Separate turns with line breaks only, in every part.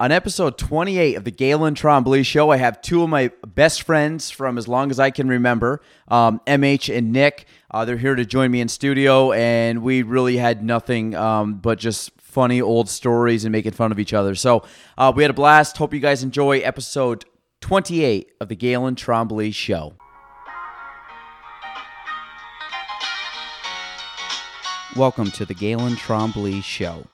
On episode 28 of the Galen Trombley Show, I have two of my best friends from as long as I can remember, um, MH and Nick. Uh, they're here to join me in studio, and we really had nothing um, but just funny old stories and making fun of each other. So uh, we had a blast. Hope you guys enjoy episode 28 of the Galen Trombley Show. Welcome to the Galen Trombley Show.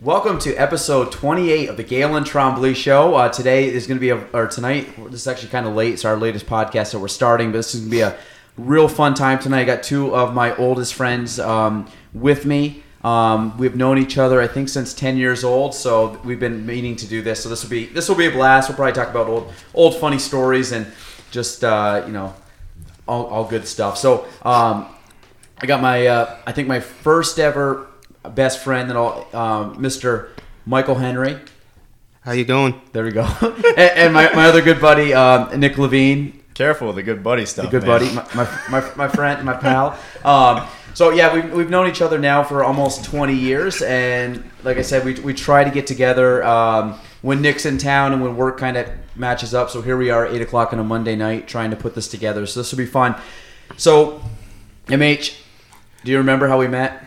Welcome to episode 28 of the Galen Trombley Show. Uh, today is going to be, a, or tonight, this is actually kind of late. It's our latest podcast that we're starting, but this is going to be a real fun time tonight. I got two of my oldest friends um, with me. Um, we've known each other, I think, since 10 years old, so we've been meaning to do this. So this will be this will be a blast. We'll probably talk about old old funny stories and just uh, you know all, all good stuff. So um, I got my, uh, I think my first ever best friend and all, um, Mr. Michael Henry.
How you doing?
There we go. and and my, my other good buddy, um, Nick Levine,
Careful with the good buddy stuff.
good
Oh,
man.
buddy, my, my, my, my friend, my pal. Um, so yeah, we've, we've known each other now for almost 20 years, and like I said, we, we try to get together um, when Nick's in town and when work kind of matches up. So here we are, eight o'clock on a Monday night, trying to put this together. So this will be fun. So, MH, do you remember how we met?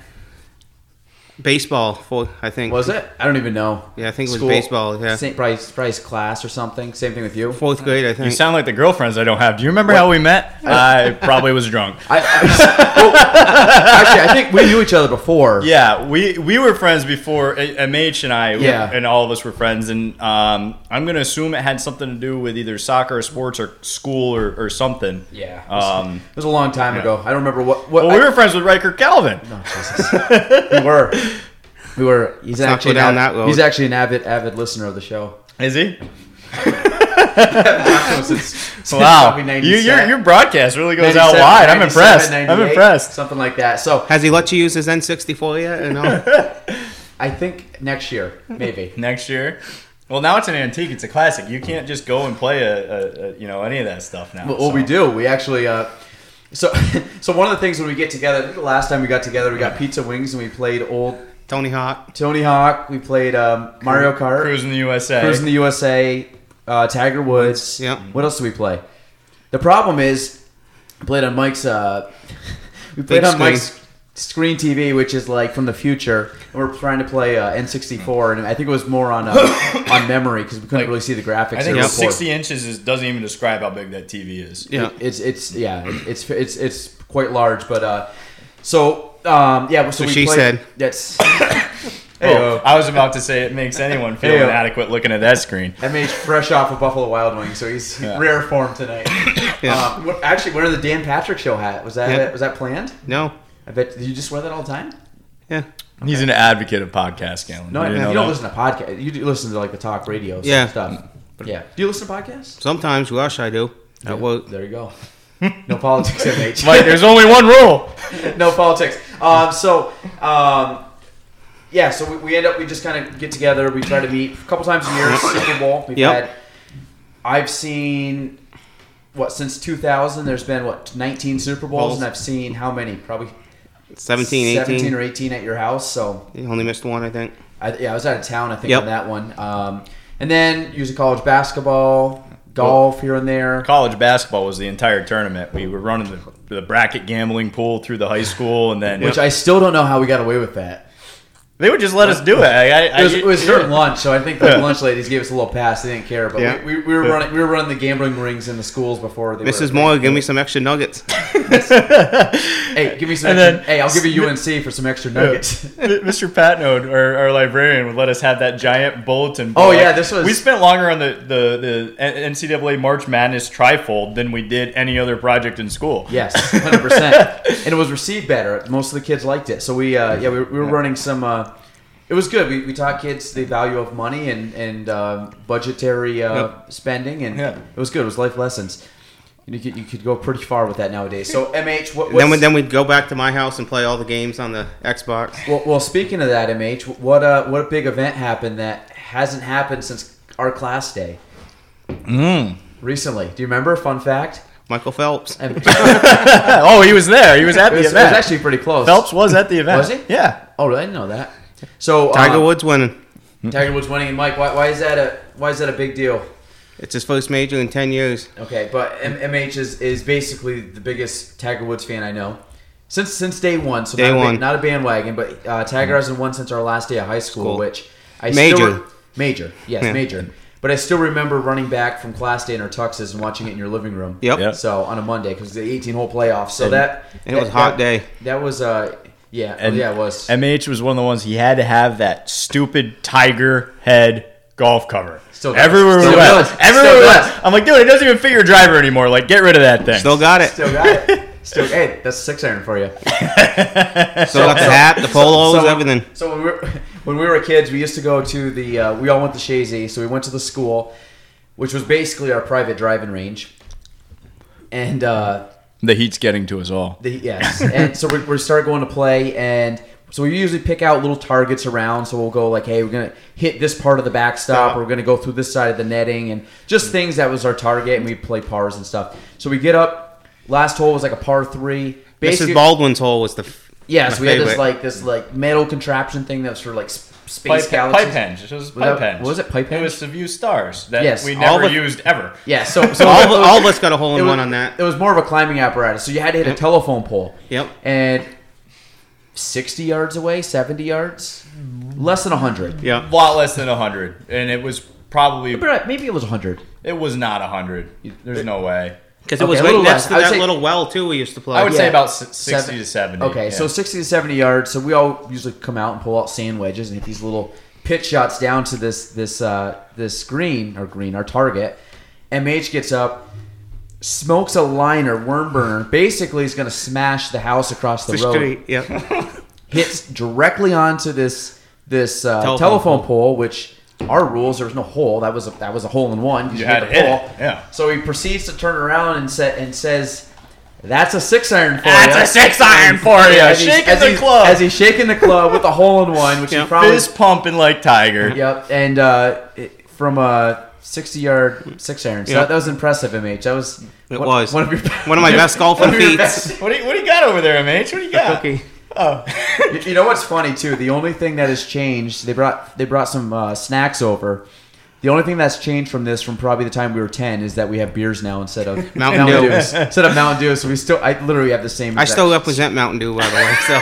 Baseball, full, I think.
Was it? I don't even know.
Yeah, I think it was baseball, yeah.
same, probably, probably class or something. Same thing with you.
fourth grade? I think.
You sound like the girlfriends I don't have. Do you remember how we met? I probably was drunk.
I, I, well, actually, I think we knew each other before.
Yeah, we we were friends before A- MH and I. we-
Yeah.
and all of us were friends. And um, I'm gonna assume it had something to do with either soccer, or sports, or school, or, or something.
Yeah. It was,
Um,
it was a long time ago. I don't remember what. what
well, we were friends with Riker Calvin.
I, we were. We were. He's
not
actually
go down
an avid,
that road.
He's actually an avid avid listener of the show.
Is he?
Since- since
Wow,
probably
you,
97,
your your broadcast really goes out
97,
wide. I'm
97,
impressed. I'm
98,
impressed.
Something like that. So
Has he let you use his N64 yet? Or no?
I think next year maybe.
Next year. Well, now it's an antique. It's a classic. You can't just go and play a, a, a you know any of that stuff now.
Well, well,
so.
we do. We actually. Uh, so, so one of the things when we get together, I think the last time we got together, we got pizza wings and we played old
Tony Hawk.
Tony Hawk. We played um, Mario Kart, Cruise,
Cruise in the USA.
in the USA, uh, Tiger Woods.
Yeah.
What else do we play? The problem is, we played on Mike's. Uh, we played
Big
on
screen.
Mike's screen TV, which is like from the future, and we're trying to play uh, N64, and I think it was more on uh, on memory because we couldn't really see the graphics.
I think
or record.
Yep.
60 inches is, doesn't even describe how big that TV is.
Yeah.
It's it's yeah, it's it's it's quite large, but uh, so um, yeah. So, we
she
played-
said.
that's
Oh, I was about to say it makes anyone feel
Hey-o.
inadequate looking at that screen.
MH fresh off of Buffalo Wild Wings, so he's
Yeah.
rare form tonight.
Yeah.
um, what, actually, wearing the Dan Patrick show hat was that
Yeah.
was that planned?
No.
I bet did you just wear that all the time.
Yeah.
He's an advocate of podcast, Galen.
No, I
You
mean,
know
you don't
that?
listen to podcast. You do listen to like the talk radio
Yeah. Mm.
yeah. stuff. Yeah. Do you listen to podcasts?
Sometimes rush I do. Uh, At work.
There you go. No politics, MH.
Mike, there's only one rule.
no politics. Um, so, um, yeah, so we, we end up, we just kind of get together. We try to meet a couple times a year, Super Bowl. We've
Yep.
had, I've seen, what, since 2000, there's been, what, 19 Super Bowls,
Bowls.
and I've seen how many? Probably
17,
17
18.
or 18 at your house. So,
You only missed one, I think.
I, yeah, I was out of town, I think,
Yep.
on that one. Um, and then usually college basketball, golf here and there.
College basketball was the entire tournament. We were running the, the bracket gambling pool through the high school, and then
Which I still don't know how we got away with that.
they would just let us do it. I, I,
It was,
I-
it was during lunch, so I think the
Yeah.
lunch ladies gave us a little pass. They didn't care, but
Yeah.
we, we, we were running we were running the gambling rings in the schools before they.
Mrs.
Were,
Moore, give me some extra nuggets.
hey, give me some. Extra,
And then-
hey, I'll give you UNC for some extra nuggets.
Mr. Uh, Patnode, our, our librarian, would let us have that giant bulletin.
Oh,
board.
yeah, this was-
We spent longer on the, the, the NCAA March Madness trifold than we did any other project in school.
yes, hundred percent. and it was received better. Most of the kids liked it. So we, uh, yeah, we, we were running some. Uh, it was good. We, we taught kids the value of money and and uh, budgetary uh,
Yep.
spending, and
Yeah.
it was good. It was life lessons. You could, you could go pretty far with that nowadays. So MH, what,
Then, we,
what's-
then we'd go back to my house and play all the games on the Xbox.
Well, well, speaking of that, MH, what uh, what big event happened that hasn't happened since our class day recently? Do you remember? Fun fact.
Michael Phelps.
And- it, was,
oh, he was there. He was at
it
the
was
event.
actually pretty close.
Phelps was at the event.
Was he?
Yeah.
Oh, I didn't know that. So uh,
Tiger Woods winning.
Tiger Woods winning, and Mike, why, why is that a why is that a big deal?
It's his first major in 10 years.
Okay, but M- MH is, is basically the biggest Tiger Woods fan I know since since day one. So not,
Day
A,
one. Mm-hmm.
ba- not a bandwagon, but uh, Tiger hasn't won since our last day of high school,
Cool.
which I still
Major.
re- major, yes,
Yeah.
major. But I still remember running back from class day in our tuxes and watching it in your living room.
Yep.
Yep.
So on a Monday because the 18 hole playoff. So
And-
that
and it was
that-
hot
that-
day.
That was uh yeah
And
yeah it was
MH was one of the ones he had to have that stupid tiger head golf cover.
Still does.
everywhere
Still
we went,
does.
everywhere
Still
we
does.
went, I'm like, dude, it doesn't even fit your driver anymore. Like, get rid of that thing.
Still got it. Still,
still got it still hey that's a six iron for you.
got the hat, the polos,
so-
everything.
So when we were when we were kids, we used to go to the uh, we all went to Shazy, so we went to the school, which was basically our private driving range, and uh,
the heat's getting to us all.
the yes, and so we, we start going to play, and so we usually pick out little targets around. So we'll go like, hey, we're gonna hit this part of the backstop, or we're gonna go through this side of the netting, and just things that was our target, and we play pars and stuff. So we get up. Last hole was like a par three.
Mrs. Baldwin's hole was the. f-
Yes,
my
we had this
favorite.
like this like metal contraption thing that's for like s- space
pipe,
galaxies.
pipe henge. It was pipe
that-
henge.
was it pipe
It was to view stars that
Yes.
we
All
never
of-
used ever.
Yeah, so so
all, of- all of us got a
it
hole in
was-
one on that.
It was more of a climbing apparatus, so you had to hit a telephone pole.
Yep.
And sixty yards away, seventy yards, less than hundred.
Yeah.
A lot less than 100. And it was probably,
But uh, maybe it was hundred.
it was not 100. There's no way.
Because
Okay,
it was
a
right
little less.
next to
I would
that
say-
little well, too, we used to play.
I would say
Yeah.
about s- 60
Seven-
to 70.
Okay,
yeah.
so sixty to seventy yards. So we all usually come out and pull out sand wedges and hit these little pitch shots down to this this uh, this green or green our target. MH gets up, smokes a liner, worm burner. Basically, he's gonna smash the house across the,
the
road.
street. Yeah.
Hits directly onto this this uh, telephone,
Telephone
pole, which. Our rules. There was no hole. That was a that was a hole in one.
You
just
had
hit
to
the
hit
pole.
it, yeah.
So he proceeds to turn around and sa- and says, "That's a six iron for
That's
ya."
a six iron for you.
As he's-
Shaking
as
the
he's-
club.
As he's shaking the club with a hole in one, which
Yeah.
he probably.
Fist pumping like Tiger.
Yep, and uh, it, from a 60 yard six iron. So
Yeah.
that, that was impressive, MH. That was.
It
one-
was.
One of, your,
One of my best golfing
one of your
feats.
best-
What do you, what do you got over there, MH? What do you got?
Cookie.
Oh.
You- you know what's funny too? The only thing that has changed, they brought they brought some uh, snacks over. The only thing that's changed from this, from probably the time we were ten, is that we have beers now instead of
Mountain Dew.
Dews. instead of Mountain Dew. So we still, I literally have the same.
I
exact-
still represent Mountain Dew, by the way. So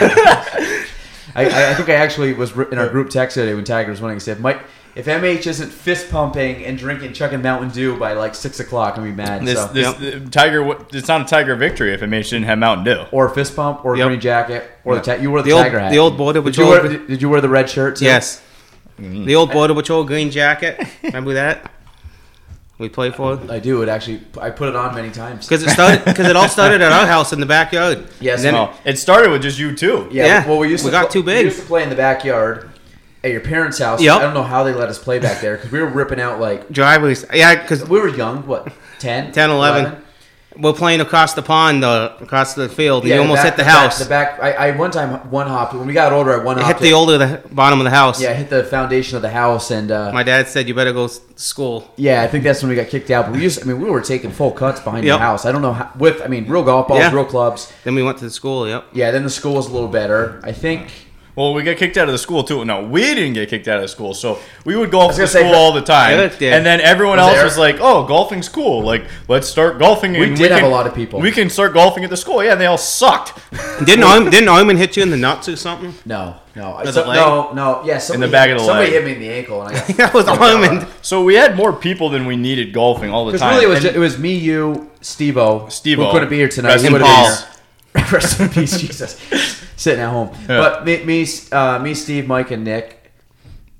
I- I, I think I actually was ri- in our group text today when Tiger was winning. I said, Mike, if MH isn't fist pumping and drinking, chucking Mountain Dew by like six o'clock, I'm gonna be mad.
This,
so.
this uh, Tiger, wa- it's not a Tiger victory if MH didn't have Mountain Dew.
or a fist pump, or a
Yep.
green jacket, or the ti- you wore the,
The old-
tiger hat.
the old border
Did you,
patrol-
wear, did did you wear the red shirt? Too?
yes, the old Border Patrol green jacket. Remember that? We played for
I do. It actually, I put it on many times.
because it started because it all started at our house in the backyard.
Yes,
And then
well,
It started with just you two.
Yeah,
Yeah,
well, we used
we
to
got
pl-
too big.
We used to play in the backyard at your parents' house.
Yep.
I don't know how they let us play back there because we were ripping out like
driveways. Yeah, because
we were young. What 10?
10, 11. we're playing across the pond, uh, across the field. and you almost
back-
hit the, house.
Back, the back. I, I one time one hopped. When we got older, I one
It
hopped.
hit the
it.
old of the bottom of the house.
Yeah, I hit the foundation of the house, and uh,
My dad said you better go s- to school.
yeah, I think that's when we got kicked out. But we used, I mean, we were taking full cuts behind
Yep.
the house. I don't know how, with, I mean, real golf balls,
Yeah.
real clubs.
Then we went to the school. Yep.
Yeah, then the school was a little better. I think.
Well, we got kicked out of the school too. No, we didn't get kicked out of the school. So we would golf
gonna
to
say,
school all the time,
Eric did.
and then everyone
Was it
else was like, "Oh, golfing's cool. Like, let's start golfing." We
did have a lot of people.
We can start golfing at the school. Yeah, and they all sucked
Didn't Oyman, didn't Oyman hit you in the nuts or something?
No, no,
the
So-
leg?
no, no. Yeah, somebody,
back of the
somebody
leg.
hit me in the ankle, and I got
That was Oyman.
So we had more people than we needed golfing all the
Because
time.
really, it was,
And
ju- it was me, you, Steve-O,
Steve-O.
who couldn't be here tonight.
Rest
He
in
would've
Paul.
been here. Rest in peace, Jesus. Sitting at home, but me, me, uh, me, Steve, Mike, and Nick.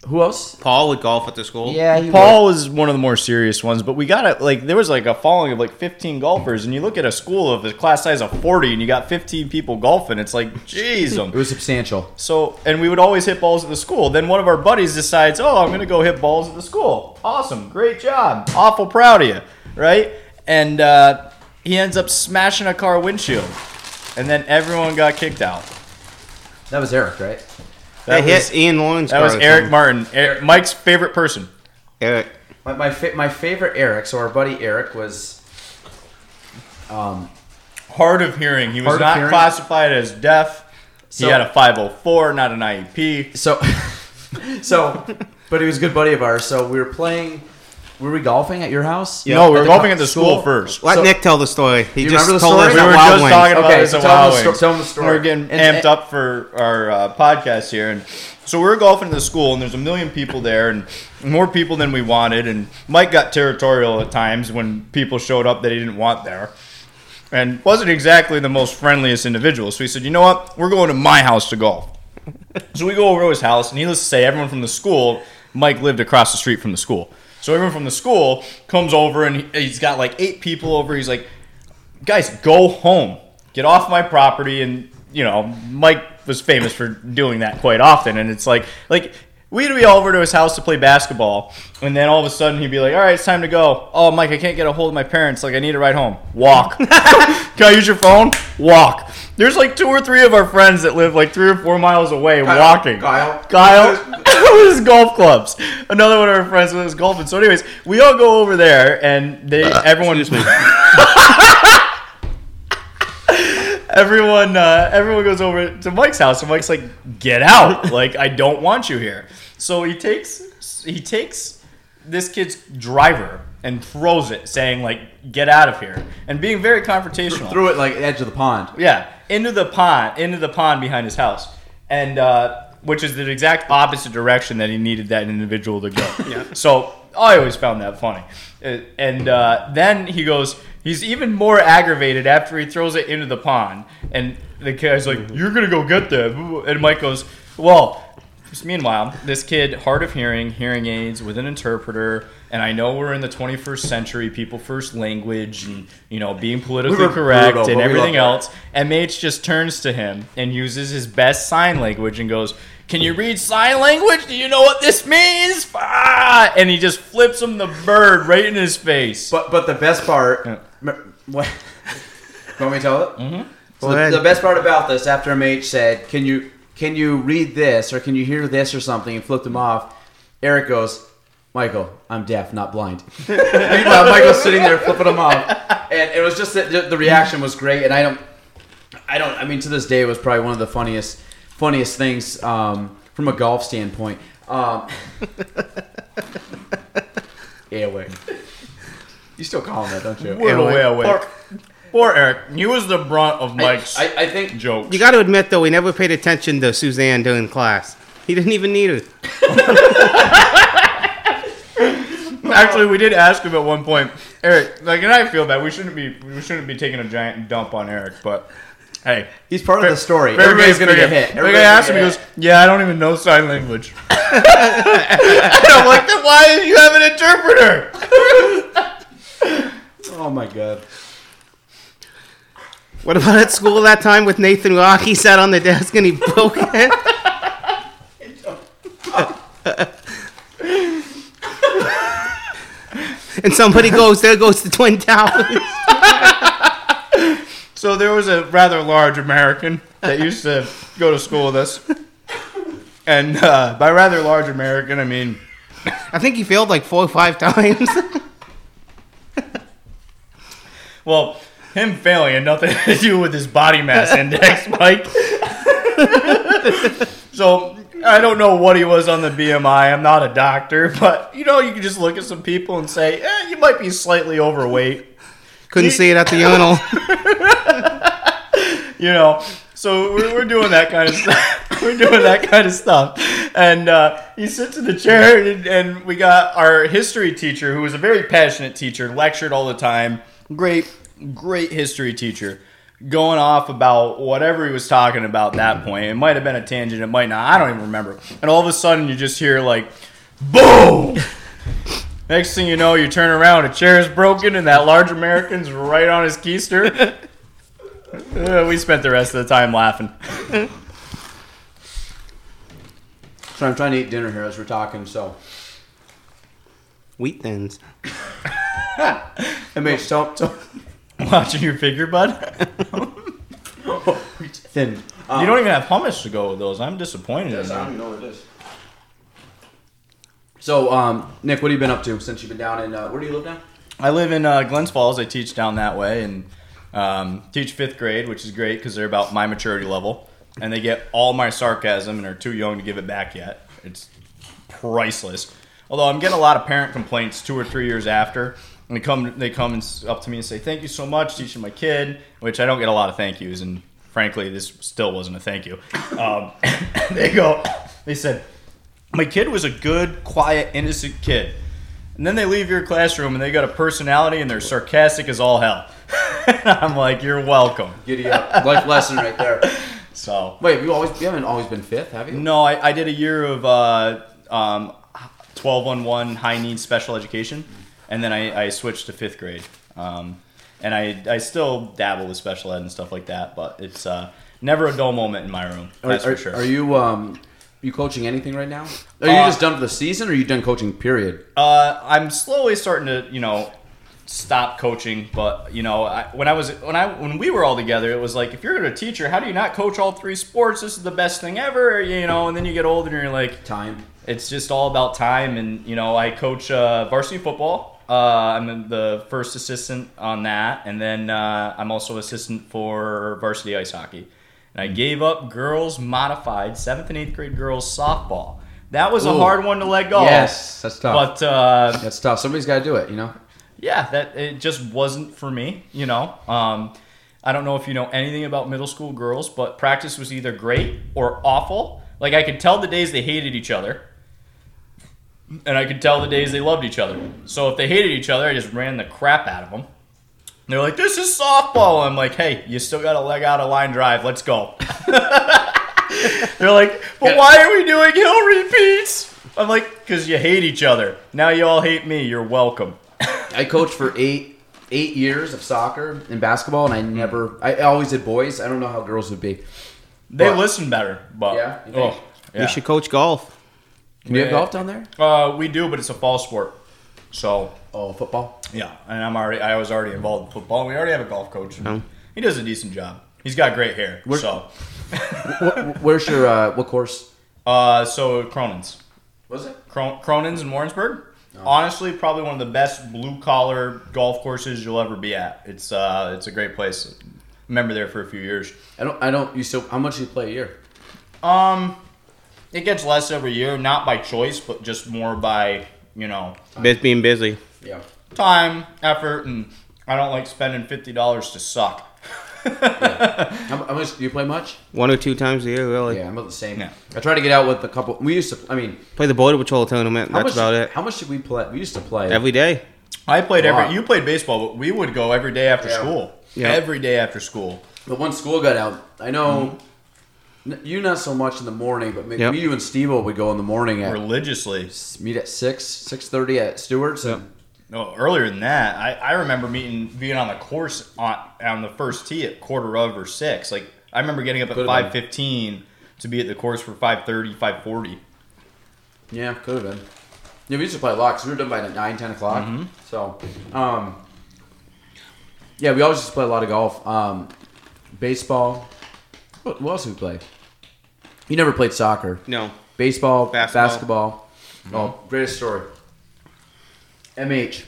Who else?
Paul would golf at the school.
Yeah, he
Paul was one of the more serious ones, but we got it. Like there was like a following of like 15 golfers, and you look at a school of a class size of 40, and you got 15 people golfing. It's like, jeez, um,
It was substantial.
So, and we would always hit balls at the school. Then one of our buddies decides, oh, I'm going to go hit balls at the school. Awesome. Great job. Awful proud of you. Right? And uh, he ends up smashing a car windshield. And then everyone got kicked out.
That was Eric, right?
That
That hit
was,
Ian Lloyd's
that
car
was
or
Eric
something.
Martin, Eric, Mike's favorite person.
Eric.
My my, fa- my favorite Eric. So our buddy Eric was. Um,
Hard of hearing. He was
Hard of
not
hearing?
classified as deaf.
So-
he had a 504, not an E IEP.
so, so, but he was a good buddy of ours. So we were playing. Were we golfing at your house?
no, we were
the
golfing
co-
at the school, first.
Let
So-
Nick tell the story. He
you
just
remember the
told
story?
us
We
at
were
Wild
just
Wings.
talking about
Okay,
this
so
at
tell him
Wild
the sto-
Wings.
tell him the story.
We're getting
And-
amped
and-
up for our uh, podcast here, and so we were golfing at the school, and there's a million people there, and more people than we wanted. And Mike got territorial at times when people showed up that he didn't want there, and wasn't exactly the most friendliest individual. So he said, "You know what? We're going to my house to golf." So we go over to his house, and needless to say, everyone from the school, Mike lived across the street from the school. So everyone from the school comes over, and he, he's got like eight people over. He's like, guys, go home. Get off my property. And, you know, Mike was famous for doing that quite often. And it's like, like, we'd be all over to his house to play basketball. And then all of a sudden he'd be like, all right, it's time to go. Oh, Mike, I can't get a hold of my parents. Like, I need a ride home. Walk. Can I use your phone? Walk. There's like two or three of our friends that live like three or four miles away walking.
Kyle.
Kyle with his golf clubs. Another one of our friends with his golfing. So, anyways, we all go over there, and they everyone everyone uh, everyone goes over to Mike's house and Mike's like get out like I don't want you here so he takes he takes this kid's driver and throws it saying like get out of here and being very confrontational
Threw it like edge of the pond.
yeah into the pond into the pond behind his house and uh, which is the exact opposite direction that he needed that individual to go yeah so i always found that funny Uh, and uh, then he goes he's even more aggravated after he throws it into the pond and the guy's like
Mm-hmm.
you're gonna go get that and mike goes well just meanwhile, this kid, hard of hearing, hearing aids with an interpreter, and I know we're in the 21st century, people first language, and you know, being politically
were
correct
brutal, but
and
we
everything
love
else. MH just turns to him and uses his best sign language and goes, "Can you read sign language? Do you know what this means?" Ah! And he just flips him the bird right in his face.
But but the best part.
Yeah.
m- What? Want me to tell it? Mm-hmm.
Go
Well,
ahead.
the, the best part about this, after MH said, "Can you can you read this or can you hear this or something?" and flipped him off. Eric goes, "Michael, I'm deaf, not blind." Meanwhile, Michael's sitting there flipping him off, and it was just that the- the reaction was great. And I don't, I don't. I mean, to this day, it was probably one of the funniest funniest things um, from a golf standpoint. Um, airway. You still call him that, don't you?
Word away, away.
Poor-
Poor, Eric, you was the brunt of
I,
Mike's
I, I think
jokes.
You got to admit, though, he never paid attention to Suzanne during class. He didn't even need her.
Actually, we did ask him at one point, Eric. Like, and I feel bad. We shouldn't be. We shouldn't be taking a giant dump on Eric, but hey,
he's part of the story.
fair
Everybody's
game's
gonna
fair
get
game.
hit.
Like,
Everybody's
I
gonna
asked him.
get
He
hit.
goes, "Yeah, I don't even know sign language." and I'm like, "Then why do you have an interpreter?"
"Oh my god."
What about at school that time with Nathan Rock? He sat on the desk and he broke it. and somebody goes, there goes the Twin Towers.
So there was a rather large American that used to go to school with us, and uh, by rather large American, I mean.
I think he failed like four or five times.
Well, him failing had nothing to do with his body mass index, Mike. so I don't know what he was on the BMI. I'm not a doctor, but you know, you can just look at some people and say, eh, you might be slightly overweight.
Couldn't see it at the urinal.
you know. So we're, we're doing that kind of stuff. We're doing that kind of stuff. And uh, he sits in the chair, and, and we got our history teacher, who was a very passionate teacher, lectured all the time. Great, great history teacher. going off about whatever he was talking about at that point. It might have been a tangent, it might not. I don't even remember. And all of a sudden, you just hear like, boom! Next thing you know, you turn around, a chair is broken, and that large American's right on his keister. Uh, we spent the rest of the time laughing.
So I'm trying to eat dinner here as we're talking. So
Wheat thins.
it made so, so
Watching your figure, bud.
thin. Um,
You don't even have hummus to go with those. I'm disappointed. in you.
know what it is. So, um, Nick, what have you been up to since you've been down in? Uh, where do you live now?
I live in uh, Glens Falls. I teach down that way and um, teach fifth grade, which is great because they're about my maturity level, and they get all my sarcasm and are too young to give it back yet. It's priceless. Although I'm getting a lot of parent complaints two or three years after, and they come they come and s- up to me and say thank you so much teaching my kid, which I don't get a lot of thank yous, and frankly this still wasn't a thank you. Um, they go, they said, my kid was a good, quiet, innocent kid. And then they leave your classroom and they got a personality and they're sarcastic as all hell. I'm like, you're welcome.
Giddy up, life lesson right there.
So,
Wait, have you always you haven't always been fifth, have you?
no, I, I did a year of uh, um, 12 on 1 high needs special education. And then I, I switched to fifth grade. Um, and I, I still dabble with special ed and stuff like that, but it's uh, never a dull moment in my room.
Are,
That's
are-
for sure.
Are you um, you coaching anything right now? Are you
Uh,
just done for the season, or are you done coaching? Period.
Uh, I'm slowly starting to, you know, stop coaching. But you know, I, when I was when I when we were all together, it was like if you're a teacher, how do you not coach all three sports? This is the best thing ever, you know. And then you get older and you're like,
Time.
it's just all about time. And you know, I coach uh, varsity football. Uh, I'm the first assistant on that, and then uh, I'm also assistant for varsity ice hockey. And I gave up girls modified seventh and eighth grade girls softball. That was a
Ooh.
hard one to let go.
Yes, that's tough.
But uh,
that's tough. Somebody's got to do it, you know.
yeah, that it just wasn't for me. You know, um, I don't know if you know anything about middle school girls, but practice was either great or awful. Like I could tell the days they hated each other, and I could tell the days they loved each other. So if they hated each other, I just ran the crap out of them. They're like, "This is softball." I'm like, "Hey, you still got a leg out of line drive. Let's go." They're like, "But why are we doing hill repeats?" I'm like, "Cause you hate each other. Now you all hate me. You're welcome."
I coached for eight eight years of soccer and basketball, and I
Mm.
never. I always did boys. I don't know how girls would be.
They
But-
listen better, but
Yeah, you think?
oh, yeah.
You should coach golf.
Do you have
Yeah.
golf down there?
Uh, we do, but it's a fall sport. So
Oh, football.
yeah, and I'm already I was already involved in football. We already have a golf coach.
Oh.
He does a decent job. He's got great hair. so
Wh- Where's your uh, what course?
uh, so Cronin's,
Was it?
Cron- Cronin's in Warrensburg.
Oh.
Honestly, probably one of the best blue collar golf courses you'll ever be at. It's uh, it's a great place. Remember there for a few years.
I don't. I don't. You still? How much do you play a year?
Um, it gets less every year, not by choice, but just more by you know
Biz being busy.
Yeah.
time, effort, and I don't like spending fifty dollars to suck.
How, mu- how much do you play? Much?
One or two times a year, really.
Yeah, I'm about the same.
Yeah.
I try to get out with a couple. We used to. I mean,
Play the border patrol tournament.
how much?
That's about it.
How much did we play? We used to play.
Every day.
I played
Wow.
every. You played baseball, but we would go every day after
Yeah.
school.
Yeah.
Every day after school.
But once school got out, I know n you not so much in the morning, but maybe
Mm-hmm. Yep.
you and Steve would go in the morning at
Religiously.
meet at six six thirty at Stewart's. And
No, earlier than that, I, I remember meeting being on the course on, on the first tee at quarter of or six. Like I remember getting up at
Could've
five fifteen to be at the course for 5.30, 5.40.
yeah, could have been. Yeah, we used to play a lot because we were done by like, nine ten o'clock.
Mm-hmm.
So, um, yeah, we always used to play a lot of golf, um, baseball. What, what else did we play? You never played soccer.
No.
Baseball,
Basketball.
basketball. Oh, greatest story. MH.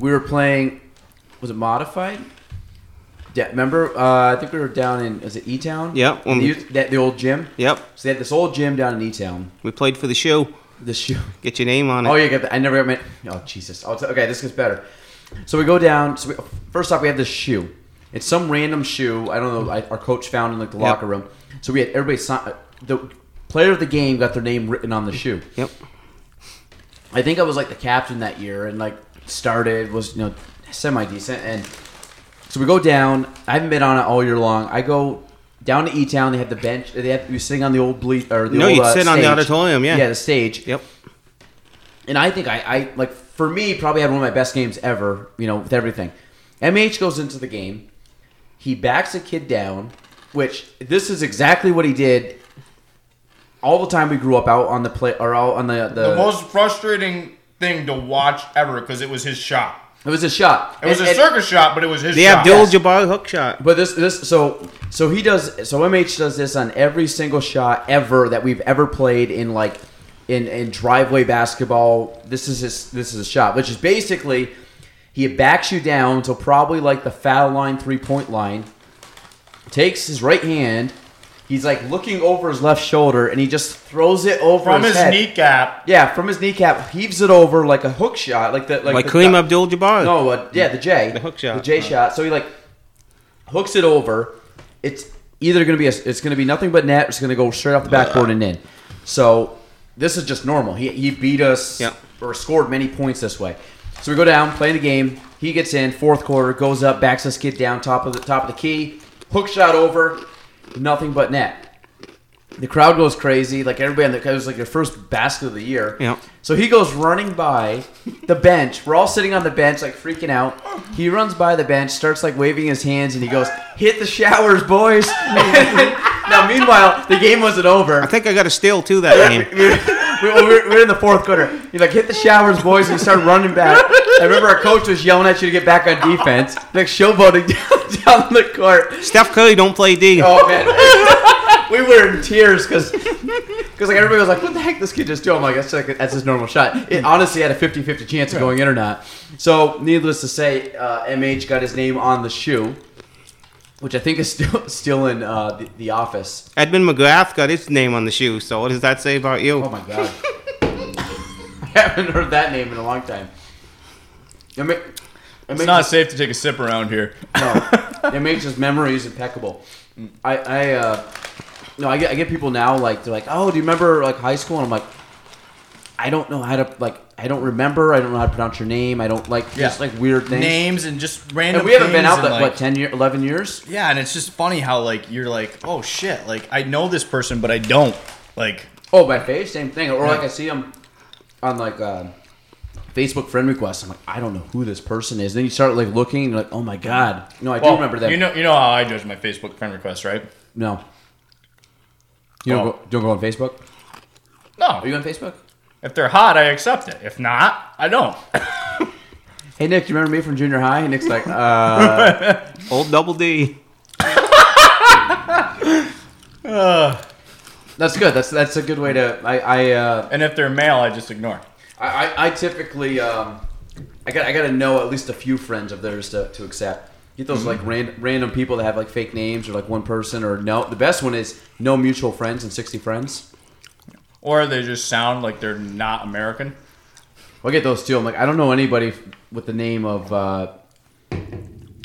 We were playing. Was it modified? Yeah, remember? Uh, I think we were down in is it E Town?
Yeah,
The,
um,
youth- that, the old gym.
Yep.
So they had this old gym down in E Town.
We played for the shoe.
The shoe.
Get your name on it.
Oh, you got that. I never got my. Oh, Jesus. I'll t- okay, this gets better. So we go down. So we, first off, we have this shoe. It's some random shoe. I don't know. I, our coach found in like the
Yep.
locker room. So we had everybody sign. The player of the game got their name written on the shoe.
Yep.
I think I was like the captain that year and like started was you know semi decent and So we go down. I haven't been on it all year long. I go down to E Town. They have the bench. They have you sitting on the old bleach or the
No,
old,
you'd
uh,
sit on the
stage.
auditorium, yeah.
yeah, the stage.
Yep.
And I think I, I like for me probably had one of my best games ever. You know, with everything. MH goes into the game. He backs a kid down, which this is exactly what he did. All the time we grew up out on the play or out on the the,
the most frustrating thing to watch ever because it was his shot.
it was a shot.
It was
And-
a
and-
circus shot, but it was his
The
shot.
Abdul Jabbar hook shot.
But this this so so he does so MH does this on every single shot ever that we've ever played in like in in driveway basketball. This is his this is a shot, which is basically he backs you down to probably like the foul line, three point line. Takes his right hand, he's like looking over his left shoulder, and he just throws it over
From his
head.
kneecap.
Yeah, from his kneecap, heaves it over like a hook shot, like the like,
Like
the-
Kareem Abdul Jabbar.
no, uh, yeah, the J,
The hook shot.
the J
Uh.
shot. So he like hooks it over. It's either gonna be a, it's gonna be nothing but net. or It's gonna go straight off the
Uh,
backboard and in. So this is just normal. He he beat us
Yeah.
or scored many points this way. So we go down, play the game. He gets in fourth quarter, goes up, backs us kid down, top of the top of the key, hook shot over, nothing but net. The crowd goes crazy. Like everybody on the it was like their first basket of the year.
Yeah.
So he goes running by the bench. We're all sitting on the bench, like freaking out. He runs by the bench, starts like waving his hands, and he goes, "Hit the showers, boys!" now, meanwhile, the game wasn't over.
I think I got a steal too that game.
We we were, we were- we were in the fourth quarter. He's like, hit the showers, boys, and he started running back. I remember our coach was yelling at you to get back on defense, like showboating down, down the court.
Steph Curry don't play D.
Oh man, we were in tears because like everybody was like, "What the heck? This kid just do?" I'm like, "That's like, that's his normal shot."
Mm.
It honestly had a 50-50 chance of going in or not. So, needless to say, uh, MH got his name on the shoe, which I think is still still in uh, the, the office.
Edmund McGrath got his name on the shoe. So what does that say about you?
Oh my god, I haven't heard that name in a long time. MH,
It's not safe to take a sip around here.
No, MH's memory is impeccable. I, I, uh, no, I get, I get people now like they're like, oh, do you remember like high school? And I'm like, I don't know how to like, I don't remember. I don't know how to pronounce your name. I don't like just like weird things.
Names and just random.
And we haven't been
things
out
and,
like,
like-
what ten year, eleven years.
Yeah, and it's just funny how like you're like, oh shit, like I know this person, but I don't. Like,
Oh, by face, same thing. Or like I see them on like uh, Facebook friend requests. I'm like, I don't know who this person is. Then you start like looking, and you're like, oh my god, no, I do remember that.
You know, you know how I judge my Facebook friend requests, right?
no, you don't
Oh.
go, don't go on Facebook.
No,
Are you on Facebook?
if they're hot, I accept it. If not, I don't.
Hey Nick, do you remember me from junior high? And Nick's like, uh,
Old Double D.
that's good. That's that's a good way to. I I uh,
And if they're male, I just ignore.
I, I, I typically um, I got I got to know at least a few friends of theirs to, to accept. Get those like ran, random people that have like fake names or like one person or no. The best one is no mutual friends and sixty friends.
Or they just sound like they're not American.
I get those too. I'm like, I don't know anybody with the name of. Uh,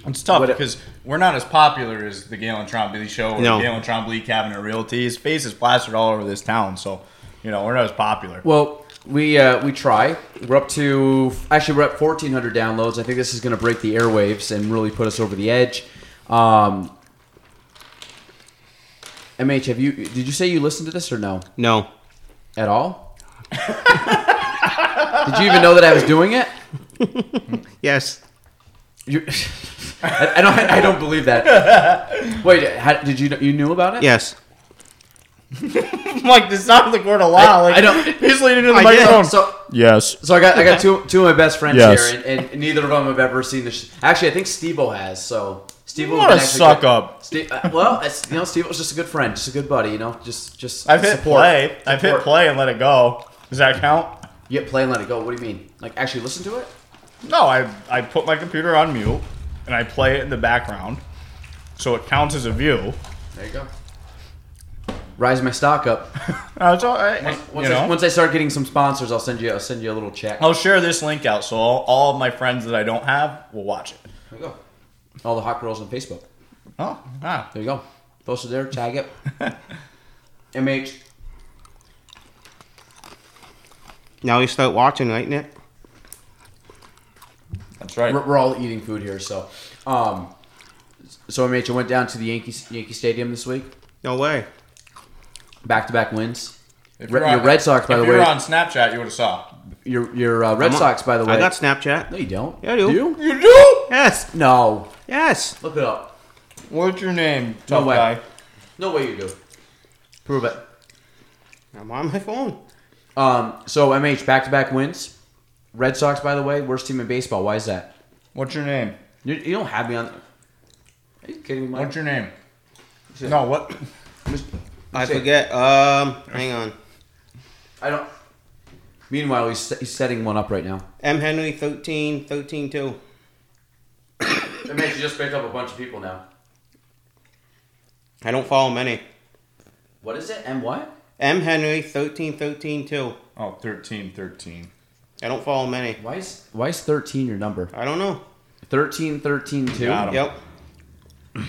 It's tough
What it-
because we're not as popular as the Galen Trombley show or
No.
the Galen Trombley Cabinet Realty. His face is plastered all over this town, so you know we're not as popular.
well, we uh, we try. We're up to actually we're at fourteen hundred downloads. I think this is going to break the airwaves and really put us over the edge. Um, MH, have you did you say you listened to this or no?
No.
At all? Did you even know that I was doing it?
Yes.
You, I, I don't. I don't believe that. Wait, how, did you you knew about it?
Yes.
like this sounds like we're in a lot. Like
I don't-
He's leaning to the
I did.
microphone.
So,
yes.
so I got I got two two of my best friends
Yes.
here, and, and neither of them have ever seen this. Actually, I think Stevo has. So Stevo,
What a suck up.
Steve, uh, well, it's, you know, Stevo's just a good friend, just a good buddy. You know, just just
I've hit
support.
play. I've hit
Support.
play and let it go. Does that count?
Yeah, play and let it go. What do you mean? Like actually listen to it?
No, I I put my computer on mute and I play it in the background, so it counts as a view.
There you go. Rise my stock up.
Uh, it's all right.
Once,
you know? Oh.
I, once I start getting some sponsors, I'll send you. I'll send you a little check.
I'll share this link out so all, all of my friends that I don't have will watch it.
There you go. All the hot girls on Facebook.
Oh, ah.
There you go. Post it there. Tag it. MH.
Now you start watching, right, Nick?
that's right.
We're, we're all eating food here, so. Um, So I mean, you went down to the Yankee Yankee Stadium this week,
No way.
back to back wins.
If
Re-
you're on-
your Red Sox, by
if
the
you
way,
were on Snapchat, you would have saw.
your your uh, Red
I'm on-
Sox, by the way.
I got Snapchat.
no, you don't.
Yeah, I do.
you?
You do?
Yes.
No.
Yes.
Look it up.
What's your name,
No
tough
way.
guy?
No way you do. Prove it.
I'm on my phone.
Um, so MH back to back wins. Red Sox, by the way, worst team in baseball. Why is that?
What's your name?
You, you don't have me on. Are you kidding me? Mike?
What's your name? No, what?
I
Say-
forget. Um, hang on.
I don't. Meanwhile, he's, he's setting one up right now.
M Henry 13, 13 2.
MH just picked up a bunch of people now.
I don't follow many.
What is it? M what?
M Henry 13, 13 2.
Oh, 13, 13.
I don't follow many.
Why is why is thirteen your number?
I don't know.
13, 13, 2?
Got 'em.
Yep.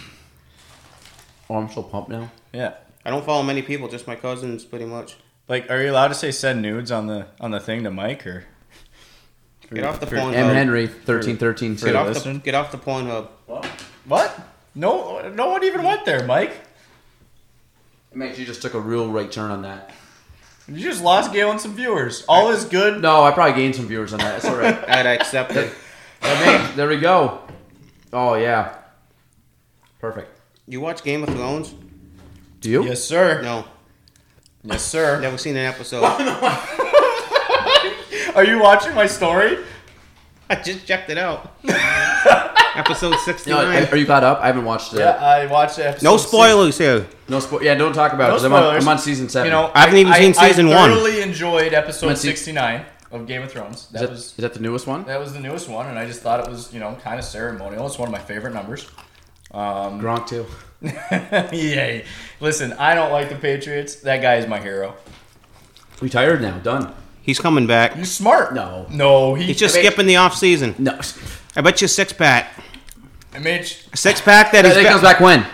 Oh, I'm so pumped now.
Yeah.
I don't follow many people, just my cousins pretty much.
Like, are you allowed to say send nudes on the on the thing to Mike or?
Get off the
For-
phone.
M
hub.
Henry, 13, 13,
Get
for
2.
off the,
listening.
get off the porn hub.
What? No, no one even went there, Mike.
MH, you just took a real right turn on that.
You just lost Galen some viewers. All is good.
No, I probably gained some viewers on that. It's all right.
I'd accept it.
MH, there we go. Oh, yeah. Perfect.
You watch Game of Thrones?
Do you?
Yes, sir.
No.
Yes, sir.
Never seen an episode.
Are you watching my story?
I just checked it out. episode
No,
69.
are are you caught up? I haven't watched it.
Yeah, I watched the episode.
no spoilers here.
No spo- Yeah, don't talk about
No
it. 'cause I'm on,
spoilers.
I'm on season
six.
seven.
You know,
I haven't even seen season
I
one.
thoroughly enjoyed episode
Let's see.
sixty-nine of Game of Thrones.
is
That
that,
was
is that the newest one?
that was the newest one, and I just thought it was you know kind of ceremonial. It's one of my favorite numbers. Um,
Gronk too.
yay! Listen, I don't like the Patriots. That guy is my hero.
Retired now. Done.
He's coming back.
He's smart.
No.
no, he
He's just
I mean,
skipping the off season.
No.
I bet you six pack.
I mean, sh-
Six pack that
That
he's
day
ba-
comes back when?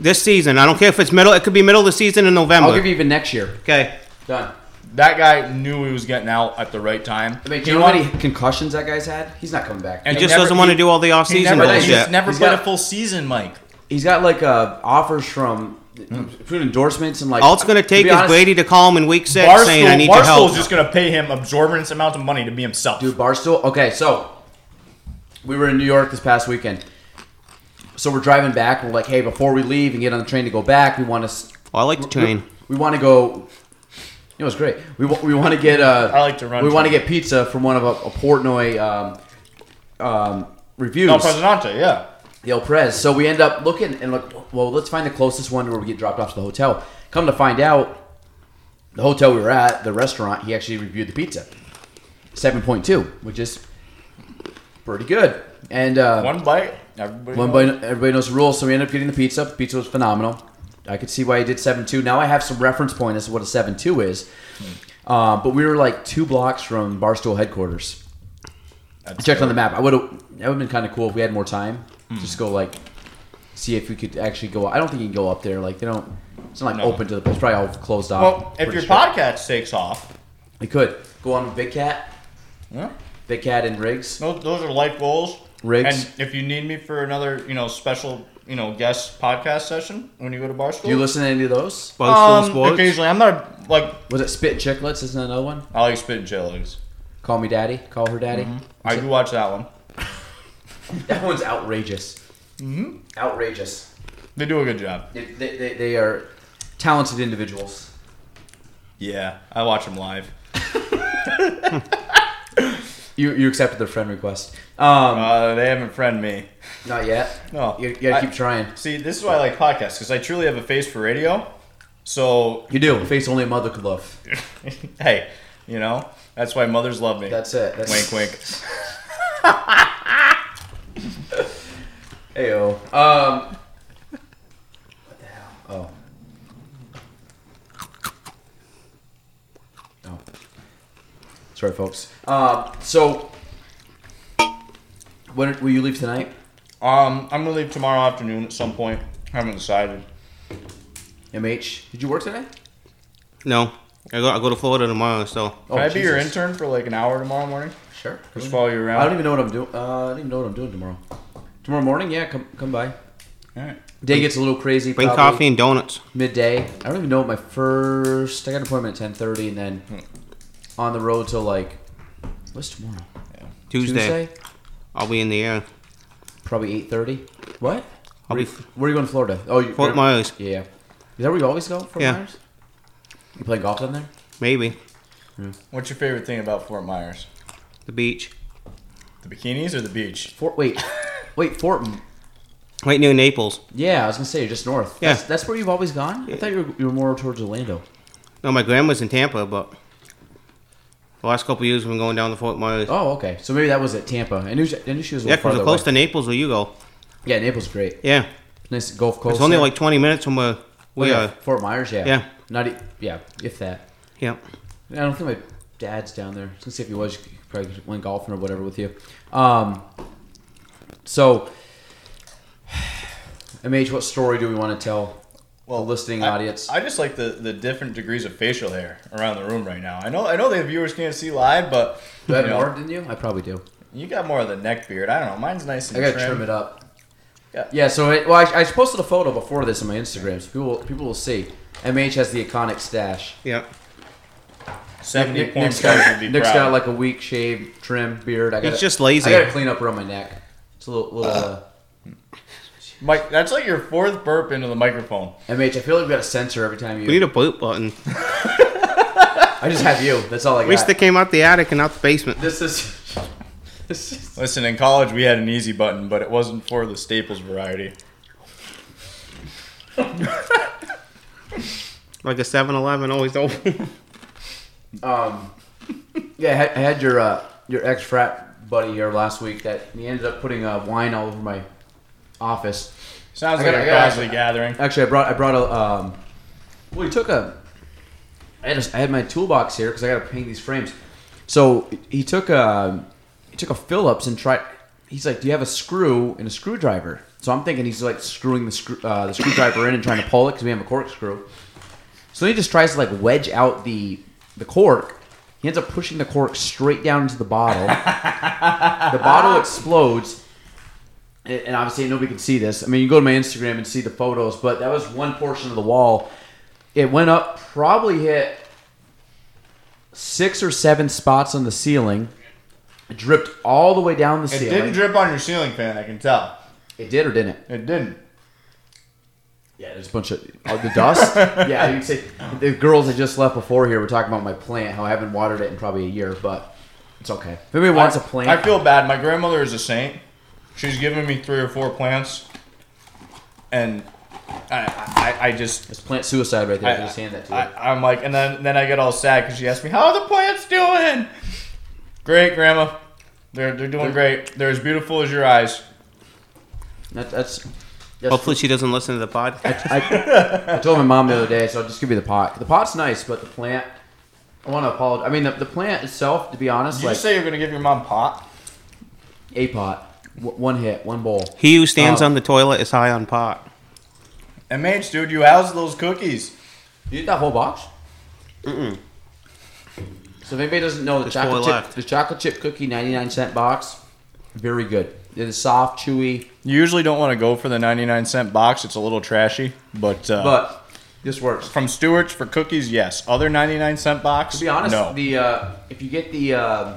this season. I don't care if it's middle. It could be middle of the season in November.
I'll give you even next year.
okay.
Done.
that guy knew he was getting out at the right time.
I mean, do
He
you know
wa-
how many concussions that guy's had? He's not coming back.
And-
He
He
just
never-
doesn't want to
he-
do all the off
He
season
never,
bullshit.
he's never
He's
played
got-
a full season, Mike.
He's got like uh, offers from food endorsements and like.
All it's going to take
be
is
honest,
Brady to call him in week six saying, I need your help.
Barstool's just going to pay him absorbent amounts of money to be himself.
Dude, Barstool. Okay, so we were in New York this past weekend. So we're driving back. We're like, hey, before we leave and get on the train to go back, we want to.
oh, I like the train.
We, want to go. It was great. We, wa- we want to get. Uh,
I like to run
We want to
train.
get pizza from one of a, a Portnoy um, um, reviews.
El Presidente, yeah.
The El Perez. So we end up looking and like, well, let's find the closest one where we get dropped off to the hotel. Come to find out, the hotel we were at, the restaurant, he actually reviewed the pizza, seven point two, which is pretty good. And uh,
One bite. Everybody
one by everybody knows the rules, so we ended up getting the pizza. Pizza was phenomenal. I could see why he did seven two. Now I have some reference point as to what a seven two is. Uh, but we were like two blocks from Barstool headquarters. I
That's
checked on the map.
dope.
I would have. That would have been kind of cool if we had more time. Just go like, see if we could actually go. I don't think you can go up there. Like they don't. It's not like
No.
open to the. It's probably all closed off.
Well, if
Pretty
your
sure.
podcast takes off,
we could go on with Big Cat,
yeah,
Big Cat and Riggs.
those, those are life goals.
Riggs.
And if you need me for another, you know, special, you know, guest podcast session when you go to Barstool,
Do you listen to any of those?
Barstool
Um,
Sports.
occasionally, I'm not a- like
Was it Spit and Chicklets? Isn't that another one?
I like spitting chilies.
Call me Daddy. Call her Daddy.
I do watch that one.
That one's outrageous.
Mm-hmm.
Outrageous.
They do a good job.
They, they, they, they are talented individuals.
Yeah, I watch them live.
You, you accepted their friend request. Um,
Uh, they haven't friend me.
not yet.
No,
You, you gotta
I-
keep trying.
See, this is why I like podcasts because I truly have a face for radio. So,
You do. Face only a mother could love.
hey, you know that's why mothers love me.
That's it. That's
wink, wink.
Ayo. Um. what the hell? Oh. Oh. Sorry, folks. Um. So. When will you leave tonight?
Um, I'm gonna leave tomorrow afternoon at some point. haven't decided.
MH, did you work today?
no. I go, I go to Florida tomorrow, so.
Oh,
Can I be your
Jesus.
intern for like an hour tomorrow morning?
Sure.
Just follow you
I don't
around.
even know what I'm doing. Uh, I don't even know what I'm doing tomorrow. Tomorrow morning, yeah, come come by.
All right.
Day gets a little crazy.
Bring
probably
coffee and donuts.
midday. I don't even know what my first. I got an appointment at ten thirty, and then
Hmm.
on the road till like what's tomorrow?
Tuesday. I'll be in the air.
probably eight thirty. What? where,
I'll be f-
where are you going, to Florida? Oh, you,
Fort Myers.
Yeah, is that where you always go? Fort
Yeah.
Myers. You play golf down there?
Maybe.
What's your favorite thing about Fort Myers?
The beach.
The bikinis or the beach?
Fort wait, wait Fort.
Right near Naples.
Yeah, I was gonna say you're just north.
Yeah.
that's, that's where you've always gone. I thought you were, you were more towards Orlando.
No, my grandma's in Tampa, but the last couple of years we've been going down to Fort Myers.
Oh, okay. So maybe that was at Tampa. I knew she, I knew she was a
yeah,
little
because we're
farther
close
away.
to Naples where you go.
Yeah, Naples is great.
Yeah.
Nice Gulf Coast.
It's only
there.
like 20 minutes from where
Oh,
we
yeah,
are.
Fort Myers. Yeah,
Yeah.
Not e- yeah, if that.
Yeah.
I don't think my dad's down there. Let's see if he was. he Probably went golfing or whatever with you. Um, so, MH, what story do we want to tell? Well, listening
I-
audience.
I, just like the, the different degrees of facial hair around the room right now. I know I know the viewers can't see live, but
do I have
you know,
more than you? I probably do.
You got more of the neck beard. I don't know. Mine's nice and
I gotta
trim.
trim it up.
Yeah.
Yeah. So, it, well, I, I posted a photo before this on my Instagram, so people people will see. MH has the iconic stash.
Yeah.
Seventy
Nick-
points
Nick's got,
would be
Nick's
proud.
got like a weak shave, trim beard. I got
He's just lazy.
I gotta clean up around my neck. It's a little, little uh,
Mike, that's like your fourth burp into the microphone.
MH. I feel like we got a censor every time you.
We need a boot button.
I just have you. That's all I
At
got.
least they came out the attic and out the basement.
This is. This is.
Listen, in college we had an easy button, but it wasn't for the Staples variety.
Like a 7 Eleven always open.
Um, yeah, I had, I had your uh, your ex frat buddy here last week that he ended up putting uh, wine all over my office.
Sounds
I
like
gotta-
a
I gotta-
Crosley gathering.
Actually, I brought I brought a. Um, well, he took a. I had, a, I had my toolbox here because I got to paint these frames. So he took a he took a Phillips and tried. He's like, "Do you have a screw and a screwdriver?" So I'm thinking he's like screwing the screw, uh, the screwdriver in and trying to pull it because we have a corkscrew. So he just tries to like wedge out the the cork. He ends up pushing the cork straight down into the bottle. the bottle explodes. And and obviously nobody can see this. I mean, you go to my Instagram and see the photos, but that was one portion of the wall. It went up, probably hit six or seven spots on the ceiling. It dripped all the way down the
It
ceiling.
didn't drip on your ceiling fan, I can tell.
it did or didn't?
It didn't.
Yeah, there's a bunch of oh, the dust. yeah, you can say the girls that just left before here were talking about my plant, how I haven't watered it in probably a year, but it's okay. If anybody wants a plant,
I feel bad. My grandmother is a saint. She's given me three or four plants, and I, I, I just.
it's plant suicide right there.
I,
I, just hand that to you.
I, am like, and then then I get all sad because she asked me, "How are the plants doing?" Great, Grandma. They're they're doing great. They're as beautiful as your eyes.
that, that's, that's
Hopefully she doesn't listen to the podcast.
I, I told my mom the other day, so I'll just give you the pot. The pot's nice, but the plant. I want to apologize. I mean, the, the plant itself, to be honest,
Did you
like
say you're gonna give your mom pot?
a pot, w- one hit, one bowl.
He who stands
Oh.
on the toilet is high on pot.
MH, dude, you housed those cookies.
You eat that whole box? Mm-mm. So if anybody doesn't know the
There's
chocolate
four
chip,
left.
the chocolate chip cookie, ninety nine cent box, very good. It is soft, chewy,
You usually don't want to go for the 99 cent box. It's a little trashy, but uh,
but this works.
from Stewart's for cookies, yes. Other 99 cent box,
To be honest,
no.
the uh, if you get the um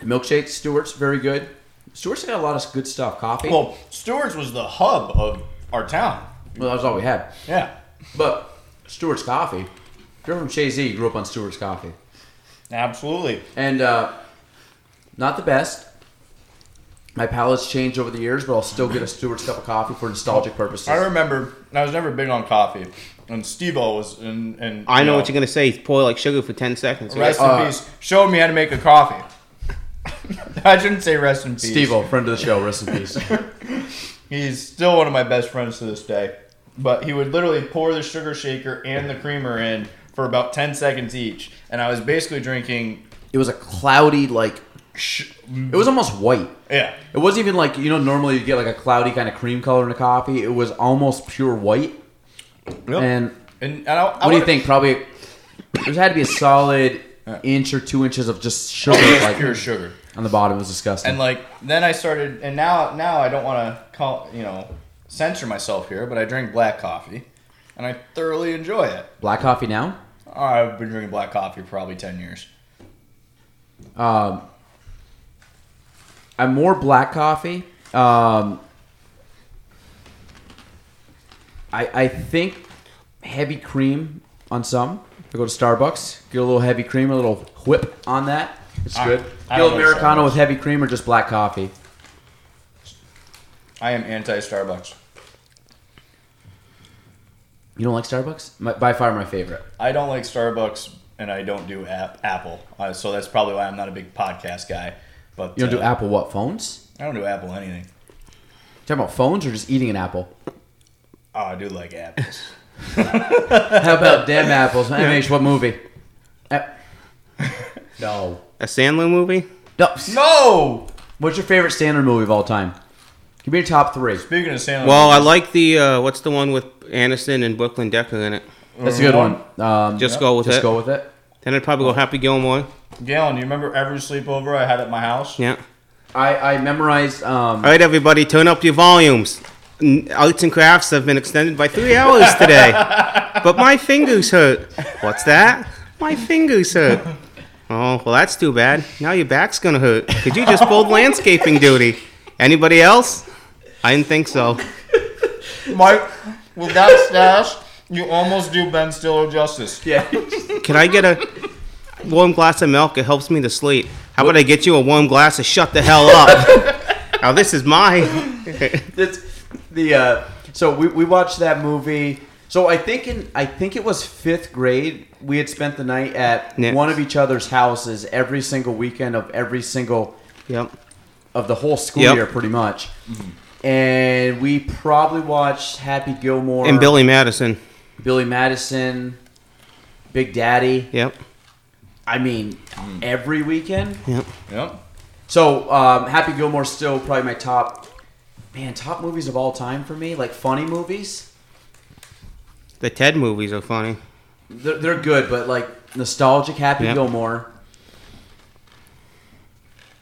milkshake, Stewart's very good. Stewart's got a lot of good stuff. Coffee. Well,
Well, Stewart's was the hub of our town.
that was all we had.
Yeah.
But Stewart's Coffee. If you're from Chay Z, you grew up on Stewart's Coffee.
Absolutely.
And uh, not the best. My palate's changed over the years, but I'll still get a Stewart's cup of coffee for nostalgic purposes.
I remember, I was never big on coffee, and Steve O was, and, and
I know what you're going to say. He's pour like sugar for 10 seconds.
Rest
Uh,
in peace. Showed me how to make a coffee. I shouldn't say rest in peace.
Steve O, friend of the show, rest in peace.
He's still one of my best friends to this day. But he would literally pour the sugar shaker and the creamer in for about 10 seconds each. And I was basically drinking.
It was a cloudy, like,
Sh-
it was almost white.
yeah.
It wasn't even like, you know, normally you get like a cloudy kind of cream color in a coffee. It was almost pure white. And
and, and I, I
what do you
would've-
think? Probably, there's had to be a solid inch or two inches of just sugar
It was
like,
Oh, pure sugar.
on the bottom. It was disgusting.
And like, then I started, and now now I don't want to call, you know, censor myself here, but I drink black coffee, and I thoroughly enjoy it.
Black coffee now.
Oh, I've been drinking black coffee for probably ten years.
Um, I'm more black coffee. Um, I I think heavy cream on some. If I go to Starbucks, get a little heavy cream, a little whip on that. It's
I-
good. Get a
I don't
little
like
americano
Starbucks.
with heavy cream or just black coffee.
I am anti Starbucks.
You don't like Starbucks? My, by far my favorite.
I don't like Starbucks, and I don't do app, Apple, uh, so that's probably why I'm not a big podcast guy. But
You don't do
uh,
Apple what phones?
I don't do Apple anything.
Talking about phones or just eating an apple?
Oh, I do like apples.
How about damn apples? MH, what movie? A- no.
A Sandler movie?
No.
no.
What's your favorite Sandler movie of all time? Give me your top three.
Speaking of Sandler,
Well, I like the uh, what's the one with Aniston and Brooklyn Decker in it.
That's a good one. Um,
Uh-huh. Just go with
just
it.
go with it.
Then I'd probably go Happy Gilmore.
Galen, you remember every sleepover I had at my house?
Yeah.
I, I memorized. Um,
All right, everybody, turn up your volumes. N- Arts and crafts have been extended by three hours today, but my fingers hurt. What's that? My fingers hurt. Oh, well, that's too bad. Now your back's gonna hurt. Could you just pulled landscaping duty? Anybody else? I didn't think so.
Mike, with that stash, you almost do Ben Stiller justice.
yeah.
Can I get a warm glass of milk? It helps me to sleep. How about I get you a warm glass of shut the hell up? now this is my.
It's the uh, so we, we watched that movie. So I think in I think it was fifth grade. We had spent the night at
Yeah.
one of each other's houses every single weekend of every single
Yep.
of the whole school
Yep.
year, pretty much. And we probably watched Happy Gilmore
And Billy Madison.
Billy Madison, Big Daddy.
Yep.
I mean,
Mm.
every weekend.
Yep.
Yep.
So um, Happy Gilmore's still probably my top, man, top movies of all time for me. Like funny movies,
The Ted movies are funny.
they're, they're good, but like nostalgic Happy
Yep.
Gilmore,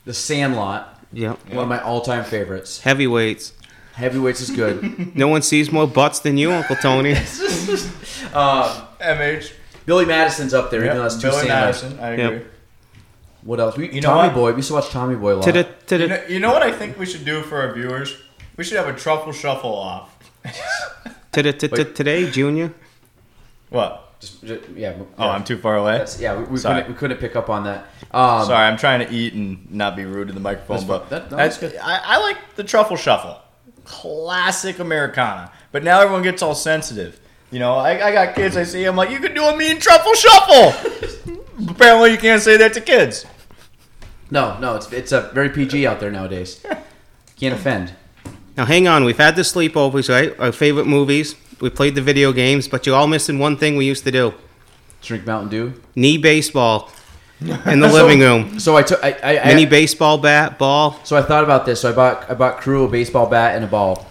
The Sandlot,
Yep.
one of my all-time favorites.
Heavyweights.
Heavyweights is good.
No one sees more butts than you, Uncle Tony.
um,
MH.
Billy Madison's up there,
Yep.
even though that's two
Billy
Sandlot.
Madison. I agree.
Yep.
What else? We,
You know
Tommy
what?
Boy. We used to watch Tommy Boy a lot.
To the to
You
the
know, you know what I think we should do for our viewers? We should have a truffle shuffle off.
to the to to
Wait.
today, Junior.
What?
Just, ju- yeah.
Oh, I'm too far away.
That's, yeah, we, we,
Sorry.
couldn't, we couldn't pick up on that. Um,
Sorry, I'm trying to eat and not be rude to the microphone, but
that- that
that's
was
good. I, I like the truffle shuffle, classic Americana. But now everyone gets all sensitive. You know, I, I got kids. I see. I'm like, you could do a mean truffle shuffle. Apparently, you can't say that to kids.
No, no, it's it's a very PG out there nowadays. Can't offend.
Now hang on, we've had the sleepovers, right? Our favorite movies. We played the video games, but you're all missing one thing we used to do:
Drink Mountain Dew.
knee baseball in the living room.
So I took I, I, I
Mini baseball bat ball.
so I thought about this. So I bought I bought crew a baseball bat and a ball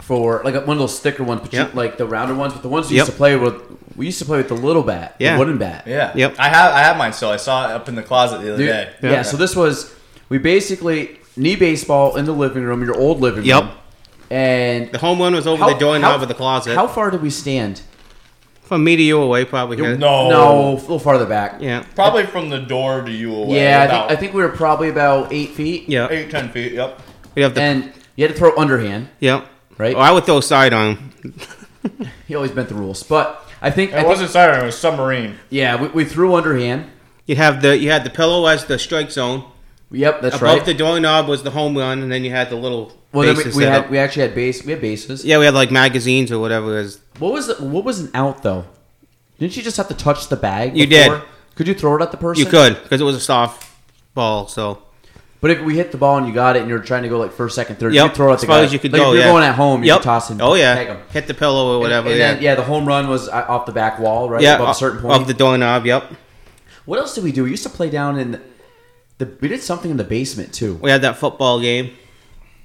for like one of those thicker ones, but you-
Yep.
like the rounder ones. But the ones we
Yep.
used to play with, we used to play with the little bat,
Yeah.
the wooden bat.
Yeah.
Yep.
I have. I have mine still. I saw it up in the closet the other
Dude,
day.
yeah. So this was we basically knee baseball in the living room, your old living
Yep.
room. And
The home run was over the doorknob of the closet.
How far did we stand?
From me to you away, probably. huh?
No.
no, a little farther back.
Yeah.
Probably from the door to you away.
Yeah, I
about
think, I think we were probably about eight feet.
Yeah.
eight ten feet. Yep.
We have the.
And you had to throw underhand,
yeah.
right?
Oh, I would throw side on.
He always bent the rules. But I think, I
It
think-
wasn't siren. It was submarine.
yeah, we, we threw underhand.
You have the you had the pillow as the strike zone.
Yep, that's
Above
right.
the doorknob was the home run, and then you had the little
well, then we,
bases
we
set
had
up.
we actually had base we had bases.
yeah, we had like magazines or whatever. It was.
What was the, what was an out though? Didn't you just have to touch the bag?
You
before?
did.
Could you throw it at the person?
You could because it was a soft ball. So
But if we hit the ball and you got it, and you're trying to go like first, second, third,
yep,
you could throw it at
as
the
far
guy.
as you could
like
go.
If you're
yeah.
going at home, you
Yep.
could toss and
Oh yeah,
peg 'em.
hit the pillow or whatever.
And
yeah.
then, yeah, the home run was uh, off the back wall, right?
Yeah,
above
o-
a certain point.
of the doorknob. Yep,
what else did we do? We used to play down in the, the. We did something in the basement too.
we had that football game.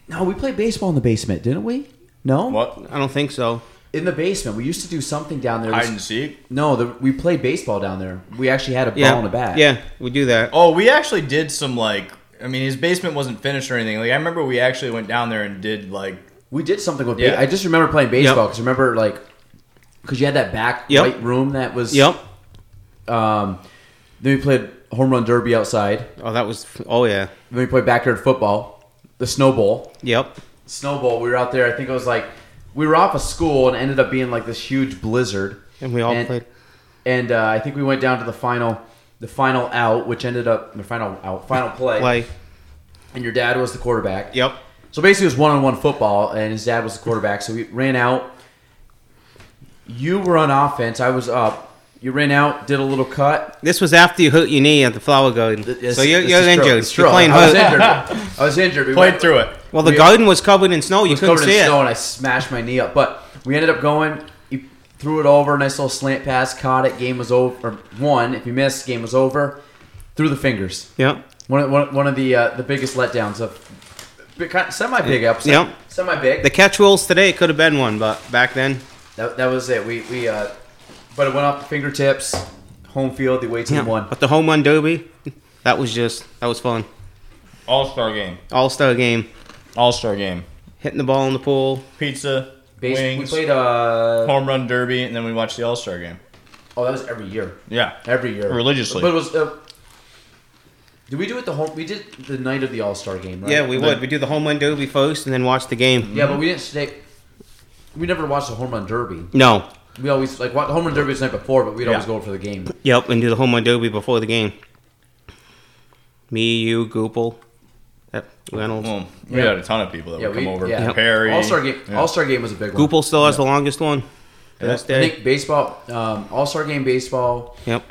No, we played baseball in the basement, didn't we? No,
What?
I don't think so.
in the basement. We used to do something down there.
Hide and seek.
no, the, we played baseball down there. We actually had a ball
Yeah,
and a bat.
yeah, we do that.
Oh, we actually did some like. I mean, his basement wasn't finished or anything. Like I remember we actually went down there and did like
we did something with.
Yeah.
Ba- I just remember playing baseball because remember like because you had that back
Yep.
white room that was.
Yep.
Um, then we played home run derby outside.
Oh, that was. Oh yeah.
Then we played backyard football, the snowball.
Yep.
Snowball. We were out there. I think it was like we were off of school and ended up being like this huge blizzard.
And we all played.
And uh, I think we went down to the final, the final out, which ended up the final out, final play.
Play.
And your dad was the quarterback.
Yep.
So basically, it was one-on-one football, and his dad was the quarterback. So we ran out. You were on offense. I was up. You ran out, did a little cut.
This was after you hurt your knee at the flower garden.
This-
so you're,
this
you're
is true.
injured.
It's
You're
true.
playing
I was
hurt.
injured. I was injured. We
Played
went-
through it.
Well, the
We-
garden was covered in snow. You couldn't
covered
see
in snow
it.
and I smashed my knee up. But we ended up going. He threw it over, nice little slant pass, caught it. Game was over. Or one, if you missed, game was over. Through the fingers.
Yep.
One of, one, one of the uh, the biggest letdowns of semi big upset.
Yep.
Semi big.
The catch rules today could have been one, but back then,
That, that was it. We we uh, but it went off the fingertips. Home field, the away team won.
But the home run derby, that was just that was fun.
All star game.
All star game,
All star game.
hitting the ball in the pool.
Pizza,
Base, we
wings,
played. Uh,
home run derby, and then we watched the All Star game.
oh, that was every year.
Yeah.
Every year,
Religiously.
But it was. Uh, did we do it the home? We did the night of the All Star game, right?
Yeah, we would. We do the home run derby first, and then watch the game.
Yeah, but we didn't stay. We never watched the home run derby.
No.
We always like watch the home run derby was the night before, but we'd always
Yeah.
go for the game.
Yep, and do the home run derby before the game. Me, you, Goopel, yep, Reynolds.
Oh,
Well, we
Yeah.
had a ton of people that
Yeah,
would come
we
over.
yeah.
Perry.
All Star game.
Yeah.
All Star game was a big one.
Goopel still has the longest one. To this
I
day.
think baseball, um, All Star game baseball,
yep.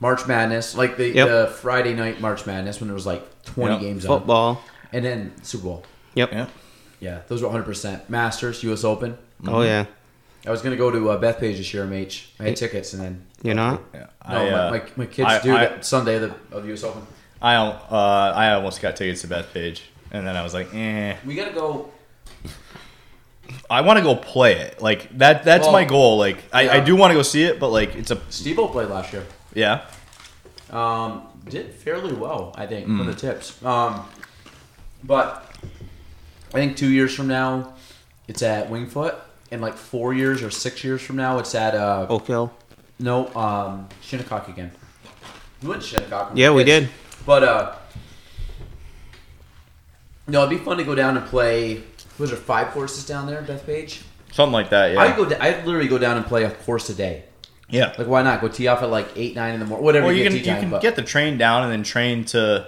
March Madness, like the,
Yep.
the Friday night March Madness when there was like twenty
Yep.
games on,
Football.
and then Super Bowl.
Yep.
Yeah.
Yeah, those were one hundred percent Masters, U.S. Open.
Oh yeah.
I was gonna go to uh, Bethpage this year, MH. I had tickets, and then
You're not.
Yeah.
no,
I, uh,
my, my, my kids
I-
do
I-
that Sunday of the, of the U.S. Open.
I, al- uh, I almost got tickets to Bethpage, and then I was like, eh.
We gotta go
I want to go play it. Like that. That's
Well,
my goal. Like I, I
yeah.
do want to go see it, but like it's a
Steve O played last year.
yeah.
Um, did fairly well, I think,
Hmm.
from the tips. Um, but I think two years from now, it's at Wingfoot, and like four years or six years from now, it's at uh
Oak Hill.
no um Shinnecock again. We went to Shinnecock. when
Yeah, we
were kids.
did.
But uh, no, it'd be fun to go down and play. Was there five courses down there, Bethpage?
Something like that. Yeah.
I'd go. I would literally go down and play a course a day.
yeah.
Like, why not go tee off at like eight, nine in the morning, whatever.
well, you
you
can
get tee
you
time,
can
but-
get the train down and then train to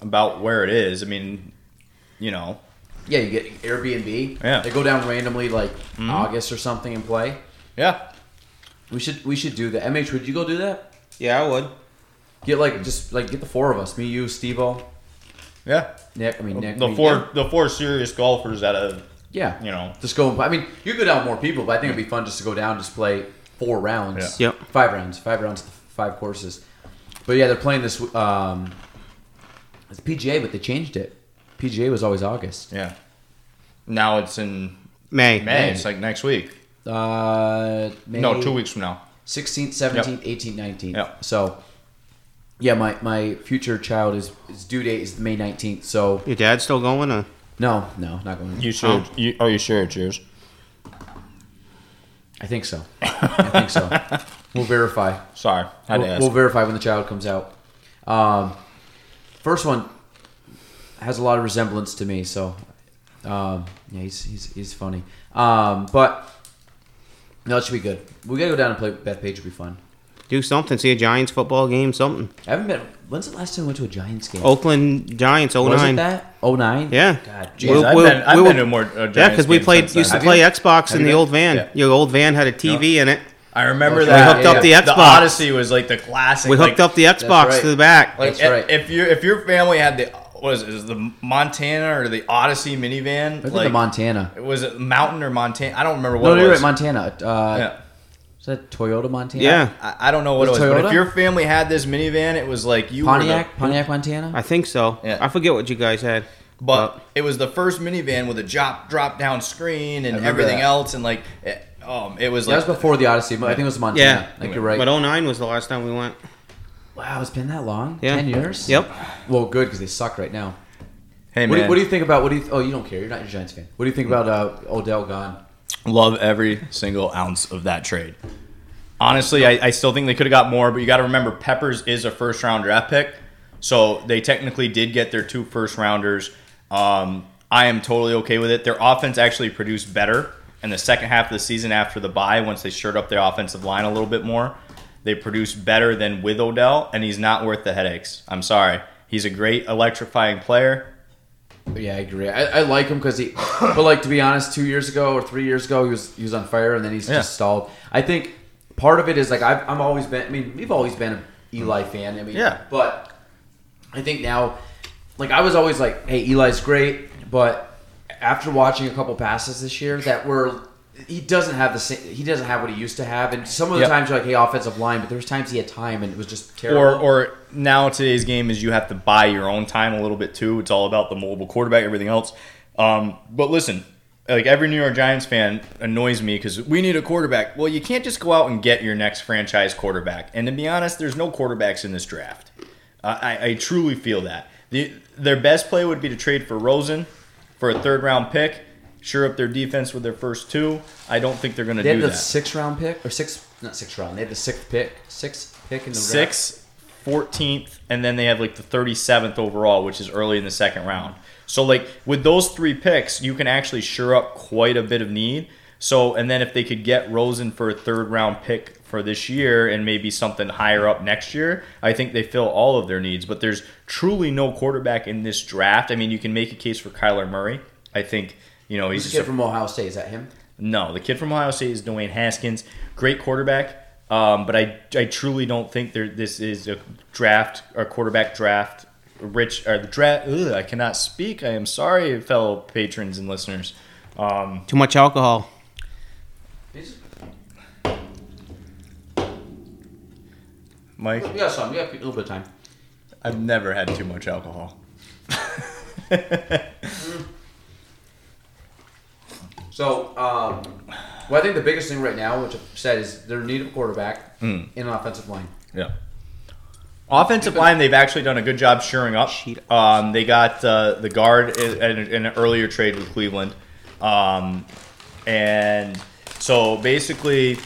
about where it is. I mean, you know.
Yeah, you get Airbnb.
Yeah. Mm-hmm.
they go down randomly like August or something and play.
Yeah.
We should we should do that. MH, would you go do that?
Yeah, I would.
Get like just like get the four of us, me, you, Steve-O,
Yeah.
Nick. I mean Nick.
The
me,
four the four serious golfers at a
Yeah,
you know.
just go. And, I mean, you go down with more people, but I think it'd be fun just to go down, and just play four rounds.
Yeah. Yep.
Five rounds, five rounds, five courses. But yeah, they're playing this. Um, it's PGA, but they changed it. PGA was always August.
Yeah. Now it's in
May.
May. It's like next week.
Uh, May,
No, two weeks from now.
16th, 17th, 18th, 19th.
Yep.
So, yeah, my, my future child is his due date is May 19th. So,
Your dad's still going or?
no, no, not going.
You sure?
Oh.
You, are you sure it's yours?
I think so. I think so. We'll verify.
Sorry, I had to
We'll,
ask.
we'll verify when the child comes out. Um, first one has a lot of resemblance to me, so um, yeah, he's, he's, he's funny. Um, but no, it should be good. We gotta go down and play Beth Page. It'll be fun.
Do something. See a Giants football game. Something.
I haven't been. When's the last time I went to a Giants game?
Oakland Giants. Oh
Was it
nine.
that? Oh nine.
Yeah.
God,
Jeez,
Jesus.
We'll-
I've
we'll-
been, I've
we'll-
been to more. Uh,
Yeah,
Giants
because we
games
played
since then.
used to
Have
play
you?
Xbox
Have
in
you
the
been?
old van.
Yeah.
Your old van had a TV in it.
I remember
We
that.
hooked up
the
Yeah.
Xbox.
Odyssey was like the classic.
We hooked
like-
up the Xbox
right.
to the back.
Like
That's
if,
right.
if your if your family had the was is the Montana or the Odyssey minivan
I think
like
the Montana.
was it Mountain or Montana? I don't remember what
No,
it
you're right,
was.
Montana. Uh,
yeah.
Is that Toyota Montana?
yeah,
I, I don't know what it was,
Was it
but
Toyota?
if your family had this minivan, it was like you
Pontiac,
Were the,
Pontiac, Montana.
I think so.
Yeah.
I forget what you guys had.
but it was the first minivan with a drop drop down screen and
remember
everything
that.
else, and like it, um, it was
that
like
was before the Odyssey. But I think it was
Yeah.
Montana. I think you're right.
But 09 was the last time we went.
wow, it's been that long.
Yeah.
Ten years.
Yep.
Well, good because they suck right now.
Hey
What do,
man,
you, what do you think about what do you? Oh, you don't care. You're not a Giants fan. What do you
Mm.
think about uh, Odell gone?
love every single ounce of that trade. Honestly, I, I still think they could have got more, but you got to remember Peppers is a first round draft pick, so they technically did get their two first rounders. Um, I am totally okay with it. Their offense actually produced better in the second half of the season after the bye. Once they shored up their offensive line a little bit more, they produced better than with Odell, and he's not worth the headaches. I'm sorry, he's a great electrifying player.
Yeah, I agree. I, I like him because he, but like to be honest, two years ago or three years ago, he was he was on fire, and then he's
Yeah.
just stalled. I think part of it is like I've I'm always been. I mean, we've always been an Eli fan. I mean,
Yeah.
But I think now, like I was always like, hey, Eli's great, but after watching a couple passes this year that were. He doesn't have the same. He doesn't have what he used to have, and some of the
Yep.
times you're like, "Hey, offensive line," but there was times he had time and it was just terrible.
Or, or now today's game is you have to buy your own time a little bit too. It's all about the mobile quarterback, everything else. Um, but listen, like every New York Giants fan annoys me because we need a quarterback. Well, you can't just go out and get your next franchise quarterback. And to be honest, there's no quarterbacks in this draft. Uh, I, I truly feel that the, their best play would be to trade for Rosen for a third round pick, sure up their defense with their first two. I don't think they're going to
They
do
had the
that.
sixth round pick, or six, not sixth round. They had the sixth pick, sixth pick in the draft.
sixth, fourteenth, and then they have like the thirty seventh overall, which is early in the second round. So like with those three picks, you can actually shore up quite a bit of need. So and then if they could get Rosen for a third round pick for this year and maybe something higher up next year, I think they fill all of their needs. But there's truly no quarterback in this draft. I mean, you can make a case for Kyler Murray. I think you know he's
This
just a
kid from Ohio State is that him?
no, the kid from Ohio State is Dwayne Haskins, great quarterback. Um, but I, I truly don't think there. This is a draft or quarterback draft. Rich or the draft. Ugh, I cannot speak. I am sorry, fellow patrons and listeners. Um,
Too much alcohol.
Mike,
We got some. We got a little bit of time.
I've never had too much alcohol.
So, um, well, I think the biggest thing right now, which I've said, is their need of a quarterback
Hmm.
in an offensive line.
Yeah. Offensive line, they've actually done a good job shoring up. Um, they got uh, the guard in, in, in an earlier trade with Cleveland. Um, and so basically,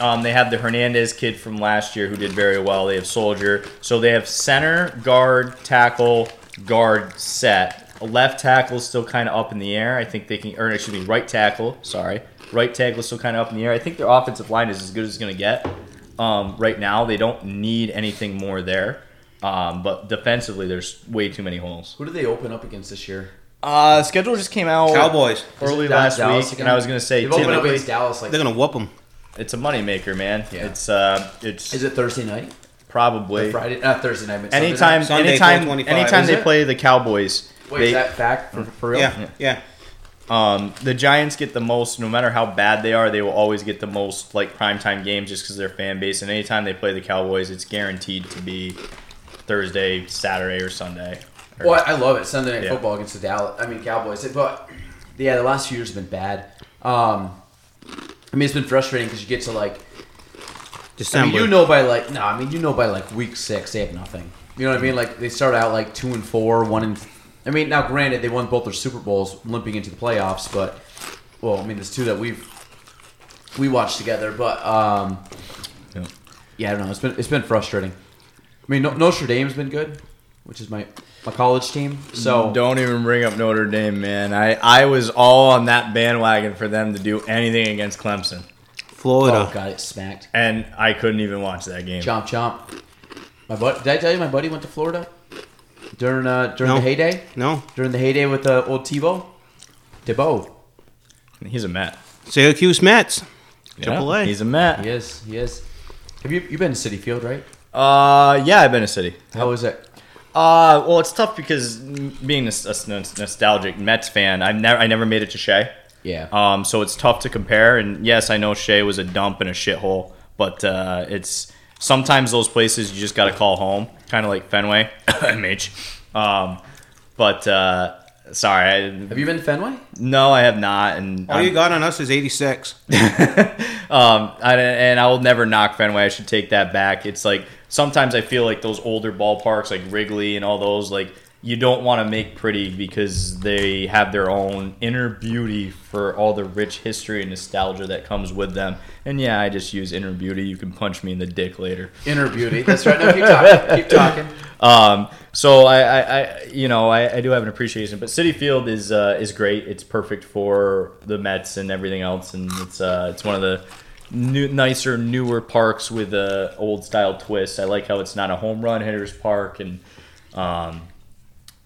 um, they have the Hernandez kid from last year who did very well. They have Soldier. So they have center, guard, tackle, guard set. Left tackle is still kind of up in the air. I think they can, or excuse me, right tackle. Sorry. Right tackle is still kind of up in the air. I think their offensive line is as good as it's going to get um, right now. They don't need anything more there. Um, but defensively, there's way too many holes.
Who did they open up against this year?
Uh, schedule just came
Oh.
out
Cowboys.
early
Is it Dal-
last
Dallas
week,
again?
and I was gonna say
they've opened up
typically-
against Dallas. Like,
They're gonna whoop them.
it's a moneymaker, man.
Yeah.
It's uh, it's
is it Thursday night?
probably
Friday? Not Thursday night. But Sunday
anytime,
night?
Sunday,
anytime,
12:25.
anytime
Is
they
it?
play the Cowboys,
Wait,
they,
is that fact for, for real?
Yeah, yeah.
Um, the Giants get the most, no matter how bad they are, they will always get the most like primetime games just because their fan base. And anytime they play the Cowboys, it's guaranteed to be Thursday, Saturday, or Sunday. Or-
Well, I I love it. Sunday night
Yeah.
football against the Dallas. I mean Cowboys. But yeah, the last few years have been bad. Um, I mean, it's been frustrating because you get to like I
December.
mean, you know by like no, I mean you know by like week six they have nothing. You know what I mean? Like they start out like two and four, one and. I mean, now granted they won both their Super Bowls, limping into the playoffs, but well, I mean there's two that we've we watched together, but um,
Yeah.
yeah, I don't know. It's been it's been frustrating. I mean, no, Notre Dame's been good, which is my my college team. So
Don't even bring up Notre Dame, man. I, I was all on that bandwagon for them to do anything against Clemson,
Florida.
oh, got it smacked.
and I couldn't even watch that game.
Chomp chomp. My bud, did I tell you my buddy went to Florida during uh during
No.
the heyday?
No.
during the heyday with uh, old Tebow. Tebow.
He's a Met.
Syracuse Mets. Triple A.
He's a Met.
He is. He is. Have you you been to City Field, right?
Uh, yeah, I've been a city.
How was it?
Uh, well, it's tough because being a, s- a s- nostalgic Mets fan, I've never I never made it to Shea.
Yeah.
Um, so it's tough to compare. And yes, I know Shea was a dump and a shithole, but uh, it's sometimes those places you just got to call home, kind of like Fenway, Mitch. Um, but uh, sorry, I,
Have you been to Fenway?
no, I have not, and
All
I'm-
you got on us is 86.
um, I, and I will never knock Fenway. I should take that back. It's like sometimes I feel like those older ballparks, like Wrigley and all those, like you don't want to make pretty because they have their own inner beauty for all the rich history and nostalgia that comes with them. And yeah, I just use inner beauty. You can punch me in the dick later.
Inner beauty. That's right. No, keep talking. Keep talking.
Um, so I, I, I you know, I, I do have an appreciation, but City Field is uh, is great. It's perfect for the Mets and everything else, and it's uh, it's one of the new, nicer, newer parks with a old style twist. I like how it's not a home run hitters park, and um,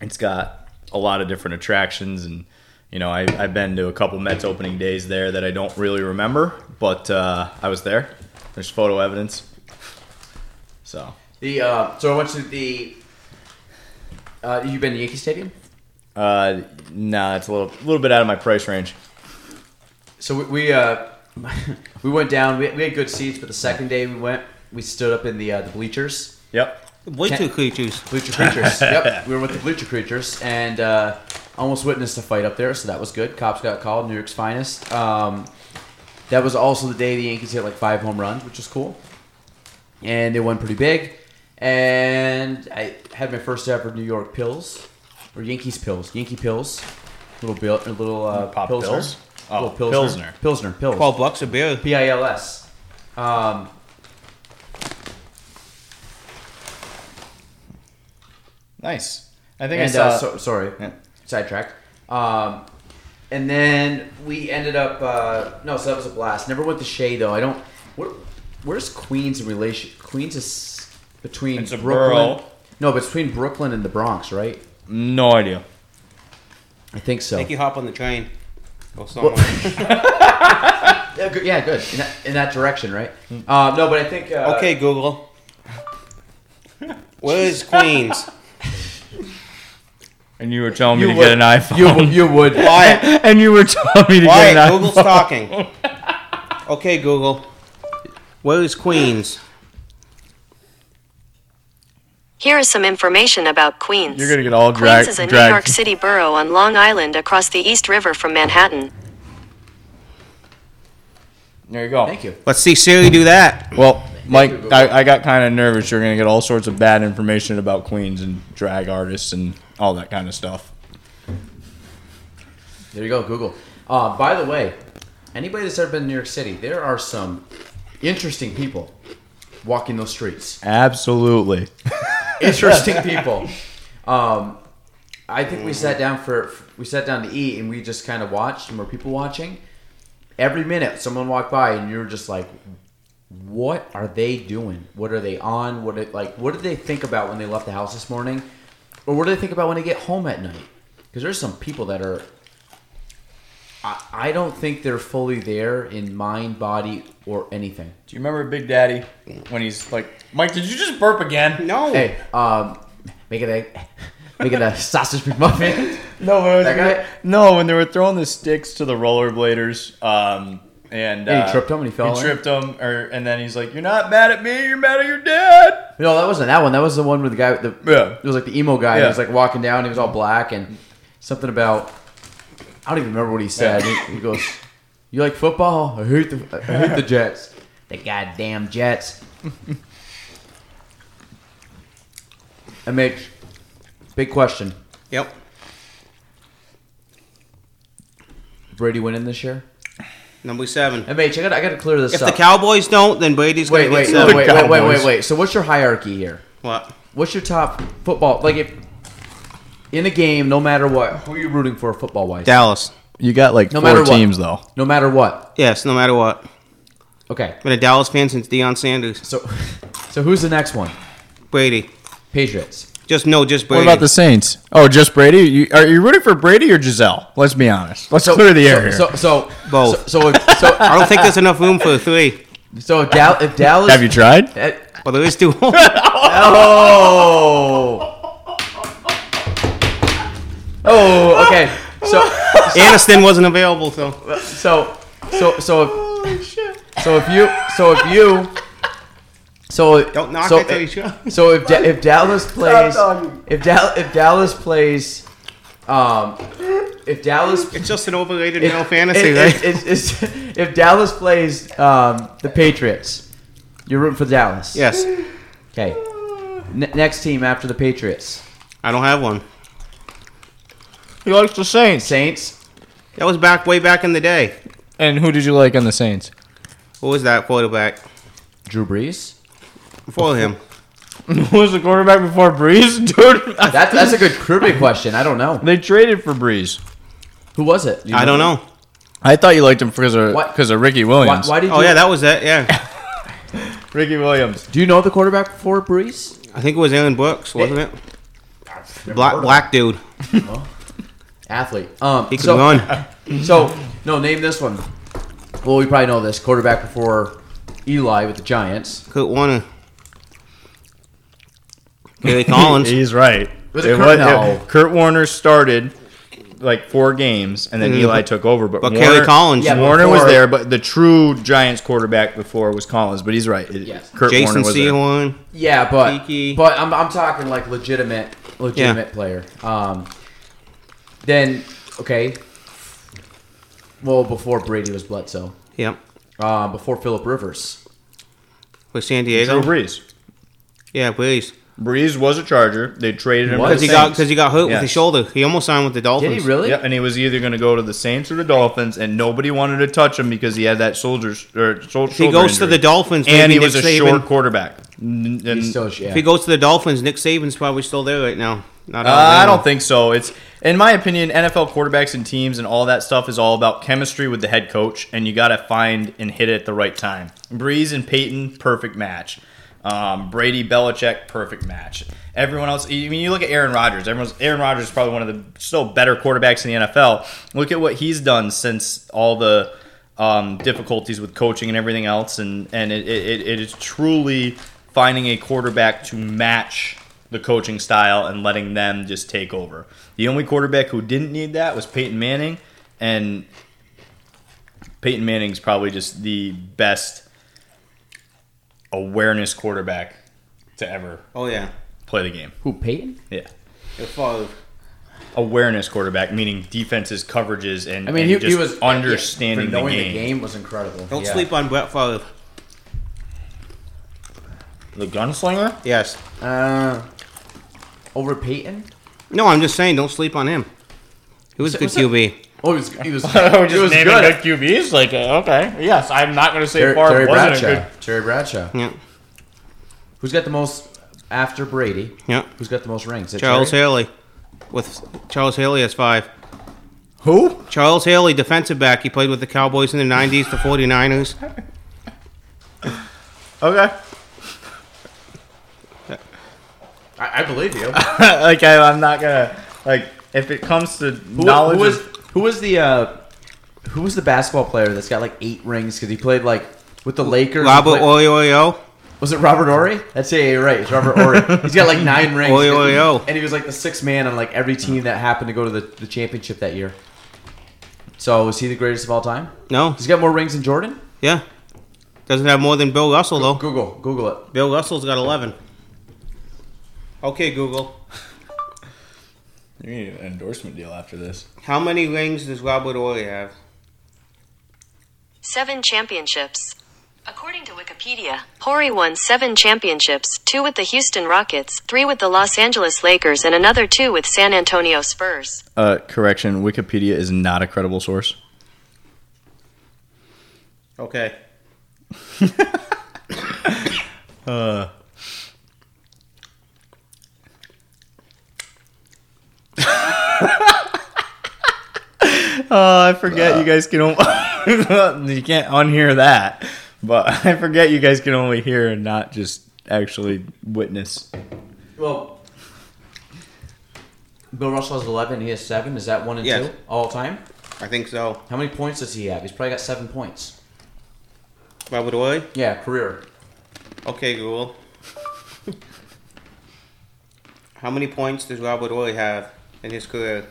it's got a lot of different attractions and you know I, i've been to a couple mets opening days there that i don't really remember but uh, i was there there's photo evidence so
The uh, so I went to the. Uh, you've been to Yankee Stadium.
uh nah it's a little little bit out of my price range
So we we, uh, we went down. We, we had good seats, but the second day we went, we stood up in the uh, the bleachers.
yep
Bleacher
Can't-
creatures.
Bleacher Creatures. yep, we were with the Bleacher Creatures and uh, almost witnessed a fight up there, so that was good. Cops got called. New York's finest. Um, that was also the day the Yankees hit like five home runs, which was cool, and they won pretty big. And I had my first ever New York pills or Yankees pills, Yankee pills, little bill, little uh,
Pop
pilsner.
pills? Oh,
little pilsner,
pilsner.
pilsner, pills.
Twelve bucks a beer.
P I L S. Um,
nice i think
and,
i saw
uh, so, sorry,
Yeah.
sidetracked. Um, and then we ended up. Uh, no, so that was a blast. Never went to Shea though. I don't. Where, where's Queens in relation? Queens is between
It's a
Brooklyn.
borough.
No, between Brooklyn and the Bronx, right?
no idea
I think so.
I think you hop on the train. Or somewhere.
Yeah, good. Yeah, good. In that, in that direction, right? Uh, no, but I think. Uh,
okay, Google. Where is Queens?
and you were telling me
You
to
would-
get an iphone
You, you would.
Wyatt,
and you were telling me to get
Wyatt,
an
Google's
iphone
talking. Okay, Google. Where is Queens?
Here is some information about Queens.
you're gonna get all
Queens
dragged
is a New
drag-
York City borough on Long Island across the East River from Manhattan.
there you go
Thank you.
Let's see Siri do that.
Well,
you,
Mike,
Google.
I, I got kind of nervous. You're going to get all sorts of bad information about Queens and drag artists and all that kind of stuff.
There you go, Google. Uh, by the way, anybody that's ever been to New York City, there are some interesting people walking those streets.
Absolutely.
Interesting people. Um, I think we sat down for we sat down to eat and we just kind of watched and were people watching. Every minute, someone walked by and you were just like, "What are they doing? What are they on? What it like? What did they think about when they left the house this morning, or what do they think about when they get home at night?" Because there's some people that are I, I don't think they're fully there in mind, body, or anything.
Do you remember Big Daddy when he's like, Mike, did you just burp again?
No.
Hey, um, make it a make it a sausage McMuffin.
No, when I was
That guy?
no, when they were throwing the sticks to the rollerbladers. Um, and,
Yeah, he
uh,
tripped him and he fell in.
He tripped him, or, and then he's like, "You're not mad at me. You're mad at your dad."
No, that wasn't that one. That was the one with the guy. With the
Yeah.
it was like the emo guy. He
Yeah.
was like walking down. He was all black and something about I don't even remember what he said.
Yeah.
He, he goes, "You like football? I hate the I hate the Jets. The goddamn Jets." and Mitch, big question:
Yep.
Brady winning this year?
Number seven.
And Mitch, I got I got to clear this
If
up.
the Cowboys don't, then Brady's
wait,
gonna
wait,
get
no,
seven.
wait, wait, wait, wait,
Cowboys.
wait. So what's your hierarchy here?
What?
What's your top football like if in a game, no matter what, who are you rooting for football wise?
Dallas.
You got like
No matter
four
what.
teams though.
No matter what.
Yes, no matter what.
Okay.
Been a Dallas fan since Deion Sanders.
So so who's the next one?
Brady.
Patriots.
Just no, just
What
Brady.
about the Saints? Oh, just Brady? You, are you rooting for Brady or Giselle? Let's be honest. Let's clear the air.
So
here.
so, so
Both.
So so if, so,
I don't think there's enough room for a three.
so if, Dal- if Dallas
Have you tried?
Eh,
Well, there is two.
Oh. Oh, okay. So
Aniston wasn't available, so
so so so if, so if you so if you so
don't knock
so eh,
it till you
if-
try.
So if da- if Dallas plays
talking.
if Dal- if Dallas plays um if Dallas
It's just an overrated
if,
male fantasy,
if,
right?
if- if- if- if Dallas plays um the Patriots, you're rooting for Dallas.
yes.
Okay. N- next team after the Patriots.
I don't have one.
He likes the Saints.
Saints.
That was back way back in the day.
And who did you like on the Saints?
What was that quarterback?
Drew Brees.
Before him.
Who was the quarterback before Breeze? Dude,
That's that's a good trivia question. I don't know
they traded for Breeze.
who was it. Do you
I don't know.
I thought you liked him because of,
What?
because of Ricky
Why,
Williams.
why did you?
Oh yeah, that was that. Yeah,
Ricky Williams.
do you know the quarterback before Brees?
I think it was Aaron Brooks, wasn't it? Black black dude.
Athlete. Um,
He could
so,
run.
So no, name this one. Well, we probably know this quarterback before Eli with the Giants.
Kurt Warner. Gary Collins.
He's right.
Was it Kurt? No.
Kurt Warner started like four games, and then
Mhm.
Eli took over. But,
But
Warner,
Kerry Collins.
Yeah,
Warner was
Before-
there, but the true Giants quarterback before was Collins. But he's right. It-
Yes.
Kurt
Jason
Warner was there.
Sehorn.
Yeah, but
Tiki.
but I'm, I'm talking like legitimate legitimate player. Um, then okay. Well, before Brady was Bledsoe,
Yep.
uh, before Philip Rivers,
With San
Drew
Diego.
Brees.
Yeah, please.
Breeze was a Charger. They traded him. to
Was?
the
Because he got
Saints.
because he got hurt with
Yes.
his shoulder. He almost signed with the
did
Dolphins.
he really?
Yeah, and he was either going to go to the Saints or the Dolphins, and nobody wanted to touch him because he had that soldier's or sol-
If he
shoulder
goes to
injury.
the Dolphins,
and
maybe
he
Nick
was a
Saban-
short quarterback. N- and-
He's still- yeah.
If he goes to the Dolphins, Nick Saban's probably still there right now. Not
Uh,
all
I
there.
don't think so. It's in my opinion, NFL quarterbacks and teams and all that stuff is all about chemistry with the head coach, and you got to find and hit it at the right time. Breeze and Peyton, perfect match. Um, Brady, Belichick, perfect match. Everyone else, I mean, you look at Aaron Rodgers. Everyone's Aaron Rodgers is probably one of the still better quarterbacks in the NFL. Look at what he's done since all the um, difficulties with coaching and everything else, and and it, it, it is truly finding a quarterback to match the coaching style and letting them just take over. The only quarterback who didn't need that was Peyton Manning, and Peyton Manning's probably just the best awareness quarterback to ever
Oh yeah.
play the game.
Who Peyton?
Yeah.
If,
Awareness quarterback, meaning defenses, coverages, and
I mean,
and
he,
just
he was
understanding
for knowing
the, game.
was incredible.
Don't
Yeah.
sleep on Brett Favre.
The gunslinger?
Yes.
Uh, over Peyton.
No, I'm just saying, don't sleep on him. He was a good
What's that?
QB.
Oh, he was he was,
We're
he was
naming
good.
good QBs. Like, uh, okay, yes, I'm not going to say
Terry,
Favre
Terry
wasn't a
Bradshaw.
good-
Terry Bradshaw.
Yeah.
Who's got the most after Brady?
Yeah.
Who's got the most rings? Is it
Charles
Terry?
Haley. With Charles Haley has five.
Who?
Charles Haley, defensive back. He played with the Cowboys in the 90s, the 49ers.
Okay.
I, I believe you.
like I, I'm not gonna like if it comes to
Who,
knowledge.
who was
of-
who was the uh, who was the basketball player that's got like eight rings because he played like with the Lakers? he
Robert
played-
Oyoyo.
was it Robert Ory? That's yeah, you're right. It's Robert Ory. He's got like nine rings.
Oy, oy, oy.
And he was like the sixth man on like every team that happened to go to the, the championship that year. So was he the greatest of all time?
No.
He's got more rings than Jordan.
Yeah. Doesn't have more than Bill Russell, though.
Google, Google it.
Bill Russell's got 11. Okay, Google.
you need an endorsement deal after this.
How many rings does Robert Ory have?
Seven championships. According to Wikipedia, Horry won seven championships two with the Houston Rockets, three with the Los Angeles Lakers, and another two with San Antonio Spurs.
Uh, correction: Wikipedia is not a credible source.
Okay.
Oh, I forget you guys can only you can't unhear that, but I forget you guys can only hear and not just actually witness.
Well, Bill Russell has eleven. He has seven. Is that one and
Yes.
two all time?
I think so.
How many points does he have? He's probably got seven points.
Robert Ory?
Yeah, career.
Okay, Google. How many points does Robert Ory have in his career?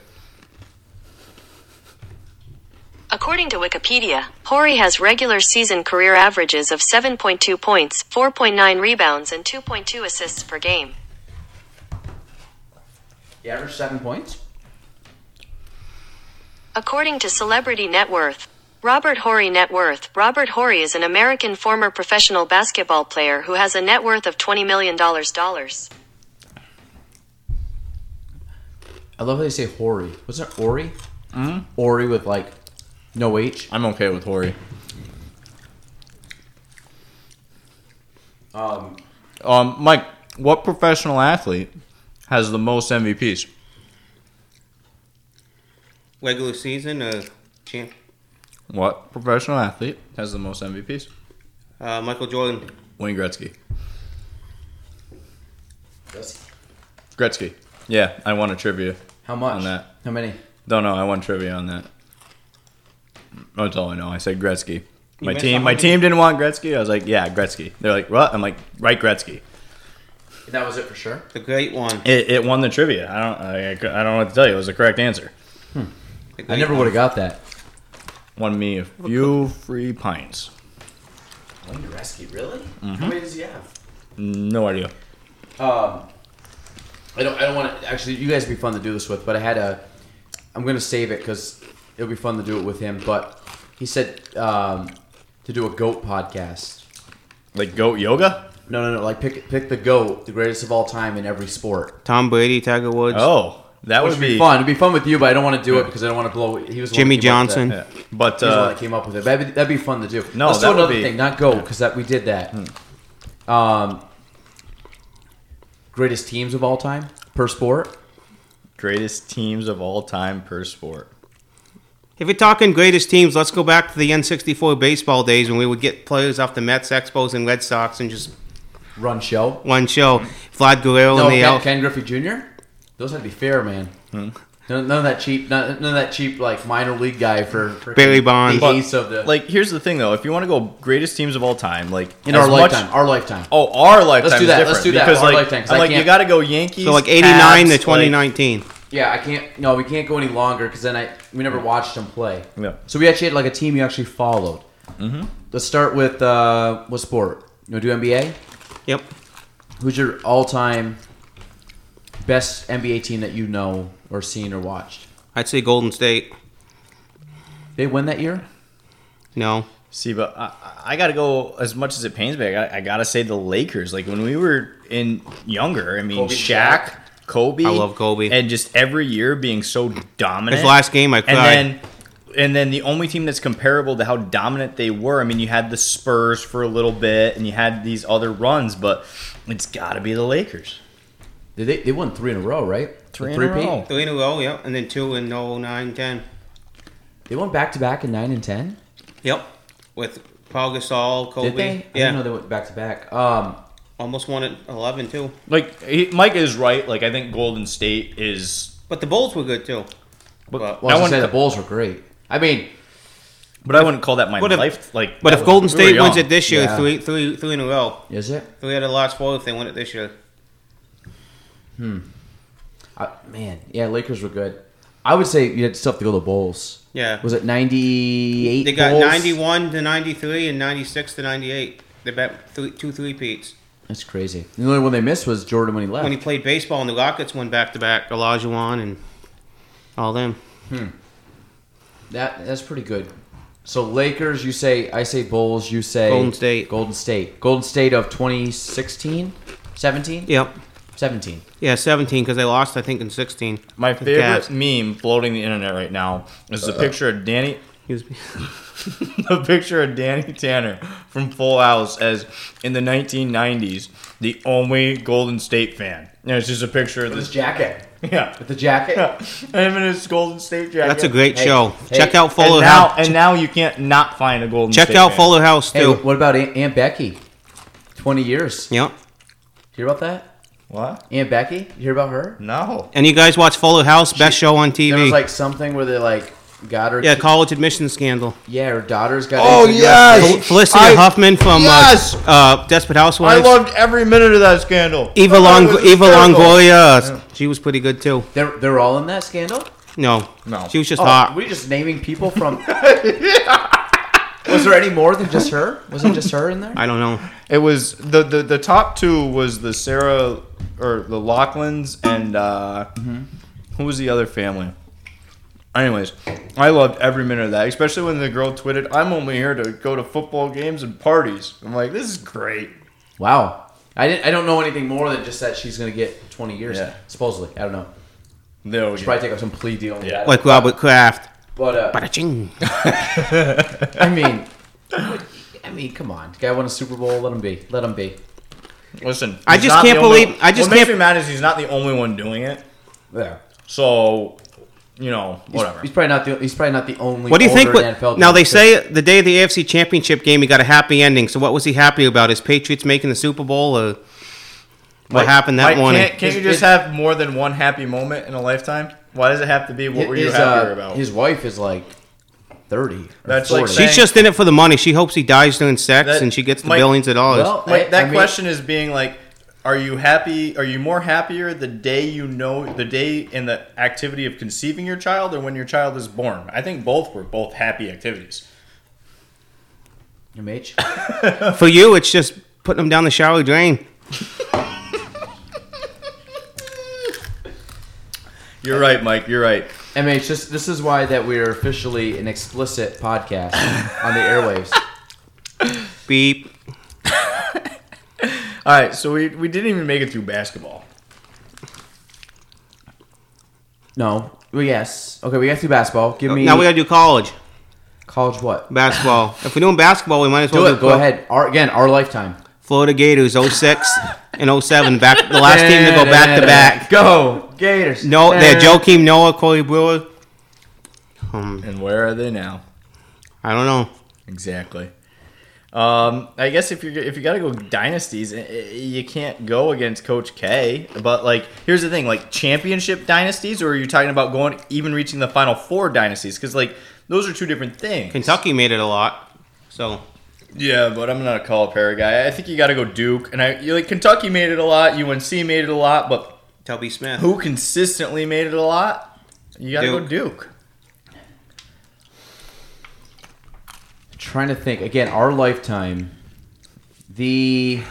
According to Wikipedia, Horry has regular season career averages of 7.2 points, 4.9 rebounds, and 2.2 assists per game.
He averaged seven points.
According to Celebrity Net Worth, Robert Horry Net Worth. Robert Horry is an American former professional basketball player who has a net worth of $20 million.
I love how they say Hori. Was it Ori? Mm-hmm. Ori with like no H.
I'm okay with Hori.
Um,
Um, Mike, what professional athlete has the most MVPs?
Regular season, uh, champ,
What professional athlete has the most MVPs?
uh, Michael Jordan.
Wayne Gretzky.
that's-
Gretzky. Yeah, I won a trivia
how much?
on that.
How many?
Don't know. I won trivia on that. That's all I know. I said Gretzky. My
missed
team, my
100.
team didn't want Gretzky. I was like, yeah, Gretzky. They're like, what? I'm like, right, Gretzky.
That was it for sure.
The great one.
It, it won the trivia. I don't, I, I don't know what to tell you. It was the correct answer.
The
I
great
never
one.
would have got that.
Won me a few free pints.
Wayne Gretzky, really? How many does he have?
No idea.
Um, I don't. I don't want to. Actually, you guys would be fun to do this with, but I had a. I'm gonna save it because it'll be fun to do it with him. But he said um, to do a goat podcast.
Like goat yoga.
No, no, no. Like pick pick the goat, the greatest of all time in every sport.
Tom Brady, Tiger Woods.
Oh, that
Which
would
would be
be
fun. It'd be fun with you, but I don't want to do it because I don't want to blow. He was the one
Jimmy
that came up with
Johnson.
that.
Yeah. But
He was the one
uh,
that came up with it. That'd be, that'd be fun to do.
No,
Let's
that
do
would
another
be- Hmm.
thing. Not goat because that we did that. Um, greatest teams of all time per sport.
greatest teams of all time per sport.
If you're talking greatest teams, let's go back to the N64 baseball days when we would get players off the Mets, Expos, and Red Sox and just
Run show.
one show. Vlad Guerrero
No,
and the
Ken,
L.
Ken Griffey Jr. Those had to be fair, man.
Hmm.
None, none of that cheap, none, none of that cheap like minor league guy for, for
Barry Bonds.
The
But,
ace of the
Like, here's the thing though: if you want to go greatest teams of all time, like
in
as
our
much-
lifetime, our lifetime.
Oh, our lifetime.
do
is
that, let's
different
do that,
Because
our
like,
lifetime, 'cause
I'm
I
like,
can't-
you got to go Yankees.
So like 89
Cavs,
to
like-
2019.
Yeah, I can't. No, we can't go any longer because then I we never watched him play.
Yeah.
So we actually had like a team you actually followed. Mm-hmm. Let's start with uh, what sport? You know, do NBA.
yep.
Who's your all-time best NBA team that you know or seen or watched?
I'd say Golden State.
They win that year.
No.
See, but I, I got to go. As much as it pains me, I got, I got to say the Lakers. Like when we were in younger, I mean,
Kobe,
Shaq,
Shaq.
Kobe.
I love Kobe.
and just every year being so dominant.
His last game, I cried.
And then, and then the only team that's comparable to how dominant they were. I mean, you had the Spurs for a little bit, and you had these other runs, but it's got to be the Lakers.
They, they, they won three in a row, right?
Three
The
in a
three-peat?
row.
Three in a row, yep. And then two in 09, 10.
They went back to back in nine and ten.
Yep. With Paul Gasol, Kobe.
Did they? I
Yeah.
didn't know they went back to back. Um,
Almost won at 11, too.
Like he, Mike is right. Like I think Golden State is.
But the Bulls were good, too.
well, I, was
But,
I
gonna say
wouldn't-
the Bulls were great. I mean,
But I wouldn't call that my
But if-
life. Like,
but if Golden
we were
State wins
young.
it this year,
Yeah.
three, three, three in a row.
is it?
Three out of the last four if they win it this year.
I, Uh, man, yeah, Lakers were good. I would say you'd still have to go to the Bulls.
Yeah.
Was it ninety eight?
They got
Bulls?
91 to 93 and 96 to 98. They bet three, two three peats.
That's crazy. The only one they missed was Jordan when he left.
When he played baseball and the Rockets won back to back, Olajuwon and all them.
that that's pretty good. So Lakers, you say I say Bulls, you say
Golden State.
Golden State. Golden State of 2016, 17?
Yep.
17.
Yeah, 17 because they lost, I think, in 16.
My
The
favorite
Cavs.
meme floating the internet right now is the picture of Danny,
Excuse me.
the picture of Danny Tanner from Full House as in the 1990s the only Golden State fan. And it's just a picture of
This
this.
jacket.
Yeah,
With the jacket.
yeah. him in his Golden State jacket.
That's a great
Hey,
show.
hey,
Check out
And
Fuller
now,
House.
and now you can't not find a Golden
Check
State
out
fan.
Fuller House,
Hey,
too.
what about Aunt, Aunt Becky? 20 years.
yep.
Hear about that?
What?
Aunt Becky? You hear about her?
No.
And you guys watch Fuller House, best show on
There was
TV.
like something where they like got her.
yeah, college admission scandal.
yeah, her daughter's got.
Oh,
into
yes!
USA.
Felicity
I-
Huffman from
Yes!
uh, uh, Desperate
I
Housewives.
loved every minute of that scandal.
Eva,
That was
Long- Eva
hysterical.
Longoria. uh, She was pretty good, too.
They're they're all in that scandal.
No.
No.
She was just
Oh,
hot.
we just naming people from. Was there any more than just her? Was it just her in there?
I don't know.
It was the, the the top two was the Sarah or the Lachlan's and uh,
Mm-hmm.
who was the other family? Anyways, I loved every minute of that, especially when the girl tweeted, "I'm only here to go to football games and parties." I'm like, this is great.
Wow. I didn't. I don't know anything more than just that she's gonna get 20 years
Yeah.
supposedly. I don't know.
No,
Should probably take up some plea deal. on that.
like Robert Kraft.
but uh,
Ba-da-ching.
I mean, I mean, come on, guy won a Super Bowl. Let him be. Let him be.
Listen,
I
he's
just
not
can't
the only-
believe- I just
what makes
can't-
me mad is he's not the only one doing it.
Yeah.
So, you know,
He's-
whatever.
He's probably not the. He's probably not the only.
What do you think?
older NFL
What, now
dude
they
to-
say the day of the AFC Championship game, he got a happy ending. So what was he happy about? His Patriots making the Super Bowl, or what
Like,
happened that
like,
morning?
Can't, can't you
It-
just
it-
have more than one happy moment in a lifetime? Why does it have to be what were you
his,
happier
uh,
about?
His wife is like thirty. or
That's like
40.
saying-
She's just in it for the money. She hopes he dies doing sex,
That-
and she gets the
Mike-
billions of dollars.
Well,
Oh, like
I-
that
I mean-
question is being like, are you happy? Are you more happier the day you know the day in the activity of conceiving your child, or when your child is born? I think both were both happy activities.
MH.
for you, it's just putting him down the shower drain.
You're right, Mike. You're right.
MH. This this is why that we are officially an explicit podcast on the airwaves.
Beep.
All right, so we we didn't even make it through basketball.
No. Well, yes. Okay, we got through basketball. Give me
Now we gotta do college
college. What?
basketball. if we're doing basketball, we might as well
Do
do,
it. Go ahead. Our, again, our lifetime.
Florida Gators 06 and 07, back the last team to go back to back.
Go Gators.
No, they're Joakim Noah, Corey Brewer.
And where are they now?
I don't know.
Exactly. Um, I guess if you if you got to go dynasties, i- i- you can't go against Coach K. But like, here's the thing: like championship dynasties, or are you talking about going even reaching the Final Four dynasties? Because like those are two different things.
Kentucky made it a lot, so
Yeah, but I'm not a Calipari guy. I think you got to go Duke, and I you like Kentucky made it a lot, UNC made it a lot, but
Tubby Smith.
who consistently made it a lot? You got to go
Duke.
Duke.
Trying to think again. Our lifetime. The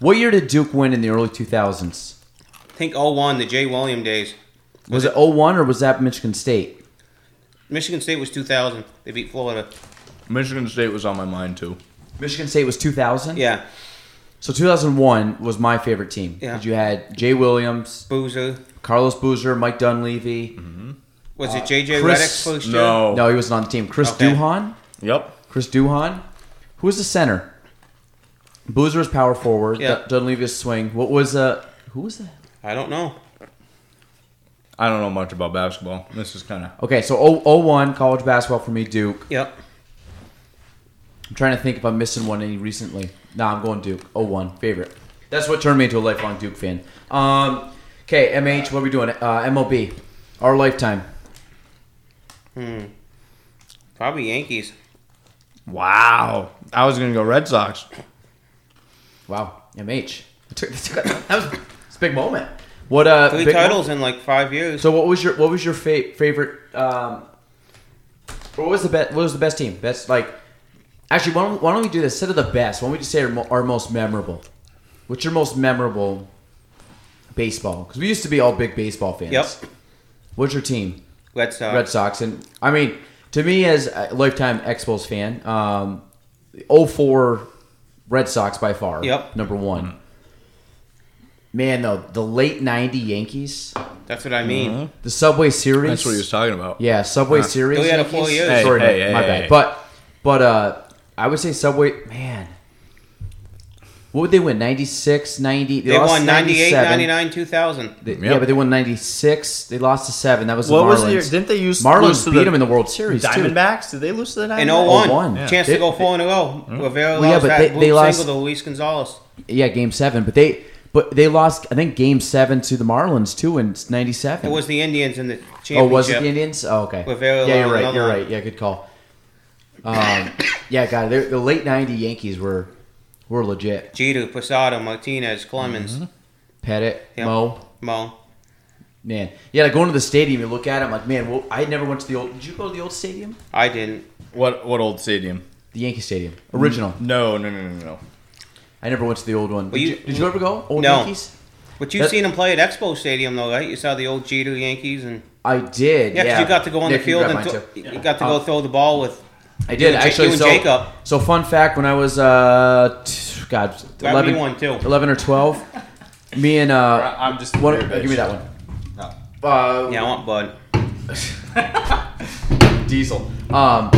what year did Duke win in the early two thousands?
I think 01, the Jay William days.
Was it 01 or was that Michigan State?
Michigan State was 2000. They beat Florida.
Michigan State was on my mind too.
Michigan State was 2000.
Yeah.
So 2001 was my favorite team.
Yeah.
'Cause You had Jay Williams,
Boozer.
Carlos Boozer, Mike Dunleavy.
Was it JJ
Uh, Chris-
Reddick's first year?
No, he wasn't on the team. Chris
Oh. Okay.
Duhon.
Yep.
Chris Duhon. Who was the center? Boozer was power forward.
Yeah.
Dun- Dunleavy was swing. What was uh? Who was that?
I don't know.
I don't know much about basketball. This is kind of
Okay, so 0- 01 college basketball for me, Duke.
Yep.
I'm trying to think if I'm missing one any recently. Nah, I'm going Duke. 01 favorite. That's what turned me into a lifelong Duke fan. Um, okay, MH, what are we doing? Uh, MLB, our lifetime.
Probably Yankees.
wow. I was gonna go Red Sox.
Wow, MH. That was it's a big moment. What uh?
Three
big
titles in like five years.
So what was your what was your fa- favorite? Um, what was the best? What was the best team? Best like, actually, why don't, why don't we do this? Instead of the best, why don't we just say our, mo- our most memorable? What's your most memorable baseball? Because we used to be all big baseball fans.
yep. Uh,
What's your team?
Red Sox.
Red Sox, and I mean, to me as a lifetime Expos fan, um, 04 Red Sox by far.
Yep.
number one. Man, though the late '90 Yankees,
That's what I mean.
the Subway Series.
That's what he was talking about.
Yeah, Subway Series.
Go ahead,
Yankees.
Oh, four years. Hey,
Sorry,
hey,
my,
hey,
my
hey,
bad.
hey.
But but uh, I would say Subway. Man, what would they win? 96, 90. They,
They
lost
won 98,
97.
99, 2000.
They-
Yep.
Yeah, but they won 96. They lost to seven. That was
What
the Marlins.
was the year? Didn't they use lose
Marlins
to
beat
the
them in the World Series too.
Diamondbacks? Did they lose to the Diamondbacks?
In 01.
01, yeah.
Chance
Oh, They- Mm-hmm.
to go four in a row. Rivera
Well, yeah,
lost
but
that
they-
blue
they lost-
single to Luis Gonzalez.
Yeah, game seven. But they but they lost. I think game seven to the Marlins too in '97.
It was the Indians in the championship.
oh, was it the Indians? Oh, okay.
With Viola
yeah,
on
you're right.
another
You're
one.
right. Yeah, good call. Um, yeah, God, they're- the late '90 Yankees were were legit.
Jeter, Posada, Martinez, Clemens,
Pettit,
Yep.
Mo,
Mo.
man. Yeah, like going to the stadium, you look at him like, man, well, I never went to the old. Did you go to the old stadium?
I didn't.
What what old stadium?
The Yankee Stadium,
Mm.
original.
No, no, no, no, no.
I never went to the old one. Did
you-
you, did you ever go old
No.
Yankees?
But you've
That-
seen him play at Expo Stadium, though, right? You saw the old Jeter Yankees, and
I did.
yeah,
Yeah,
'cause you got to go on
Nick,
the
you
field
grabbed
and
mine
throw-
too.
you got to go
Um,
throw the ball with.
I did
and Ja-
actually.
you and
so,
Jacob.
so fun fact: when I was uh, t- God,
Grab me
eleven,
one, too.
eleven or twelve, me and uh,
I'm just
one, give me that one.
No.
uh,
Yeah, I want Bud.
Diesel. Um,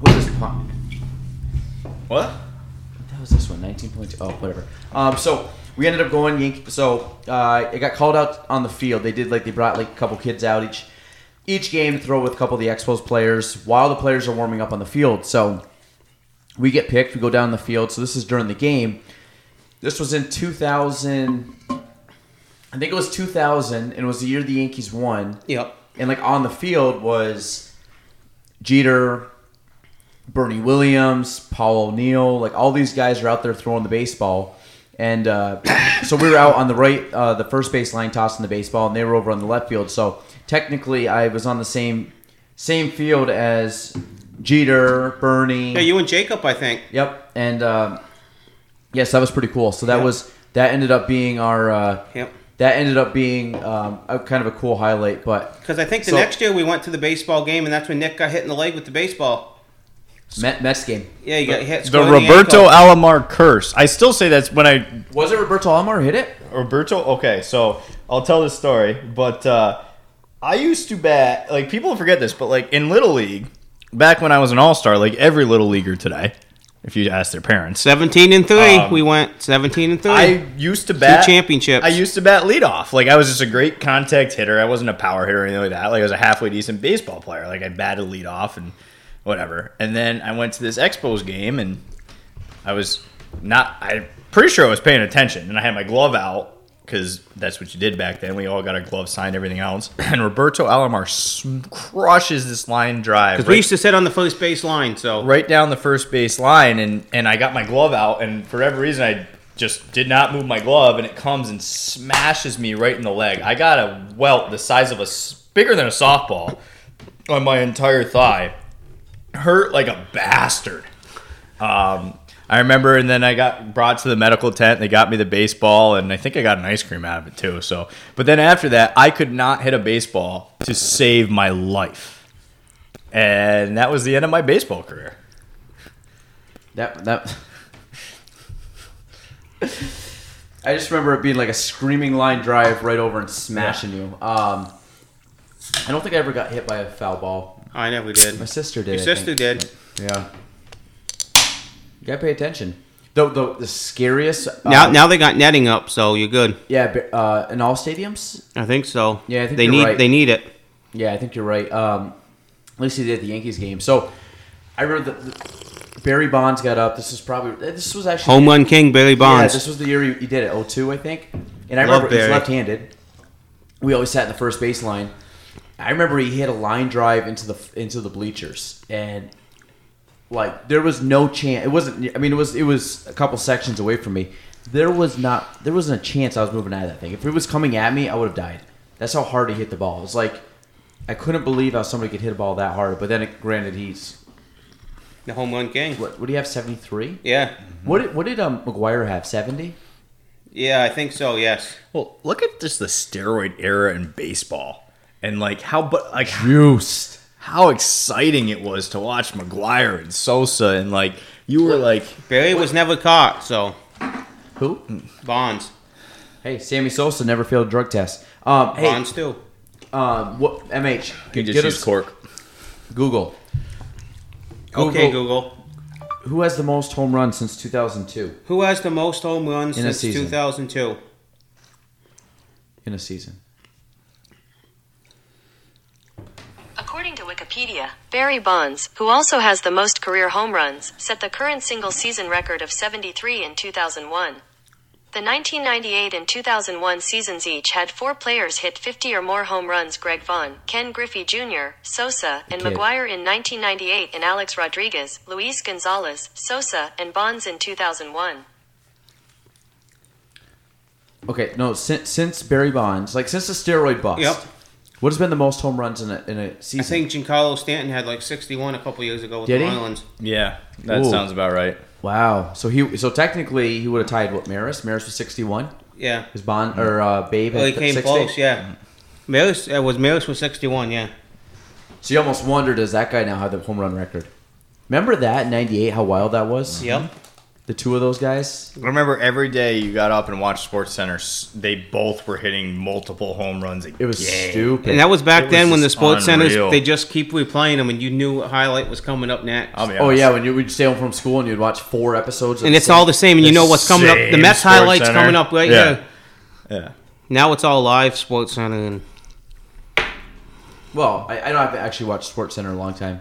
what is pun?
What?
That was this one, 19.2. Oh, whatever. Um, so we ended up going Yankee. So uh, it got called out on the field. They did like they brought like a couple kids out each each game to throw with a couple of the Expos players while the players are warming up on the field. So we get picked. We go down the field. So this is during the game. This was in 2000. I think it was 2000, and it was the year the Yankees won
Yep.
and like on the field was Jeter, Bernie Williams, Paul O'Neill, like all these guys are out there throwing the baseball. And uh, so we were out on the right, uh, the first base line tossing the baseball, and they were over on the left field. So technically, I was on the same same field as Jeter, Bernie.
Yeah, you and Jacob, I think.
Yep. And um, yes, that was pretty cool. So that was that ended up being our uh,
Yep.
that ended up being um, a kind of a cool highlight. But
Because I think the
So-
next year we went to the baseball game, and that's when Nick got hit in the leg with the baseball.
Met, Mets game.
Yeah, you got hit.
The
square in
Roberto
ankle.
Alomar curse. I still say that's when I
Was it Roberto Alomar who hit it?
Roberto. Okay, so I'll tell this story, but uh, I used to bat. Like people forget this, but like in little league, back when I was an all star, like every little leaguer today, if you ask their parents,
seventeen and three.
Um,
we went seventeen and three.
I used to bat
championships.
I used to bat leadoff. Like I was just a great contact hitter. I wasn't a power hitter or anything like that. Like I was a halfway decent baseball player. Like I batted leadoff and whatever. And then I went to this Expos game and I was not. I pretty sure I was paying attention and I had my glove out because that's what you did back then. We all got our gloves signed, everything else. And Roberto Alomar sm- crushes this line drive.
Because we used to sit on the first base line, so
right down the first base line and and I got my glove out and for whatever reason I just did not move my glove and it comes and smashes me right in the leg. I got a welt the size of a s- bigger than a softball on my entire thigh. Hurt like a bastard. Um I remember, and then I got brought to the medical tent. They got me the baseball, and I think I got an ice cream out of it too. So, but then after that, I could not hit a baseball to save my life, and that was the end of my baseball career.
That that. I just remember it being like a screaming line drive right over and smashing you. Um, I don't think I ever got hit by a foul ball.
I never
My
did.
sister did.
Your
I
sister
think.
did.
Yeah. You gotta pay attention. The the, the scariest. Uh,
Now, now they got netting up, so you're good.
Yeah, but, uh, in all stadiums.
I think so.
Yeah, I think
they
you're
need
right.
they need it.
Yeah, I think you're right. Um, at least he did at the Yankees game. So I remember the, the Barry Bonds got up. This is probably this was actually
Home run king Barry Bonds.
Yeah, this was the year he, he did it, 02, I think. And I
Love
remember he's
Barry.
left-handed. We always sat in the first baseline. I remember he hit a line drive into the into the bleachers, and like there was no chance. It wasn't. I mean, it was it was a couple sections away from me. There was not. There wasn't a chance I was moving out of that thing. If it was coming at me, I would have died. That's how hard he hit the ball. It was like I couldn't believe how somebody could hit a ball that hard. But then, it, granted, he's
the home run king.
what? What do you have? Seventy three.
Yeah,
What did what did um, McGuire have? Seventy.
yeah, I think so. Yes.
Well, look at just the steroid era in baseball, and like how, but like
Juiced.
how exciting it was to watch McGuire and Sosa, and like you were like,
Barry was never caught, so
Who?
Bonds.
Hey, Sammy Sosa never failed a drug test. Um, hey,
Bonds too.
um, what, MH,
he
get
just
us
used cork.
Google.
Okay, Google.
Who has the most home runs since 2002
Who has the most home runs
In a
since
season.
2002?
in a season?
According to Wikipedia, Barry Bonds, who also has the most career home runs, set the current single season record of 73 in 2001. The 1998 and 2001 seasons each had four players hit 50 or more home runs Greg Vaughn, Ken Griffey Jr., Sosa, and
Okay.
McGuire in 1998 and Alex Rodriguez, Luis Gonzalez, Sosa, and Bonds in 2001.
Okay, no, since, since Barry Bonds, like since the steroid bust,
Yep.
what has been the most home runs in a, in a season?
I think Giancarlo Stanton had like 61 a couple years ago with
Did
the
he?
Marlins.
Yeah, that
Ooh.
sounds about right.
wow. So he, so technically he would have tied what Maris? Maris was 61.
Yeah.
His Bond or uh, Babe?
Well, he
had
came
60.
close, yeah. Maris uh, was Maris was 61, yeah.
So you almost wonder, does that guy now have the home run record? Remember that in '98? How wild that was.
Yep.
The two of those guys.
I remember every day you got up and watched Sports Center. s- They both were hitting multiple home runs. A
It was
game.
stupid.
And that was back
It
then
was
when the
just
sports
unreal.
centers they just keep replaying them, and you knew what highlight was coming up next.
I'll be
Oh
honest.
yeah, when you would stay home from school and you'd watch four episodes, of
and
the
it's
same-
all the same, and you
the
know what's coming up. The
same
Mets
Sports
highlights
Center.
coming up right
Yeah.
here.
yeah.
Now it's all live sports center, and
Well, I, I don't have to actually watch Sports Center in a long time.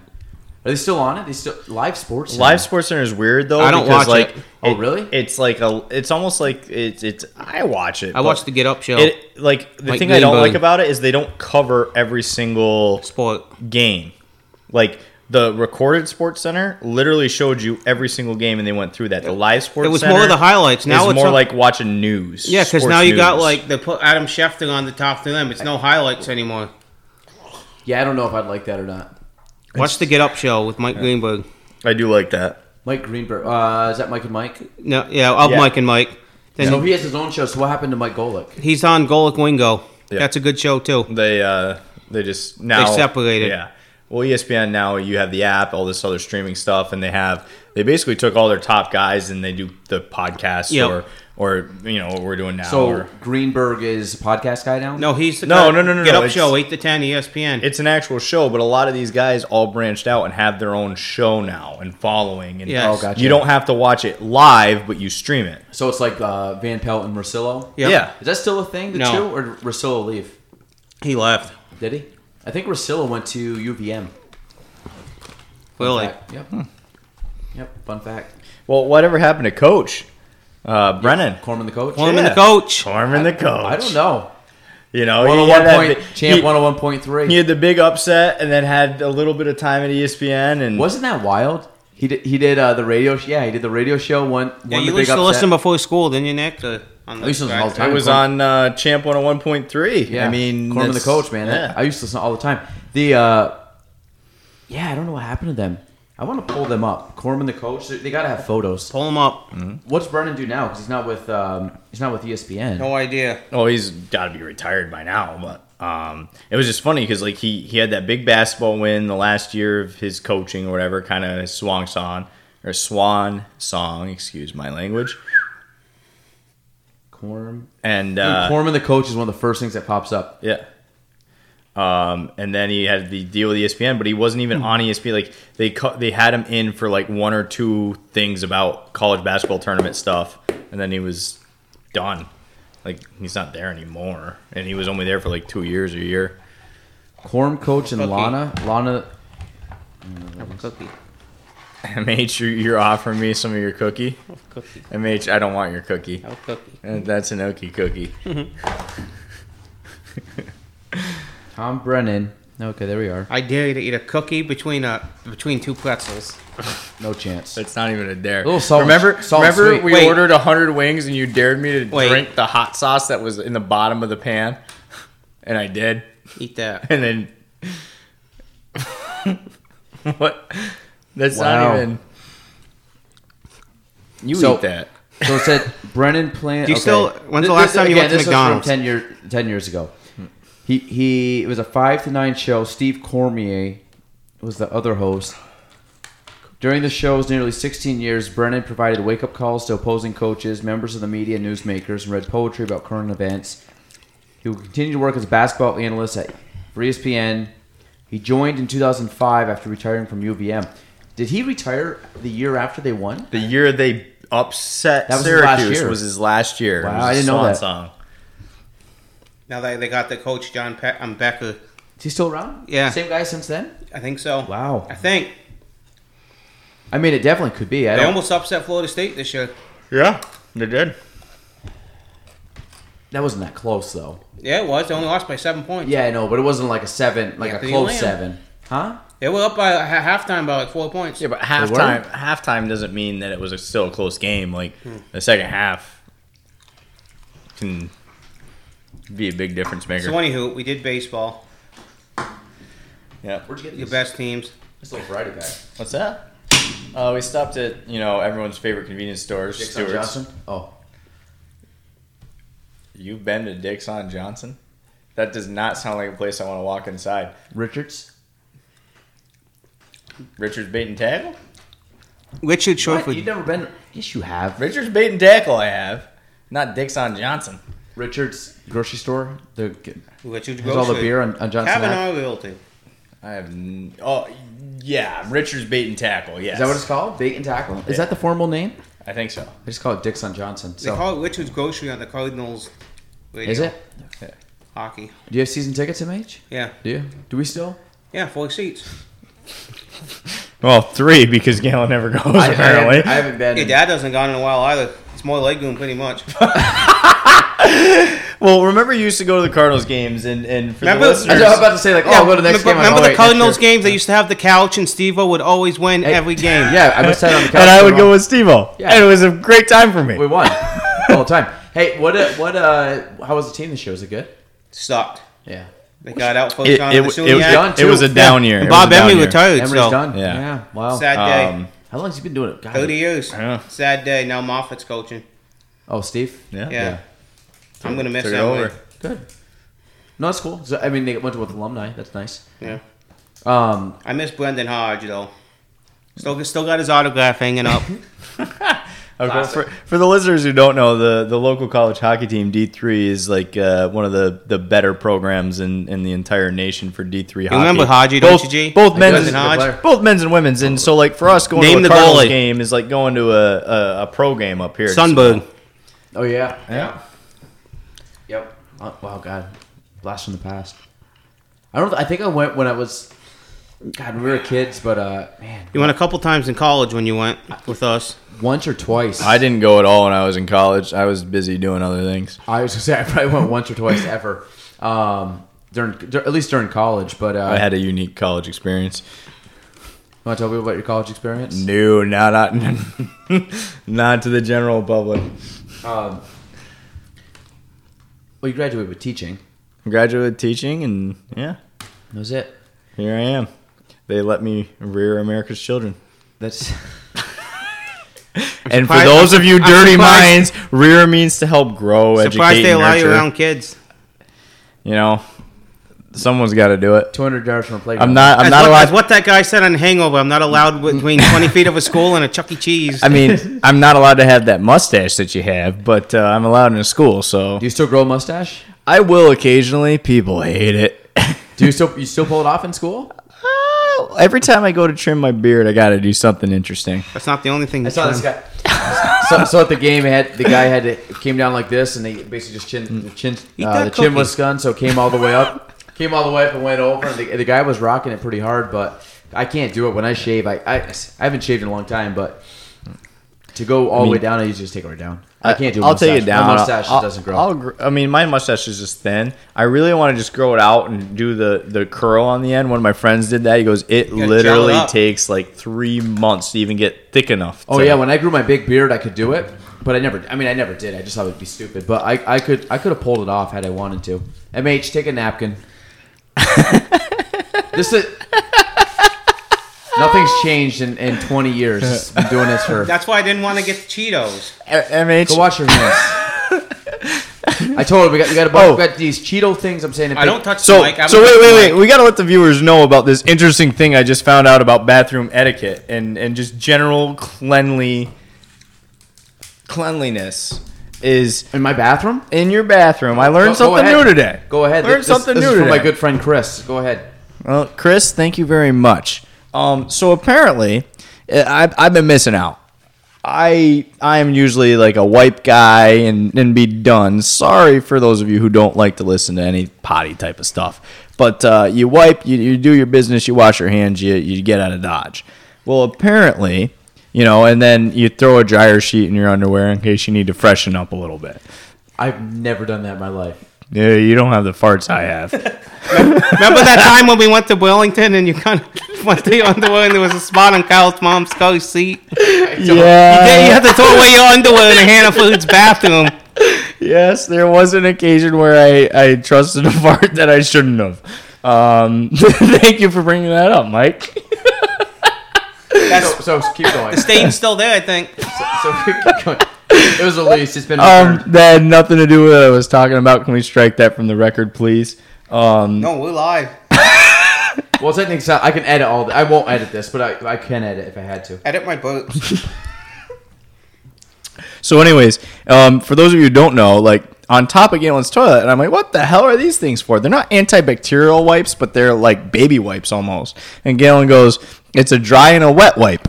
Are they still on it? They still live Sports Center?
Live Sports Center is weird though.
I don't watch
because, like,
it.
Oh, really?
It's like a. It's almost like it's. It's. I watch it.
I
but
watched the Get Up show.
It like the
Mike
thing I don't
Greenberg.
like about it is they don't cover every single
sport.
game. Like the recorded Sports Center literally showed you every single game, and they went through that. The live Sports
It was
Center
more of the highlights. Now
is
it's
more
a-
like watching news.
Yeah, because
sports
now you got
news.
like they put Adam Schefter on the top to them. It's no highlights anymore.
Yeah, I don't know if I'd like that or not.
Watch the Get Up show with Mike Greenberg.
I do like that.
Mike Greenberg. Uh, is that Mike and Mike?
No, yeah, up
Yeah.
Mike and Mike. Then
So he has his own show. So what happened to Mike Golick?
he's on Golik Wingo.
Yeah.
That's a good show too.
They uh they just now
They separated.
Yeah. Well, E ESPN now you have the app, all this other streaming stuff, and they have they basically took all their top guys and they do the podcast
Yep.
or or you know what we're doing now.
So
or-
Greenberg is a podcast guy now.
No, he's the
No,
guy-
no, no, no,
Get
no,
Up
it's-
show eight to ten E ESPN.
it's an actual show, but a lot of these guys all branched out and have their own show now and following. And
Yes. Oh,
gotcha.
you don't have to watch it live, but you stream it.
So it's like uh, Van Pelt and Rosillo.
Yep.
Yeah.
Is that still a thing? The
No.
two or did Rosillo leave?
he left.
Did he? I think Rosillo went to UVM.
Really? Hmm.
Fact. Yep. Yep. Fun fact.
Well, whatever happened to Coach uh, Brennan?
Corman the coach.
Corman
Yeah.
the coach.
Corman the coach.
I don't know.
You know,
One
he
hundred
had Oh, that
one point
big-
champ.
he-
One hundred one point three.
He had the big upset and then had a little bit of time at E ESPN and
Wasn't that wild? He did, he did uh, the radio. Sh- yeah, he did the radio show. One.
Yeah,
won the
you
big
used to
upset.
listen before school, didn't you, Nick? Uh, on
I used to listen all the time.
it was on uh, Champ 101.3.
Yeah,
I mean,
Corman the
that's-
coach, man.
yeah.
I used to listen all the time. The uh, yeah, I don't know what happened to them. I want to pull them up. Corman the coach. They, got to have photos.
Pull him up.
Mm. What's Brennan do now? Because he's not with um, he's not with ESPN.
No idea.
oh, he's got to be retired by now, but um, it was just funny because like he he had that big basketball win the last year of his coaching or whatever, kind of his swan song or swan song, excuse my language.
Corm.
And uh,
Corman the coach is one of the first things that pops up.
Yeah. Um, and then he had the deal with E ESPN, but he wasn't even on E ESPN. Like they cu- they had him in for like one or two things about college basketball tournament stuff, and then he was done. Like he's not there anymore, and he was only there for like two years or a year.
Corm coach and
Cookie.
Lana. Lana.
Have a cookie.
MH, you- you're offering me some of your cookie.
Have a cookie.
MH, I don't want your cookie.
Have a cookie.
Uh, That's an Okie cookie.
Tom Brennan. Okay, there we are.
I dare you to eat a cookie between a between two pretzels.
No chance.
That's not even a dare.
little salt and-
remember,
salt and
remember,
sweet.
we
Wait.
ordered hundred wings, and you dared me to
Wait.
drink the hot sauce that was in the bottom of the pan, and I did.
Eat that.
And then what? That's
Wow.
not even. You
So-
eat that.
So it said Brennan planned.
Do you
okay.
still- when's the
Th-
last
this-
time you went to
this was from
McDonald's?
ten year, ten years ago. He he. It was a five to nine show. Steve Cormier was the other host. During the show's nearly 16 years, Brennan provided wake up calls to opposing coaches, members of the media, newsmakers, and read poetry about current events. He will continue to work as a basketball analyst at E for ESPN. He joined in 2005 after retiring from UVM. Did he retire the year after they won?
The year they upset
That was his last
Syracuse
year.
was his last year.
Wow,
It was
I
a
didn't know
swan
that.
Song.
Now they, they got the coach John Pe- um, Becker.
Is he still around?
Yeah.
Same guy since then?
I think so.
Wow.
I think
I mean, it definitely could be. I
they
don't,
almost upset Florida State this year.
Yeah, they did.
that wasn't that close, though.
Yeah, it was. They only lost by seven points.
Yeah, I know, but it wasn't like a seven, like a
Anthony
close
Lamb.
seven, huh?
They were up by a half halftime by like four points.
Yeah, but
were?
halftime halftime doesn't mean that it was a, still a close game. Like
Hmm.
the second half can be a big difference maker.
So anywho, we did baseball.
yeah.
Where'd you get
Your best teams.
This little variety guy.
What's that? Uh, we stopped at you know everyone's favorite convenience stores.
Dixon
Stewart's.
Johnson. Oh,
You've been to Dick's on Johnson? That does not sound like a place I want to walk inside.
Richards.
Richard's bait and tackle.
Richard
What?
Shortford.
You've never been? Yes, you have.
Richard's bait and tackle. I have not Dixon Johnson.
Richard's grocery store. The has
Richard
all the beer on, on Johnson. Ave.
Kavanaugh Realty.
I have. n- Oh yeah, Richard's bait and tackle. Yes,
Is that what it's called? Bait and tackle. Is that the formal name?
I think so.
I just call it Dixon Johnson.
They
So
call it Richard's Grocery on the Cardinals. Radio.
is it?
Hockey.
Do you have season tickets, MH?
Yeah.
Do you? Do we still?
Yeah, four seats.
Well, three because Galen never goes.
I- I haven't- I, haven't been.
Your dad doesn't gone in a while either. It's more legroom, pretty much.
well, remember you used to go to the Cardinals games, and and for
Remember-
the
I
listeners,
was about to say like, oh, I'll go to the next
remember,
game. I'm like, oh,
Remember the
wait, next year.
Cardinals games? They used to have the couch, and Steve would always win
Hey.
every game.
Yeah, I was sat on the couch.
and I would
for a
go
while.
with Steve-O.
Yeah.
and it was a great time for me.
We won all the time. Hey, what? Uh, what? Uh, how was the team this year? Was it good?
Sucked.
Yeah.
They got out for
It,
John
it- it-
was
Vasiliak.
done,
it was a
too.
down year.
And
It
Bob
was a down
Emery
year.
retired,
Emery's
so
done.
Yeah.
Wow.
sad day.
Um,
How long has he been doing it? God.
Thirty years.
Yeah.
Sad day. Now Moffat's coaching.
Oh, Steve.
Yeah.
Yeah, I'm gonna miss
Took it
that.
over.
one.
Good. No, that's cool. So, I mean, they went with alumni. That's nice.
Yeah,
Um,
I miss Brendan Hodge though. Still, still got his autograph hanging up.
Okay,
Classic.
for, for the listeners who don't know, the, the local college hockey team D three is like uh, one of the, the better programs in, in the entire nation for D three hockey.
remember Haji, don't
both,
you, G?
Both
I
men's
guess
and
it's a good player.
both men's and women's, and so like for us going
Name
to
the
a Cardinals
goalie.
game is like going to a, a, a pro game up here.
Sunberg.
oh yeah.
Yeah.
Yep. Oh, wow, God, blast from the past. I don't. I think I went when I was. God, we were kids, but uh, man,
You went a couple times in college when you went with us.
once or twice.
I didn't go at all when I was in college. I was busy doing other things.
I was gonna say I probably went once or twice ever. Um, during dur- at least during college, but uh,
I had a unique college experience.
you want to tell people about your college experience?
No, not not, not to the general public.
Um, well, you graduated with teaching.
Graduate teaching, and yeah,
That was it.
Here I am. They let me rear America's children.
That's
And for
surprised-
those of you
I'm
dirty minds,
surprised-
rear means to help grow, educate,
Surprised they
and
allow you
nurture.
around kids.
You know, someone's got to do it.
200 yards from a playground.
I'm not. I'm
That's
not
what,
allowed.
that's what that guy said on Hangover. I'm not allowed between 20 feet of a school and a Chuck E. Cheese.
I mean, I'm not allowed to have that mustache that you have, but uh, I'm allowed in a school, so
Do you still grow a mustache?
I will occasionally. People hate it.
Do you still you still pull it off in school?
Oh, Every time I go to trim my beard, I got to do something interesting.
That's not the only thing.
I
That's
saw this guy. so, so at the game, it had the guy had it came down like this, and they basically just chin
Mm.
the chin uh,
that
the chin was
cookie.
gone, so it came all the way up, came all the way up and went over. And the, the guy was rocking it pretty hard, but I can't do it when I shave. I I, I haven't shaved in a long time, but. To go all the way down, I usually just take it right down. I can't do. a
I'll
mustache.
take it down.
My mustache
I'll-
doesn't grow.
I'll gr- I mean, my mustache is just thin. I really want to just grow it out and do the the curl on the end. One of my friends did that. He goes, "It
gel it
literally
up."
takes like three months to even get thick enough."
Oh
to-
yeah, when I grew my big beard, I could do it, but I never. I mean, I never did. I just thought it'd be stupid. But I, I could, I could have pulled it off had I wanted to. Mh, take a napkin. this is nothing's changed in, in 20 years. It's been doing this for.
That's why I didn't want to get the Cheetos.
M- MH.
Go wash your hands. I told him we got we got, a bunch,
Oh.
we got these Cheeto things. I'm saying if
I
they-
don't touch
So,
the mic. I
so
would
wait,
touch the
wait, wait.
mic.
We gotta let the viewers know about this interesting thing I just found out about bathroom etiquette and and just general cleanly cleanliness is
in my bathroom.
in your bathroom. I learned
Go- go
something new
ahead.
today.
Go ahead.
Learned
This- this-
something
this
new
is
today.
from my good friend Chris. Go ahead.
Well, Chris, thank you very much. Um, so apparently, I, I've been missing out. I I am usually like a wipe guy and and be done. Sorry for those of you who don't like to listen to any potty type of stuff. But uh, you wipe, you, you do your business, you wash your hands, you you get out of dodge. Well, apparently, you know, and then you throw a dryer sheet in your underwear in case you need to freshen up a little bit.
I've never done that in my life.
Yeah, you don't have the farts I have.
Remember that time when we went to Burlington and you kind of went to your underwear and there was a spot on Kyle's mom's car seat? Yeah, you had to throw away your underwear in the Hannah Foods bathroom.
Yes, there was an occasion where I, I trusted a fart that I shouldn't have. Um, thank you for bringing that up, Mike.
So, so keep going.
Stain's still there, I think.
So keep going. It was released. It's been
Um,
returned.
that had nothing to do with what I was talking about. Can we strike that from the record, please? Um,
No, we're live.
Well, technically, it's not- I can edit all. The, I won't edit this, but I, I can edit if I had to.
Edit my boobs.
So, anyways, um, for those of you who don't know, like on top of Galen's toilet, and I'm like, what the hell are these things for? They're not antibacterial wipes, but they're like baby wipes almost. And Galen goes, it's a dry and a wet wipe.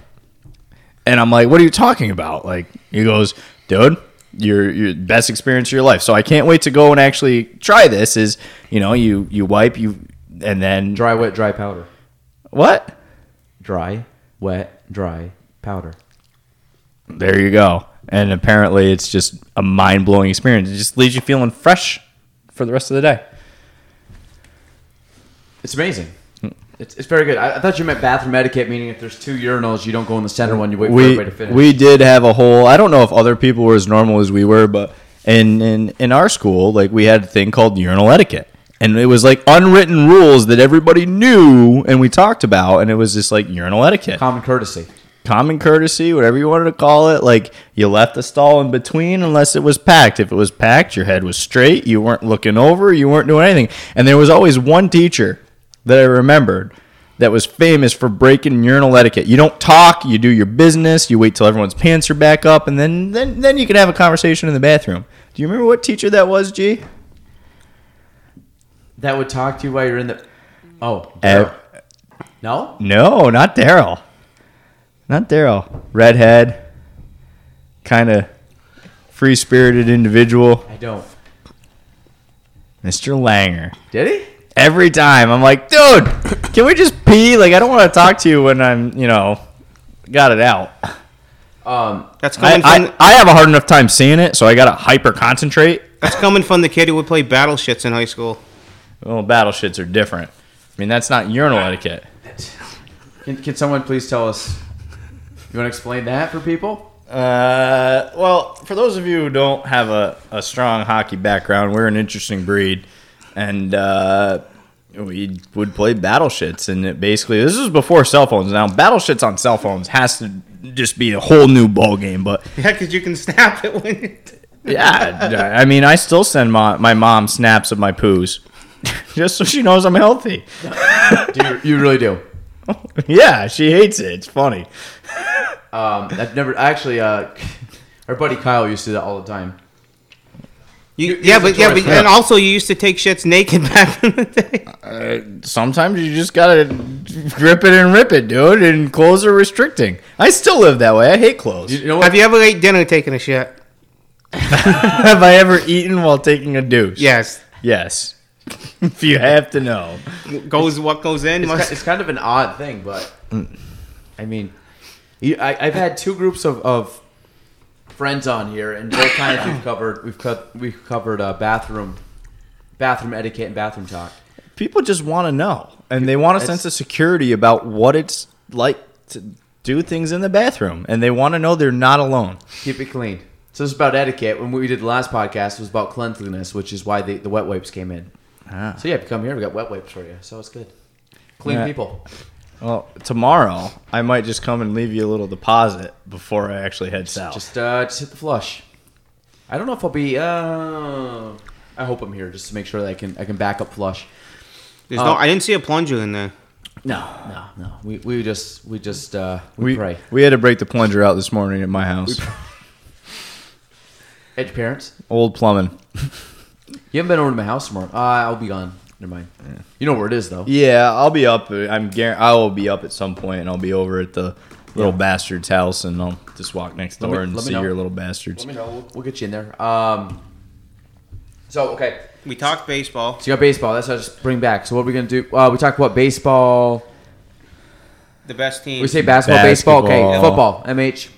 And I'm like, what are you talking about? Like, he goes, dude, your your best experience of your life. So I can't wait to go and actually try this. Is you know, you you wipe you and then
Dry, wet, dry powder.
what?
Dry, wet, dry powder.
There you go. And apparently, it's just a mind blowing experience. It just leaves you feeling fresh for the rest of the day.
It's amazing. It's, it's very good. I, I thought you meant bathroom etiquette, meaning if there's two urinals, you don't go in the center one. You wait for
we
everybody to finish.
we did have a whole. I don't know if other people were as normal as we were, but in in in our school, like we had a thing called urinal etiquette, and it was like unwritten rules that everybody knew, and we talked about, and it was just like urinal etiquette,
common courtesy.
common courtesy, whatever you wanted to call it. Like you left the stall in between unless it was packed. If it was packed, your head was straight, you weren't looking over, you weren't doing anything, and there was always one teacher that I remembered that was famous for breaking urinal etiquette. You don't talk, you do your business, you wait till everyone's pants are back up, and then then, then you can have a conversation in the bathroom. Do you remember what teacher that was, G?
That would talk to you while you're in the. Oh
Eh.
no,
No, not Daryl. Not Daryl. Redhead. Kind of free spirited individual.
I don't.
Mr. Langer.
Did he?
Every time I'm like, dude, can we just pee? Like, I don't want to talk to you when I'm, you know, got it out.
Um,
That's coming,
I,
from,
I, I have a hard enough time seeing it, so I got to hyper concentrate.
that's coming from the kid who would play battleships in high school.
Well, battle shits are different. I mean, that's not urinal etiquette.
can, can someone please tell us? You want to explain that for people?
Uh, well, for those of you who don't have a, a strong hockey background, we're an interesting breed, and uh, we would play battleships. And it basically, this is before cell phones. Now, battleships on cell phones has to just be a whole new ball game. But
Yeah, because you can snap it when you
yeah, I mean, I still send my my mom snaps of my poos, just so she knows I'm healthy.
Do you, you really do?
Yeah, she hates it. It's funny.
Um, I've never actually. Uh, our buddy Kyle used to do that all the time.
You,
He-
yeah,
he's a
but yeah, but
tourist,
and also you used to take shits naked back in the day.
sometimes you just gotta grip it and rip it, dude. And clothes are restricting. I still live that way. I hate clothes.
You know what?
Have you ever ate dinner taking a shit?
have I ever eaten while taking a douche?
Yes.
Yes. if you have to know.
Goes what goes in.
it's,
Must,
ki- it's kind of an odd thing, but
Mm.
I mean, you, I, I've had two groups of, of friends on here, and both times we've covered we've cut we've covered uh, bathroom bathroom etiquette and bathroom talk.
People just want to know, and they want a sense of security about what it's like to do things in the bathroom, and they want to know they're not alone.
Keep it clean. So this is about etiquette. When we did the last podcast, it was about cleanliness, which is why the, the wet wipes came in.
Ah.
So yeah, if you come here, we got wet wipes for you. So it's good. Clean
Yeah.
people.
Well, tomorrow I might just come and leave you a little deposit before I actually head south.
Just uh, just hit the flush. I don't know if I'll be. Uh, I hope I'm here just to make sure that I can I can back up flush.
there's no. I didn't see a plunger in there.
No, no, no. We, we just we just uh, we,
we
pray.
we had to break the plunger out this morning at my house.
Edge parents,
Old plumbing.
you haven't been over to my house tomorrow. Uh, I'll be gone. Never mind. You know where it is though.
Yeah, I'll be up. uh, I'm guar- I will be up at some point, and I'll be over at the little bastard's house, and I'll just walk next
Let me-
door and
let me
see
know.
your little bastards.
Let me know. We'll, we'll get you in there. Um. So okay,
We talked baseball.
so you got baseball. That's what I just bring back. So what are we gonna do? Uh, we talked about baseball.
The best team.
We say basketball, baseball. Okay,
Basketball.
football. MH,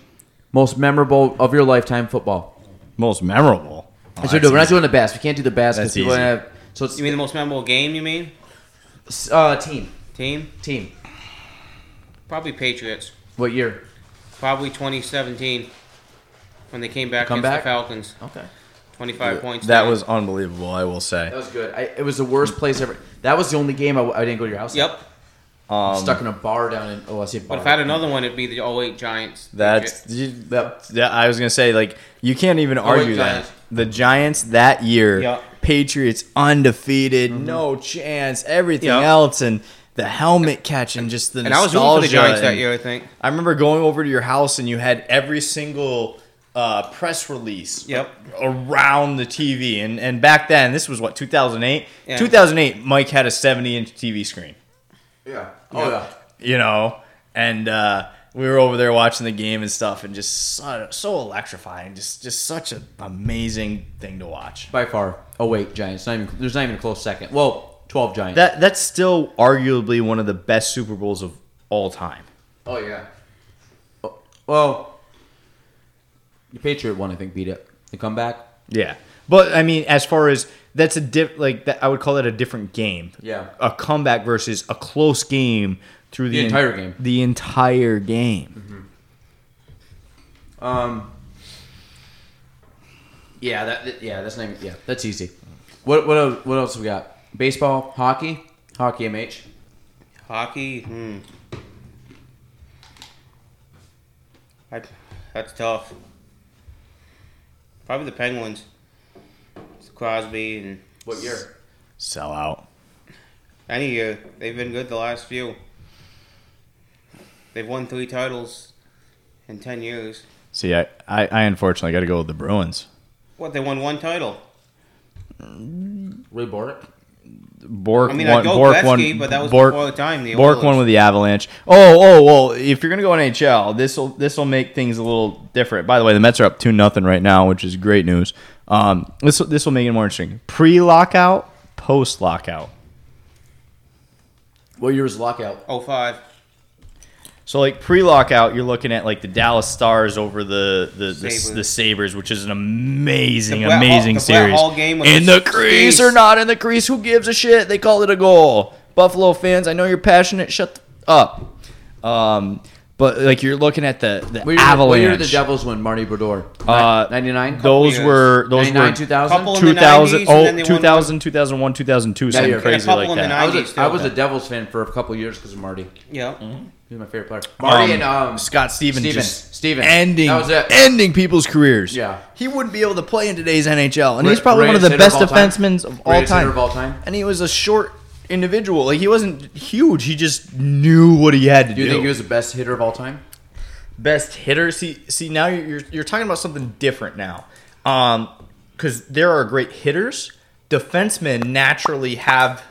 most memorable of your lifetime football.
Most memorable. Oh,
so
that's
no, we're not
easy.
doing the best. We can't do the best. 'cause
That's
people
easy.
Have, so it's
you mean the most memorable game? You mean
uh, team,
team?
team.
Probably Patriots.
What year?
Probably 2017 when they came back
Come
against
back?
the Falcons.
Okay.
25 points.
That
down.
was unbelievable. I will say.
That was good. I, it was the worst place ever. That was the only game I, I didn't go to your house.
Yep.
Um,
Stuck in a bar down in. Oh, I see. A bar.
But if I had another one, it'd be the 08 Giants.
That's you, that, that- I was gonna say like you can't even
wait,
argue that
Giants.
the Giants that year,
Yeah. Mm-hmm.
Patriots undefeated, no chance, everything
Yeah.
else, and
the helmet catch and just the
And I was rooting for the
nostalgia
Giants that
and-
year, I think.
I remember going over to your house and you had every single uh, press release
Yep.
around the TV. And, and back then, this was what, 2008?
Yeah.
2008, Mike had a 70 inch TV screen,
Yeah. Oh yeah.
you know? And uh, we were over there watching the game and stuff and just so, so electrifying. Just, just such an amazing thing to watch.
By far. Oh wait, Giants. Not even. There's not even a close second. Well, twelve Giants.
Oh, That, that's still arguably one of the best Super Bowls of all time.
oh yeah. Oh, Well, the Patriot one I think beat it. The comeback.
Yeah, but I mean, as far as that's a diff, like that, I would call that a different game.
Yeah.
a comeback versus a close game through the,
The
en-
entire game.
The entire game.
Um. Yeah. That. that- Yeah. That's not. Even, yeah. That's easy. What. What. el- What else we got? Baseball, hockey, hockey MH.
Hockey. Hmm. I, that's tough. Probably the Penguins. It's Crosby and
What year?
Sell out.
any year they've been good the last few. They've won three titles in ten years.
See, I, I, I unfortunately got to go with the Bruins.
What they won one title.
Ray Bork.
Bork
I mean,
won,
I go
Bork
Gretzky,
won,
but that was
Bork,
before the time. The
Bork
Oilers.
won with the Avalanche. Oh, oh, well, if you're gonna go NHL, this will this will make things a little different. By the way, the Mets are up two nothing right now, which is great news. Um, this this will make it more interesting. Pre lockout, post lockout.
What year was the lockout?
Oh five.
So like pre-lockout, you're looking at like the Dallas Stars over the the the
Sabres.
Sabres, the Sabres which is an amazing
The Brett Hall-
amazing
the Brett
series.
Hall game was
in
a
the crease or
feast.
not in the crease, who gives a shit? They call it a goal. Buffalo fans, I know you're passionate. Shut the up. Um, but like you're looking at the the
What year,
Avalanche.
What year did the Devils win? Marty Brodeur.
Uh,
Ninety nine.
Those
years.
were those were
99, 2000.
Couple in the
2000,
90s, and then they
oh,
won
2000, 2001, 2002, something
you're-
crazy
A couple
like
in the
that.
90s.
I was, a, I was a
still.
Devils fan for a couple years because of Marty. He
Yeah.
was my favorite player. Marty and um,
Scott Stevens
Steven.
just
Steven.
ending
That was it.
ending people's careers.
Yeah.
he wouldn't be able to play in today's NHL, and he's
Great-
probably one of the
greatest
best
hitter of all time.
defensemen of all
Greatest hitter
time.
of all time.
And he was a short individual. Like he wasn't huge. He just knew what he had to
Do
do.
you think he was the best hitter of all time?
best hitter? See, see, now you're you're, you're talking about something different now, um, because there are great hitters. Defensemen naturally have.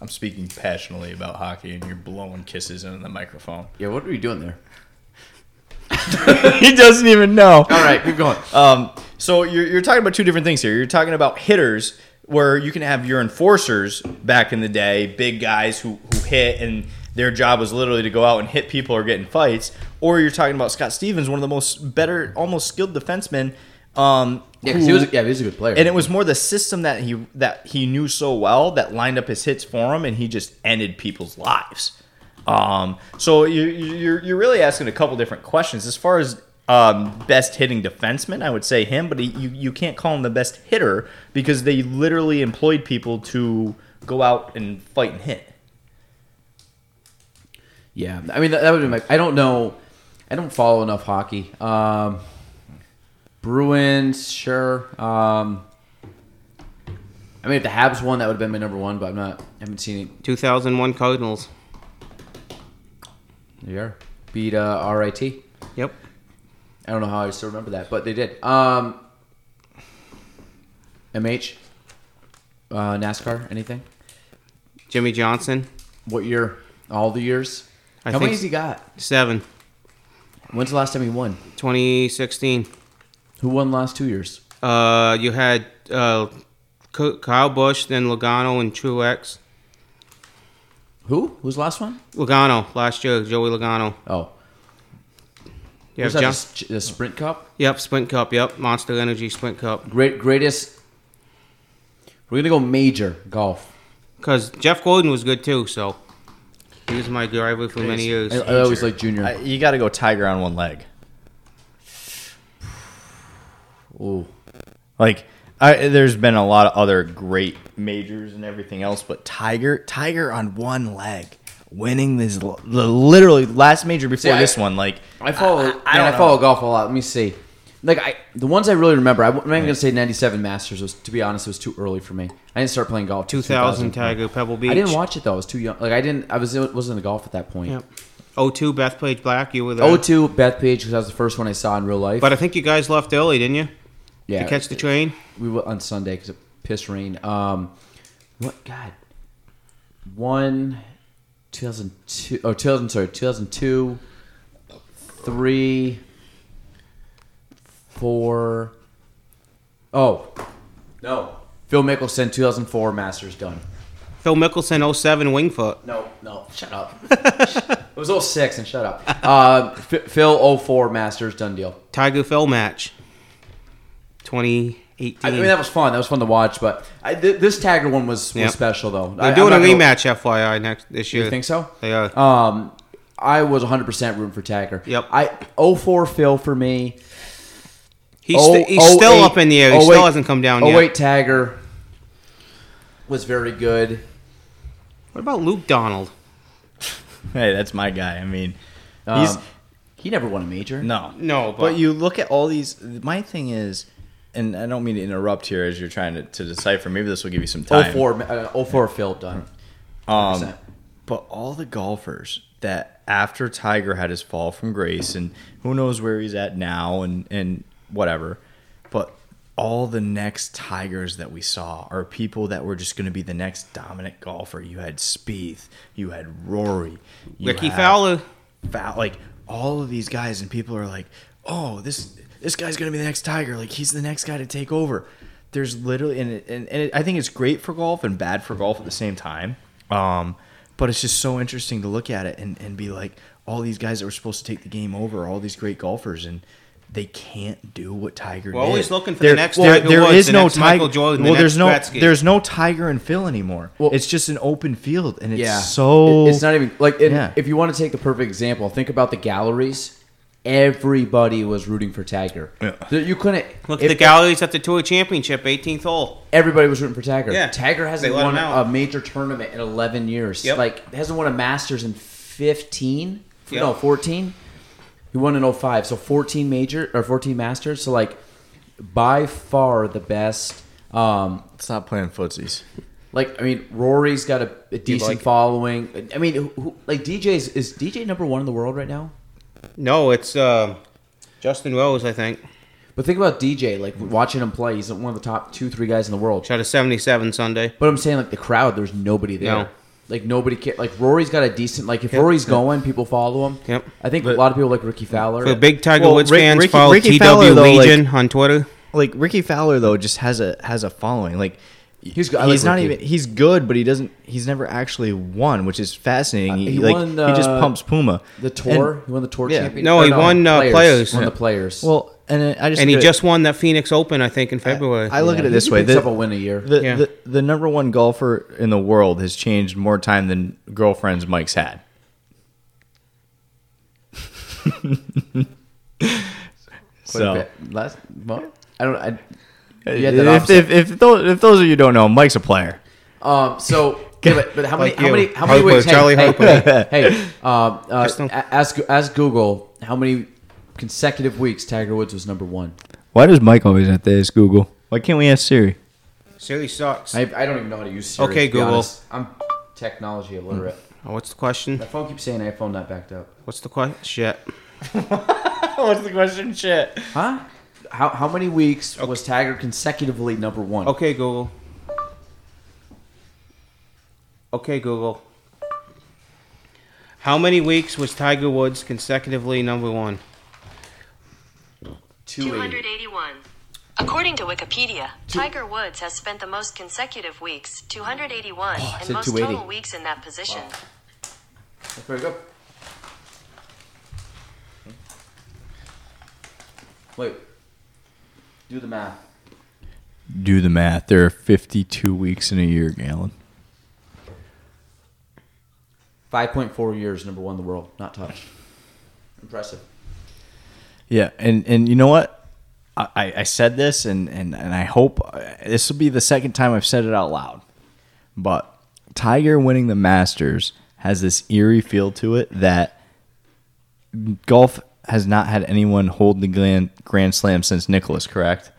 I'm speaking passionately about hockey, and you're blowing kisses into the microphone.
Yeah. What are you doing there?
he doesn't even know.
All right, keep going.
Um, so you're, you're talking about two different things here. You're talking about hitters, where you can have your enforcers back in the day, big guys who, who hit, and their job was literally to go out and hit people or get in fights. Or you're talking about Scott Stevens, one of the most better, almost skilled defensemen. Um,
Yeah, 'cause he
who-
was. Yeah, he was a good player.
and it was more the system that he that he knew so well that lined up his hits for him, and he just ended people's lives. Um, so you, you're you're really asking a couple different questions as far as um, best hitting defenseman. I would say him, but he, you you can't call him the best hitter because they literally employed people to go out and fight and hit.
Yeah, I mean that, that would be my. I don't know. I don't follow enough hockey. Um, Bruins, sure. Um, I mean, if the Habs won, that would have been my number one, but I'm not. I haven't seen it.
2001 Cardinals.
They are beat uh, RIT. I
Yep.
don't know how I still remember that, but they did. Um, MH, uh, NASCAR, anything?
Jimmy Johnson.
What year? All the years.
I
how
think-
many has he got?
Seven.
When's the last time he won?
2016.
Who won the last two years?
Uh, you had uh, K- Kyle Busch, then Logano and Truex.
Who? Who's the last one?
Logano last year, Joey Logano.
Oh,
You
was that
have
the
John-
s- the Sprint Cup?
Yep, Sprint Cup. Yep, Monster Energy Sprint Cup.
Great, greatest. We're gonna go major golf.
Because Jeff Gordon was good too, so he was my driver for many years.
I, I always like junior.
I, you got to go Tiger on one leg.
Ooh,
Like I, there's been a lot of other great majors and everything else, but Tiger, Tiger on one leg, winning this l- the literally last major before
See, I-
this one. Like
I follow. I,
I
man,
don't
I follow golf a lot. Let me see. like I the ones I really remember. I, am not even gonna say '97 Masters was to be honest. It was too early for me. I didn't start playing golf. till 2000.
2000 Tiger Pebble Beach.
I didn't watch it though. I was too young. Like I didn't. I was wasn't in golf at that point.
Yep. 02 Beth Page Black. You were there.
Oh two Beth Page because that was the first one I saw in real life.
But I think you guys left early, didn't you?
yeah,
To catch the train.
we went on Sunday because it pissed rain. Um, what God? One, 2002, or 2000, oh, sorry, 2002, three, four, oh, no. Phil Mickelson, 2004 Masters done.
Phil Mickelson 07 Wingfoot.
No, no, shut up. it was 06 and shut up. Uh, Ph- Phil 04 Masters done deal.
Tiger Phil match. 2018.
I mean, that was fun. That was fun to watch, but I, th- this Tiger one was, was
Yep.
special, though.
They're
I,
doing a
I'm not gonna-
rematch, FYI, next this year.
You think so?
They are.
Um, I was 100% rooting for Tagger.
Yep.
I 04 Phil for me.
He's, st- he's still up in the air. He still hasn't come down yet.
Oh wait, Tagger was very good.
What about Luke Donald?
Hey, that's my guy. I mean, he's
Um, He never won a major.
no,
No,
But you look at all these. My thing is, and I don't mean to interrupt here as you're trying to, to decipher. Maybe this will give you some time.
04, uh, 04 Phil done.
Um,
100%.
but all the golfers that after Tiger had his fall from grace, and who knows where he's at now, and and whatever, but all the next Tigers that we saw are people that were just going to be the next dominant golfer. You had Spieth, you had Rory, you
Ricky
had
Fowler.
Fow- like all of these guys, and people are like, oh, this this guy's going to be the next Tiger. Like he's the next guy to take over. There's literally, and it, and, and it, I think it's great for golf and bad for golf at the same time. Um, but it's just so interesting to look at it and, and be like, all these guys that were supposed to take the game over, all these great golfers, and they can't do what Tiger
We're
did.
always looking for the next Tiger
there
Woods,
is
the
no
next
Tiger.
Michael Jordan, the
well,
next
there's no
Gretzky.
there's no Tiger and Phil anymore.
Well-
it's just an open field, and it's
yeah.
so
It- it's not even like and
Yeah.
if you want to take the perfect example, think about the galleries. Everybody was rooting for Tagger.
Yeah.
There- You couldn't
Look at
if-
the galleries at the Tour Championship, 18th hole.
everybody was rooting for Tiger.
Yeah.
Tiger hasn't
They let
won
him out.
a major tournament in 11 years.
Yep.
Like, hasn't won a Masters in 15?
Yep.
No, 14? He won in 05. So 14 major or 14 Masters. So, like, by far the best. Um,
Stop playing footsies.
like, I mean, Rory's got a, a decent
like-
following. I mean, who, who, like, DJ's, is DJ number one in the world right now?
No, it's uh, Justin Rose, I think.
But think about DJ, like, watching him play. He's one of the top two, three guys in the world.
Shot a 77 Sunday.
But I'm saying like the crowd, there's nobody there.
No.
Like nobody can. Like Rory's got a decent. Like if Rory's going, people follow him.
Yep.
I think a
But-
lot of people like Ricky Fowler.
For big Tiger
Well,
Woods
Rick-
fans,
Ricky-
follow
Ricky
TW
Fowler, though, like-
Legion on Twitter.
like Ricky Fowler though just has a has a following. Like
He's
he's
good. I
he's
like
not
Ricky.
even he's good, but he doesn't he's never actually won, which is fascinating.
Uh,
he,
he
like
won,
he just
uh,
pumps Puma
the tour.
And-
he won the tour
yeah.
champion.
No,
or
he won, uh, players.
Won the
Yeah.
players.
well, and it- I just
And he
look at it-
just won the Phoenix Open, I think, in February.
I look at it
He
this way:
picks
the,
up a win a year.
the,
Yeah.
the the number one golfer in the world has changed more time than girlfriends Mike's had.
Quite a
so.
bit. last well, I don't. I, you had that
If,
offset.
if, if, those, if those of you don't know, Mike's a player.
um. So. yeah, but, but how many?
Like
how
you.
many? How many
Harper,
ways? Hey,
Charlie
hey,
Harper.
hey, hey, um, uh,
Just don't-
a- ask ask Google how many consecutive weeks Tiger Woods was number one.
Why does Mike always have to ask Google? Why can't we ask Siri?
Siri sucks.
I, I don't even know how to use Siri.
Okay,
to be
Google.
honest. I'm technology illiterate.
Oh, what's the question?
My phone keeps saying iPhone not backed up.
What's the question? Shit.
What's the question? Shit.
Huh? How, how many weeks was Tiger consecutively number one?
Okay, Google. Okay, Google. How many weeks was Tiger Woods consecutively number one?
280.
281. According to Wikipedia, Tiger Woods has spent the most consecutive weeks, 281,
Oh, I
and
said
most
280.
total weeks in that position.
That's pretty good. Wait. Do the math.
Do the math. There are 52 weeks in a year, Galen.
5.4 years, number one in the world. Not touched. Impressive.
Yeah, and and you know what? I- I, I said this, and, and, and I hope uh, this will be the second time I've said it out loud. But Tiger winning the Masters has this eerie feel to it that golf
has not had anyone hold the grand, grand slam since Nicholas, correct?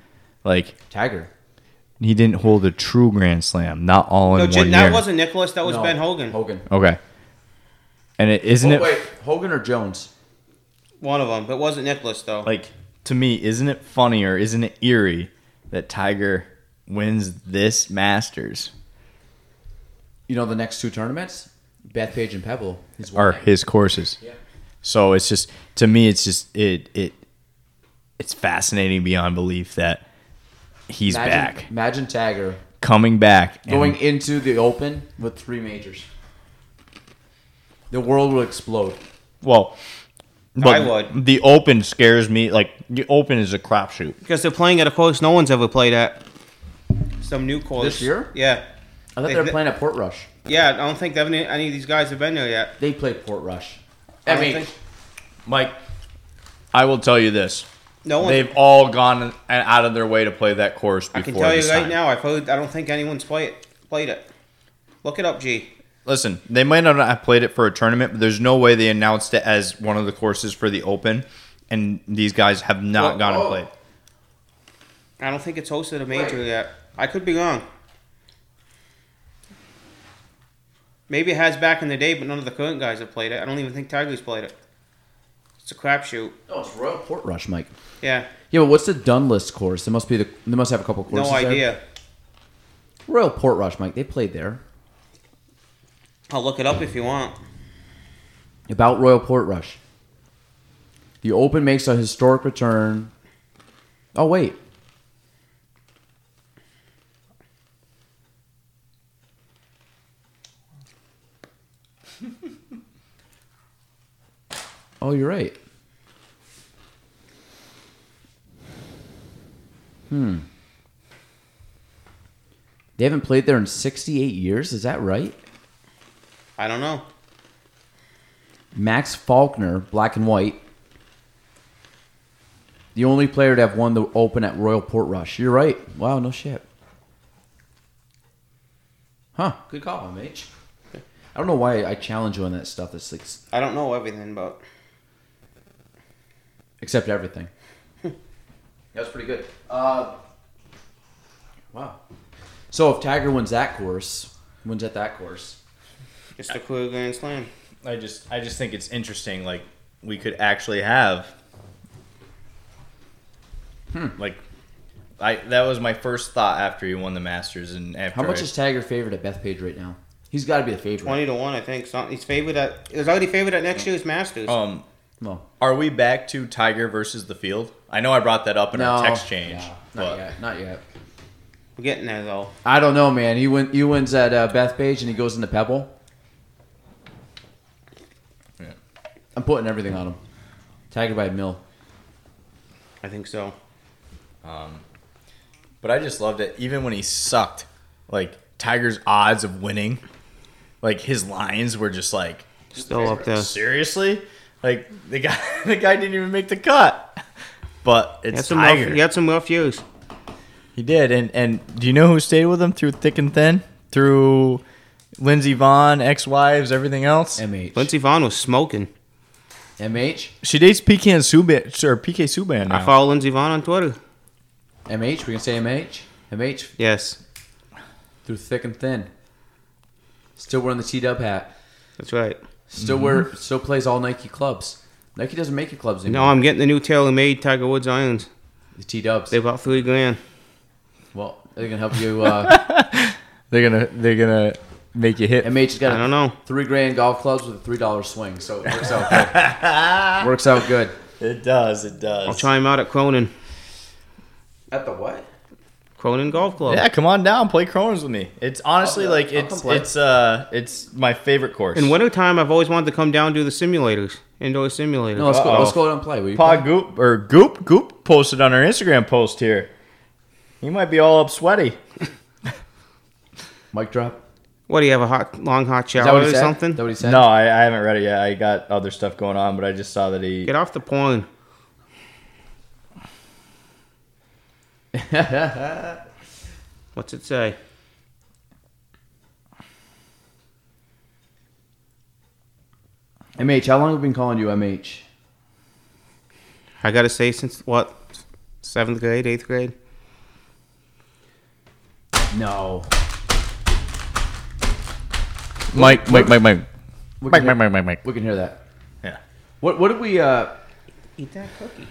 Like
Tiger.
he didn't hold a true grand slam, not all in
No,
one
Jim,
year.
that wasn't Nicholas. That was
No,
Ben Hogan.
Hogan.
okay. And it isn't
Oh,
it
wait, Hogan or Jones?
One of them, but it wasn't Nicholas though.
like
to me, isn't it funny or isn't it eerie?
that Tiger wins this Masters
You know the next two tournaments, Bethpage and Pebble. He's
are
won.
his courses. So it's just to me, it's just it it it's fascinating beyond belief that he's
imagine,
back,
Imagine Tiger
coming back, and-
going into the Open with three majors. The world will explode.
Well,
I would.
The Open scares me. Like the Open is a crop shoot.
Because they're playing at a course no one's ever played at. Some new course.
This year?
Yeah.
I thought they were playing at Port Rush.
Yeah, I don't think any, any of these guys have been there yet.
They play Port Rush.
I
I
don't
mean,
think-
Mike, I will tell you this:
no one.
they've all gone and- out of their way to play that course. Before
I can tell you
this
right
time.
now. I've heard. I don't think anyone's play it, played it. Look it up, G.
Listen, they might not have played it for a tournament, but there's no way they announced it as one of the courses for the Open, and these guys have not
Well,
gone and
oh.
played.
I don't think it's hosted a major
Right.
yet. I could be wrong. Maybe it has back in the day, but none of the current guys have played it. I don't even think Tiger's played it. It's a crapshoot.
no, oh, it's Royal Port Rush, Mike.
Yeah,
Yeah, but what's the Dunlist course? There must be the. They must have a couple courses.
no
there.
idea.
Royal Port Rush, Mike. They played there.
I'll look it up if you want.
About Royal Port Rush. The Open makes a historic return. Oh wait. oh, you're right. Hmm. They haven't played there in 68 years. Is that right?
I don't know.
Max Faulkner, black and white. The only player to have won the Open at Royal Portrush. You're right. Wow, no shit. Huh. Good call, MH. I don't know why I challenge you on that stuff. That's like,
I don't know everything, but
except everything. that was pretty good. Uh, wow. So if Tiger wins that course, wins at that course.
it's the clear grand slam.
I just, I just think it's interesting. Like we could actually have,
Hmm.
like, I that was my first thought after he won the Masters and after.
How much
I-
is Tiger favored at Bethpage right now? He's got to be the favorite.
Twenty to one, I think. So he's favored at. He's already favored at next year's Masters.
um?
No.
Are we back to Tiger versus the field? I know I brought that up in our text change,
No,
but
not yet. Not yet.
We're getting there though.
I don't know, man. He win, he wins at uh, Bethpage and he goes into Pebble.
Yeah.
I'm putting everything on him. Tiger by a mill.
I think so.
But I just loved it. Even when he sucked, like Tiger's odds of winning, like his lines were just like
Still up there.
seriously, like the guy the guy didn't even make the cut. But
He had
it's
some
Tiger.
rough, he had some rough years.
He did. And and do you know who stayed with him through thick and thin, through Lindsey Vaughn, ex-wives, everything else?
MH.
Lindsey Vaughn was smoking.
MH.
she dates PK and Subban or PK Subban
I follow Lindsey Vaughn on Twitter.
MH. We can say MH. MH.
Yes,
Through thick and thin. Still wearing the T-Dub hat.
that's right.
Still wear. Still plays all Nike clubs. Nike doesn't make your clubs
Mm-hmm. No,
anymore.
I'm getting the new Taylor made Tiger Woods irons.
the T-Dubs.
They bought three grand.
well, they're gonna help you. Uh,
They're gonna they're gonna make you hit.
MH has got
I don't
a
know.
three grand golf clubs with a three dollar swing, so it works out. good. works out good.
It does, it
I'll
does.
try him out at Cronin.
At the what?
Cronin Golf
Oh.
Club.
Yeah, come on down, play Crohn's with me. It's honestly
I'll-
like
I'll come
it's
play.
it's uh it's my favorite course.
In wintertime, I've always wanted to come down and do the simulators, indoor simulators.
No, let's go.
Uh-oh.
Let's go out and play. Will you play?
Pa Goop or Goop Goop posted on our Instagram post here. He might be all up sweaty.
Mic drop.
What do you have a hot, long hot
Is that
shower
what he
or
said?
something?
Is that what he said?
No, I, I haven't read it yet. I got other stuff going on, but I just saw that he.
Get off the porn. What's it say?
MH, how long have we been calling you MH?
I gotta say, since what seventh grade, eighth grade,
No.
Mike, Mike, Mike, Mike.
We
Mike,
can hear-
Mike, Mike, Mike, Mike.
We can hear that.
Yeah.
What what did we uh
eat that cookie.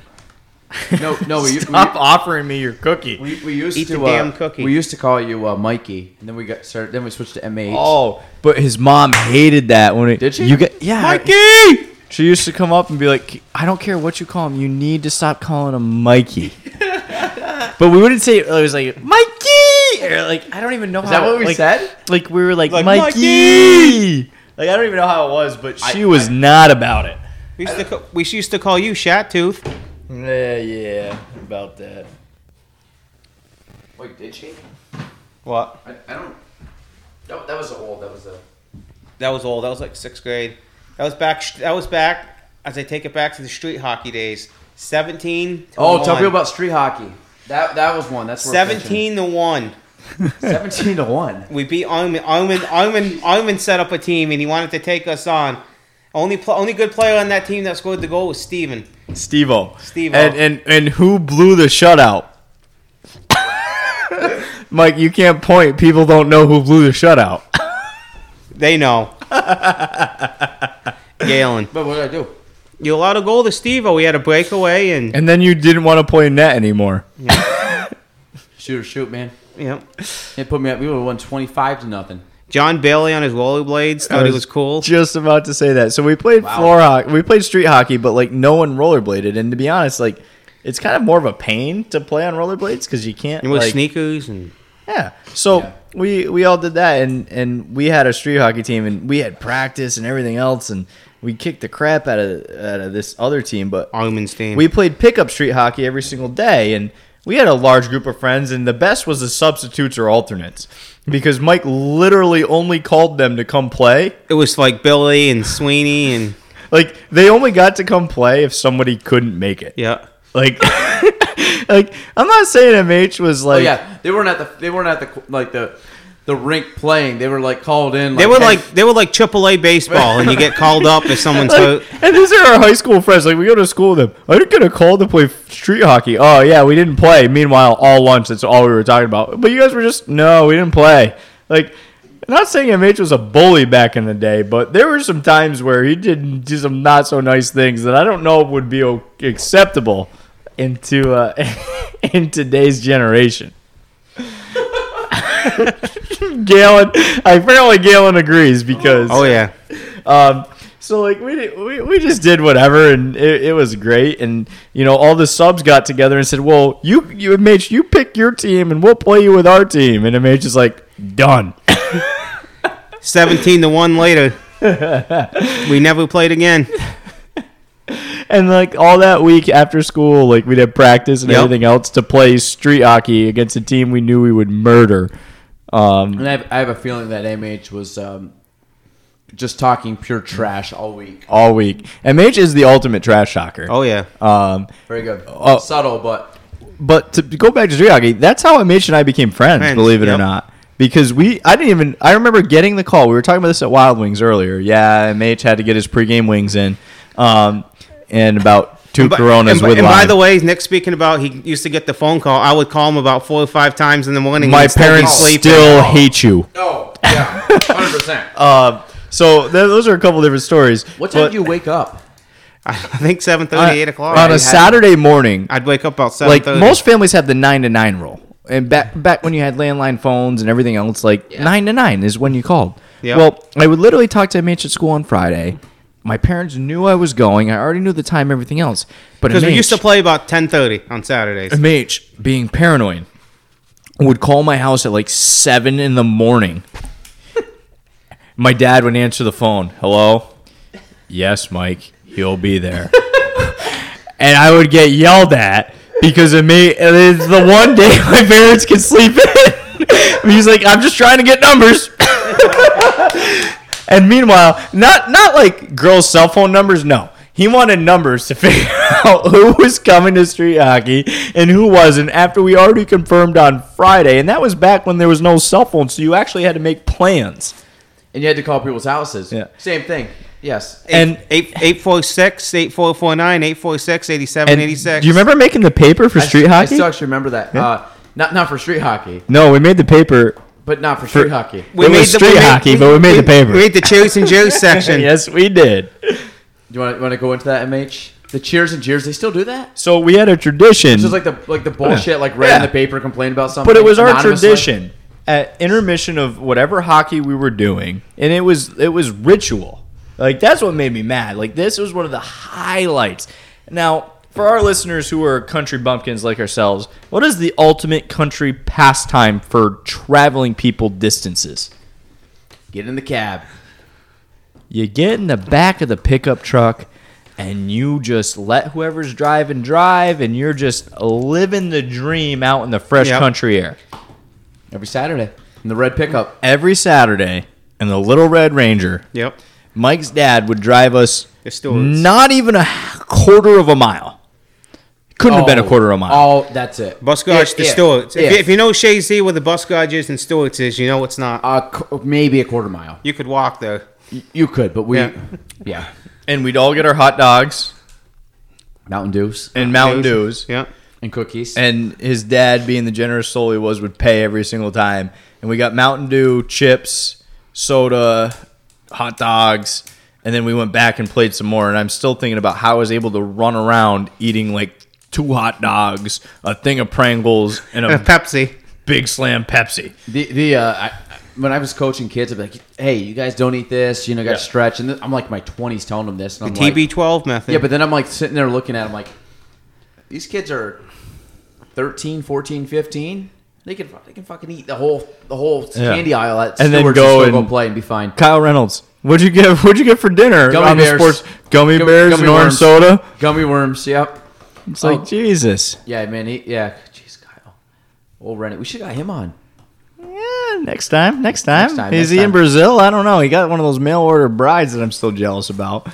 no no we,
Stop offering me your cookie.
we, we, we used
Eat
to
the
uh,
damn cookie.
we used to call you uh, Mikey and then we got started then we switched to MH.
Oh,
But his mom hated that when it
Did she?
You get yeah.
Mikey!
She used to come up and be like, "I don't care what you call him. You need to stop calling him Mikey." but we wouldn't say it was like Mikey or like I don't even know. Is
that what we said?
Like we were like,
Like,
Mikey. Like I don't even know how it was, but she was not about it.
We used to ca- we used to call you Shat Tooth.
Yeah, yeah, about that.
Wait, did she?
What?
I, I don't that, that was the old that was the
That was old. That was like sixth grade. That was back. That was back. As I take it back to the street hockey days, seventeen. To
Oh,
one.
tell me about street hockey. That that was one. That's worth mentioning.
seventeen to one.
17 to 1.
We beat Armin. Armin. Armin. Armin set up a team, and he wanted to take us on. Only pl- only good player on that team that scored the goal was Steven.
Steve-O.
Steve-O.
And and and who blew the shutout? Mike, you can't point. People don't know who blew the shutout.
They know. Galen,
But what did I do?
you allowed a goal to Steve. We had a breakaway, and
And then you didn't want to play net anymore.
Shoot or shoot, man.
you know,
It put me up. We would have won 25 to nothing.
John Bailey on his rollerblades thought he was cool.
Just about to say that. So we played
Wow.
floor hockey. We played street hockey, but like no one rollerbladed. And to be honest, like it's kind of more of a pain to play on rollerblades because you can't.
And with
like,
sneakers and
Yeah. So
Yeah.
we we all did that, and and we had a street hockey team, and we had practice and everything else, and we kicked the crap out of out of this other team, but
Armin's team.
we played pickup street hockey every single day and we had a large group of friends and the best was the substitutes or alternates because mike literally only called them to come play
it was like Billy and Sweeney and
like they only got to come play if somebody couldn't make it
yeah.
like like i'm not saying mh was
Oh
like
yeah, they weren't at the they weren't at the like the the rink playing. They were like called in.
They were
hey,
like they were like AAA baseball, and you get called up if someone's hurt.
like, and these are our high school friends. Like we go to school with them. I didn't get a call to play street hockey. Oh yeah, we didn't play. Meanwhile, all lunch that's all we were talking about. But you guys were just no, we didn't play. Like not saying MH was a bully back in the day, but there were some times where he did do some not so nice things that I don't know would be o- acceptable into uh, in today's generation. Galen, apparently Galen agrees because
Oh yeah,
um, so like we, did- we we just did whatever, and it, it was great. And you know, all the subs got together and said, "Well, you you MH, you pick your team, and we'll play you with our team." And MH is like, "Done."
seventeen to one later. we never played again.
And like all that week after school, like we'd have practice and
Yep.
everything else to play street hockey against a team we knew we would murder. Um,
And I have, I have a feeling that MH was um, just talking pure trash all week.
all week. MH is the ultimate trash talker.
Oh yeah,
Um,
Very good,
Oh.
subtle, but
but to go back to street hockey, that's how Mitch and I became friends,
Friends,
believe it or
yep.
not. Because we, I didn't even. I remember getting the call. We were talking about this at Wild Wings earlier. Yeah, MH had to get his pregame wings in, um, and about two
But-
Coronas
and, by-
with
and by
lime.
the way, Nick speaking about he used to get the phone call. I would call him about four or five times in the morning.
my
He'd still be
parents
sleeping.
still hate you.
oh yeah, hundred percent.
Uh, so th- those are a couple different stories.
What time
But
do you wake up?
I think seven
on-
thirty, eight o'clock.
on a
I'd-
Saturday morning?
I'd wake up about seven
like
thirty.
most families have the nine to nine rule, and back back when you had landline phones and everything else, like nine to nine is when you called.
Yep.
Well, I would literally talk to MH at school on Friday. My parents knew I was going. I already knew the time, everything else. But
because we
MH
used to play about ten thirty on Saturdays.
MH being paranoid would call my house at like seven in the morning. my dad would answer the phone. Hello? Yes, Mike. He'll be there. and I would get yelled at because of me. and It's the one day my parents can sleep in. He's like, I'm just trying to get numbers. And meanwhile, not not like girls' cell phone numbers. No, he wanted numbers to figure out who was coming to street hockey and who wasn't. After we already confirmed on Friday, and that was back when there was no cell phone, so you actually had to make plans.
and you had to call people's houses.
Yeah.
Same thing. Yes.
And
Eight eight four six eight four four nine eight four six eighty seven
and
eighty six.
do you remember making the paper for
I-
street
I
hockey?
still actually remember that. Uh, not not for street hockey,
no, we made the paper.
but not for street hockey.
it was street hockey, but we made the paper.
We made the Cheers and Joe's section.
yes, we did.
Do you want want to go into that, MH? The cheers and jeers. They still do that.
So we had a tradition.
This is like the like the bullshit, like read in the paper, complain about something.
But it was our
anonymously.
tradition.
at intermission of whatever hockey we were doing, and it was it was ritual. Like that's what made me mad. Like this was one of the highlights. Now, for our listeners who are country bumpkins like ourselves, what is the ultimate country pastime for traveling people distances?
Get in the cab.
You get in the back of the pickup truck and you just let whoever's driving drive and you're just living the dream out in the fresh
Yep.
country air.
Every Saturday in the red pickup.
Every Saturday in the Little Red Ranger,
Yep.
Mike's dad would drive us
It still is.
not even a quarter of a mile. Couldn't have been a quarter of a mile.
Oh, that's it.
Bus Gudge to
If-
Stewart's. If,
if-
you- if you know Shay Z where the Bus Gudge is and Stewart's is, you know it's not.
Uh, qu- maybe a quarter mile.
You could walk there.
Y- You could, but we, yeah,
Yeah.
And we'd all get our hot dogs
Mountain Dews
and Mountain Dews.
Yeah.
and cookies.
And his dad, being the generous soul he was, would pay every single time. And we got Mountain Dew, chips, soda, hot dogs. And then we went back and played some more. And I'm still thinking about how I was able to run around eating like two hot dogs, a thing of Pringles, and
And
Mm.
a
a Pepsi.
big slam Pepsi.
The the uh, I, when I was coaching kids, I'd be like, "Hey, you guys don't eat this. You know, got
Yeah.
to stretch." And th- I'm like my 20s telling them this, and I'm like,
TB12 method.
"Yeah," but then I'm like sitting there looking at them like, "These kids are 13, 14, 15. They can fu- they can fucking eat the whole the whole
Yeah.
candy aisle at
And then
Stewart's
go
still
and-
go play and be fine."
Kyle Reynolds. What'd you get? What'd you get for dinner?
Gummy
on the
bears.
sports- gummy,
Gum-
bears,
gummy
and orange
worms.
soda.
Gummy worms. Yep.
It's
Oh.
like Jesus.
Yeah, man. He, yeah. Jeez, Kyle. Old Rennie. We should got him on.
Yeah, next time, next time.
Next time, next
Is he
time.
in Brazil? I don't know. He got one of those mail order brides that I'm still jealous about.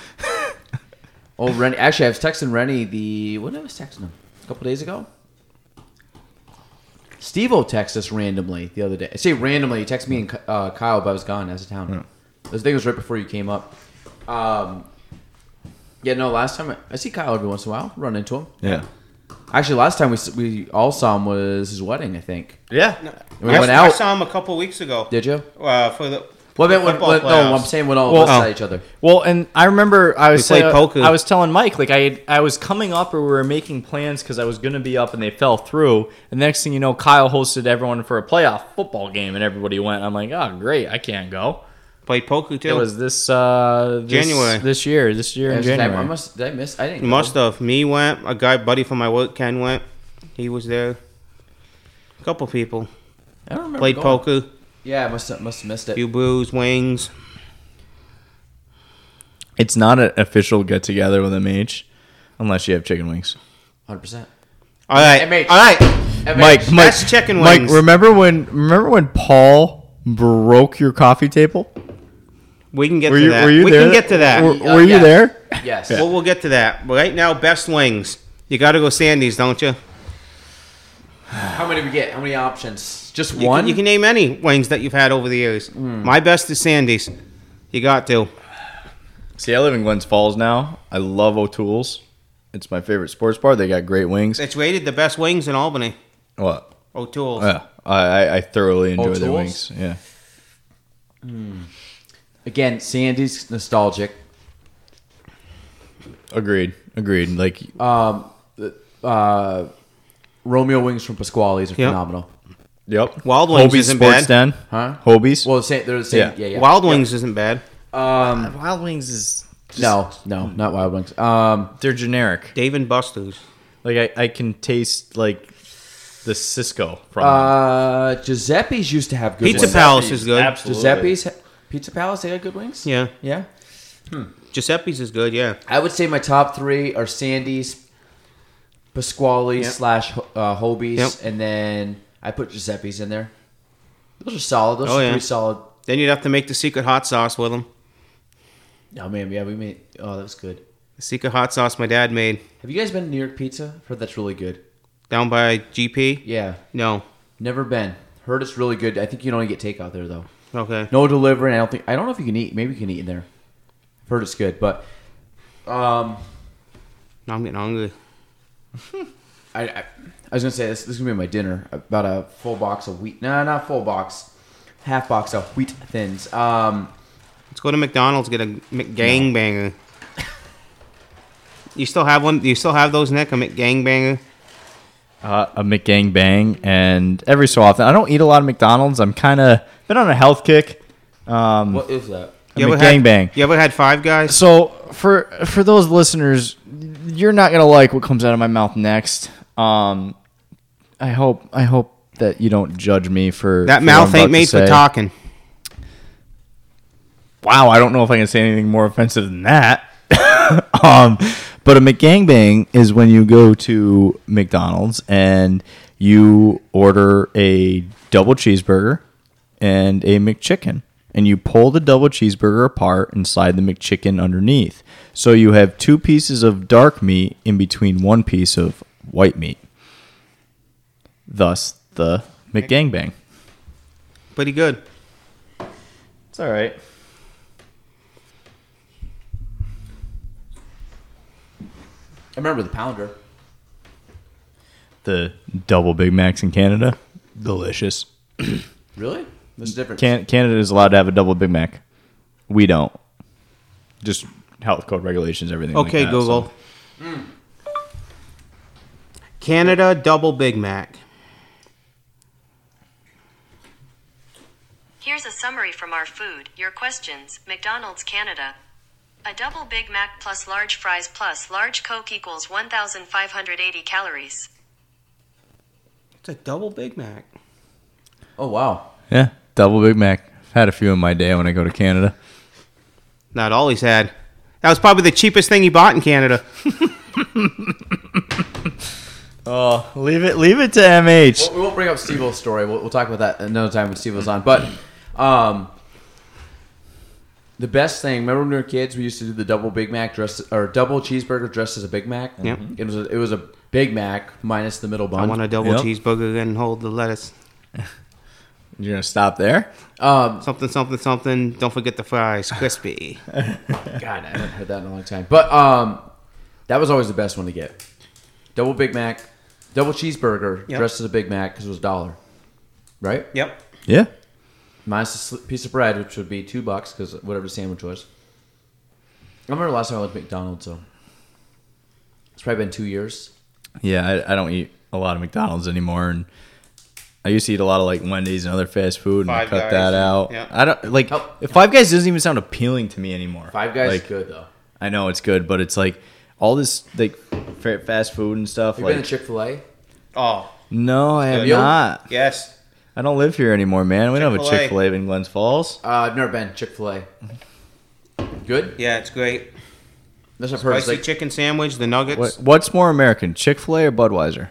Old Rennie. Actually, I was texting Rennie the when I was texting him a couple days ago. Steve-O texted us randomly the other day. I say randomly. He texted me and uh, Kyle, but I was gone. I was in town. I think it was right before you came up. Um, yeah, no. Last time I, I see Kyle every once in a while, run into him.
Yeah.
Actually, last time we s- we all saw him was his wedding. I think.
Yeah.
We
I,
went
I
out.
saw him a couple weeks ago.
Did you?
Uh, for the
Well, I meant when,
football
when, no, I'm
playoffs.
saying when all
Well,
of us saw
oh.
each other.
Well, and I remember I was
played
saying-
poker.
I was telling Mike like I had, I was coming up or we were making plans because I was going to be up and they fell through. And next thing you know, Kyle hosted everyone for a playoff football game and everybody went. I'm like, oh great, I can't go.
Played poker too.
It was this, uh, this
January.
this year, this year in
Actually,
January.
I, I must. Did I miss? I didn't. go.
Must have. Me went. A guy buddy from my work, Ken went. He was there. A couple people
I don't remember
played
going.
poker.
Yeah, I must have, must have missed it.
Few brews, wings.
It's not an official get together with MH unless you have chicken wings.
Hundred percent.
All right,
MH.
all right.
Mike, Mike,
That's chicken
Mike,
wings.
remember when remember when Paul broke your coffee table?
We can get
Were
to
you,
that.
were you
we
there?
can get to that.
Were,
Well,
Uh,
were you
yes.
there?
Yes.
we'll, get to that. But right now, best wings. You got to go Sandy's, don't you?
How many we get? How many options? Just
you
one.
Can, you can name any wings that you've had over the years.
Hmm.
My best is Sandy's. You got to.
See, I live in Glens Falls now. I love O'Toole's. It's my favorite sports bar. They got great wings.
It's rated the best wings in Albany.
What?
O'Toole's.
Yeah, I, I- I thoroughly enjoy their
O'Toole's?
wings. Yeah.
Again, Sandy's nostalgic.
Agreed. Agreed. Like
Uh, Romeo wings from Pasquale's are
Yep.
phenomenal.
yep.
Wild wings isn't bad.
Sports Den.
Huh?
Hobies.
Well, the same, they're the same. Yeah,
Yeah.
yeah.
Wild wings isn't bad.
Wild Wings is
No, no,
Hmm.
not wild wings. Um,
they're generic.
Dave and Buster's.
Like I, I can taste like the Cisco from
uh, Giuseppe's used to have good
Pizza
wings.
Palace is good.
Giuseppe's ha- Pizza Palace. They got good wings.
Yeah.
Yeah.
Giuseppe's is good, yeah.
I would say my top three are Sandy's, Pasquale
Yep.
slash uh, Hobie's,
Yep.
and then I put Giuseppe's in there. Those are solid. Those
Oh,
are
yeah.
three solid.
Then you'd have to make the secret hot sauce with them.
Oh man, yeah, we made. Oh, that was good.
The secret hot sauce my dad made
Have you guys been to New York Pizza? Heard that's really good.
down by GP.
Yeah,
No.
never been. Heard it's really good. I think you can only get takeout there though.
Okay.
No delivery. I don't think. I don't know if you can eat. Maybe you can eat in there. I've heard it's good, but um,
Now I'm getting hungry.
I, I, I was gonna say this. This is gonna be my dinner. About a full box of wheat. No, not full box. Half box of wheat thins. Um,
Let's go to McDonald's get a McGangbanger. You still have one? You still have those, Nick? A McGangbanger?
uh, a McGangbang, and every so often I don't eat a lot of McDonald's. I'm kind of been on a health kick. Um,
what is that?
a
You ever had-
McGangbang.
You ever had Five Guys?
So for for those listeners, you're not gonna like what comes out of my mouth next. Um, I hope I hope that you don't judge me for
That
for what I'm
mouth
about
ain't
to
made for
say.
talking.
Wow, I don't know if I can say anything more offensive than that. um, but a McGangbang is when you go to McDonald's and you order a double cheeseburger and a McChicken. And you pull the double cheeseburger apart and slide the McChicken underneath. So you have two pieces of dark meat in between one piece of white meat. Thus, the McGangbang.
Pretty good.
It's all right.
I remember the pounder.
The double Big Macs in Canada. Delicious.
Really? What's the difference?
Can- Canada is allowed to have a double Big Mac. We don't. Just health code regulations, everything. like
Okay,
that, so-
Google. Hmm. Canada double Big Mac.
Here's a summary from our food, your questions, McDonald's Canada. A double Big Mac plus large fries plus large Coke equals 1,580 calories.
It's a double Big Mac.
Oh wow.
Yeah, double Big Mac. I've had a few in my day when I go to Canada.
Not all he's had. That was probably the cheapest thing he bought in Canada.
Oh, leave it, leave it to MH.
Well, we won't bring up Steve O's story. We'll, we'll talk about that another time when Steve O's on. But um, the best thing, remember when we were kids, we used to do the double Big Mac dressed or double cheeseburger dressed as a Big Mac.
Yep.
It was a, it was a Big Mac minus the middle bun.
I want a double
Yep.
cheeseburger and hold the lettuce.
You're gonna stop there? Oh.
um,
Something, something, something. Don't forget the fries, crispy.
God, I haven't heard that in a long time. But um, that was always the best one to get. Double Big Mac, double cheeseburger
Yep.
dressed as a Big Mac because it was a dollar, right?
yep.
Yeah.
Minus a sli- piece of bread, which would be two bucks because whatever the sandwich was. I remember last time I went to McDonald's, so it's probably been two years.
Yeah, I, I don't eat a lot of McDonald's anymore, and I used to eat a lot of like Wendy's and other fast food, and I
Five
cut
Guys,
that out.
yeah.
I don't like
Oh.
Five Guys doesn't even sound appealing to me anymore.
Five Guys
like,
is good though.
I know it's good, but it's like all this like fa- fast food and stuff.
Have you
like
been to Chick Fil A?
Oh,
no, I have
Yo.
not.
yes.
I don't live here anymore, man. We don't have a
Chick-fil-A.
Chick Fil A in Glens Falls.
Uh, I've never been Chick Fil A. Good.
Yeah, it's great.
That's what I've heard. It's
Spicy
like
chicken sandwich, the nuggets,
What, what's more American, Chick Fil A or Budweiser?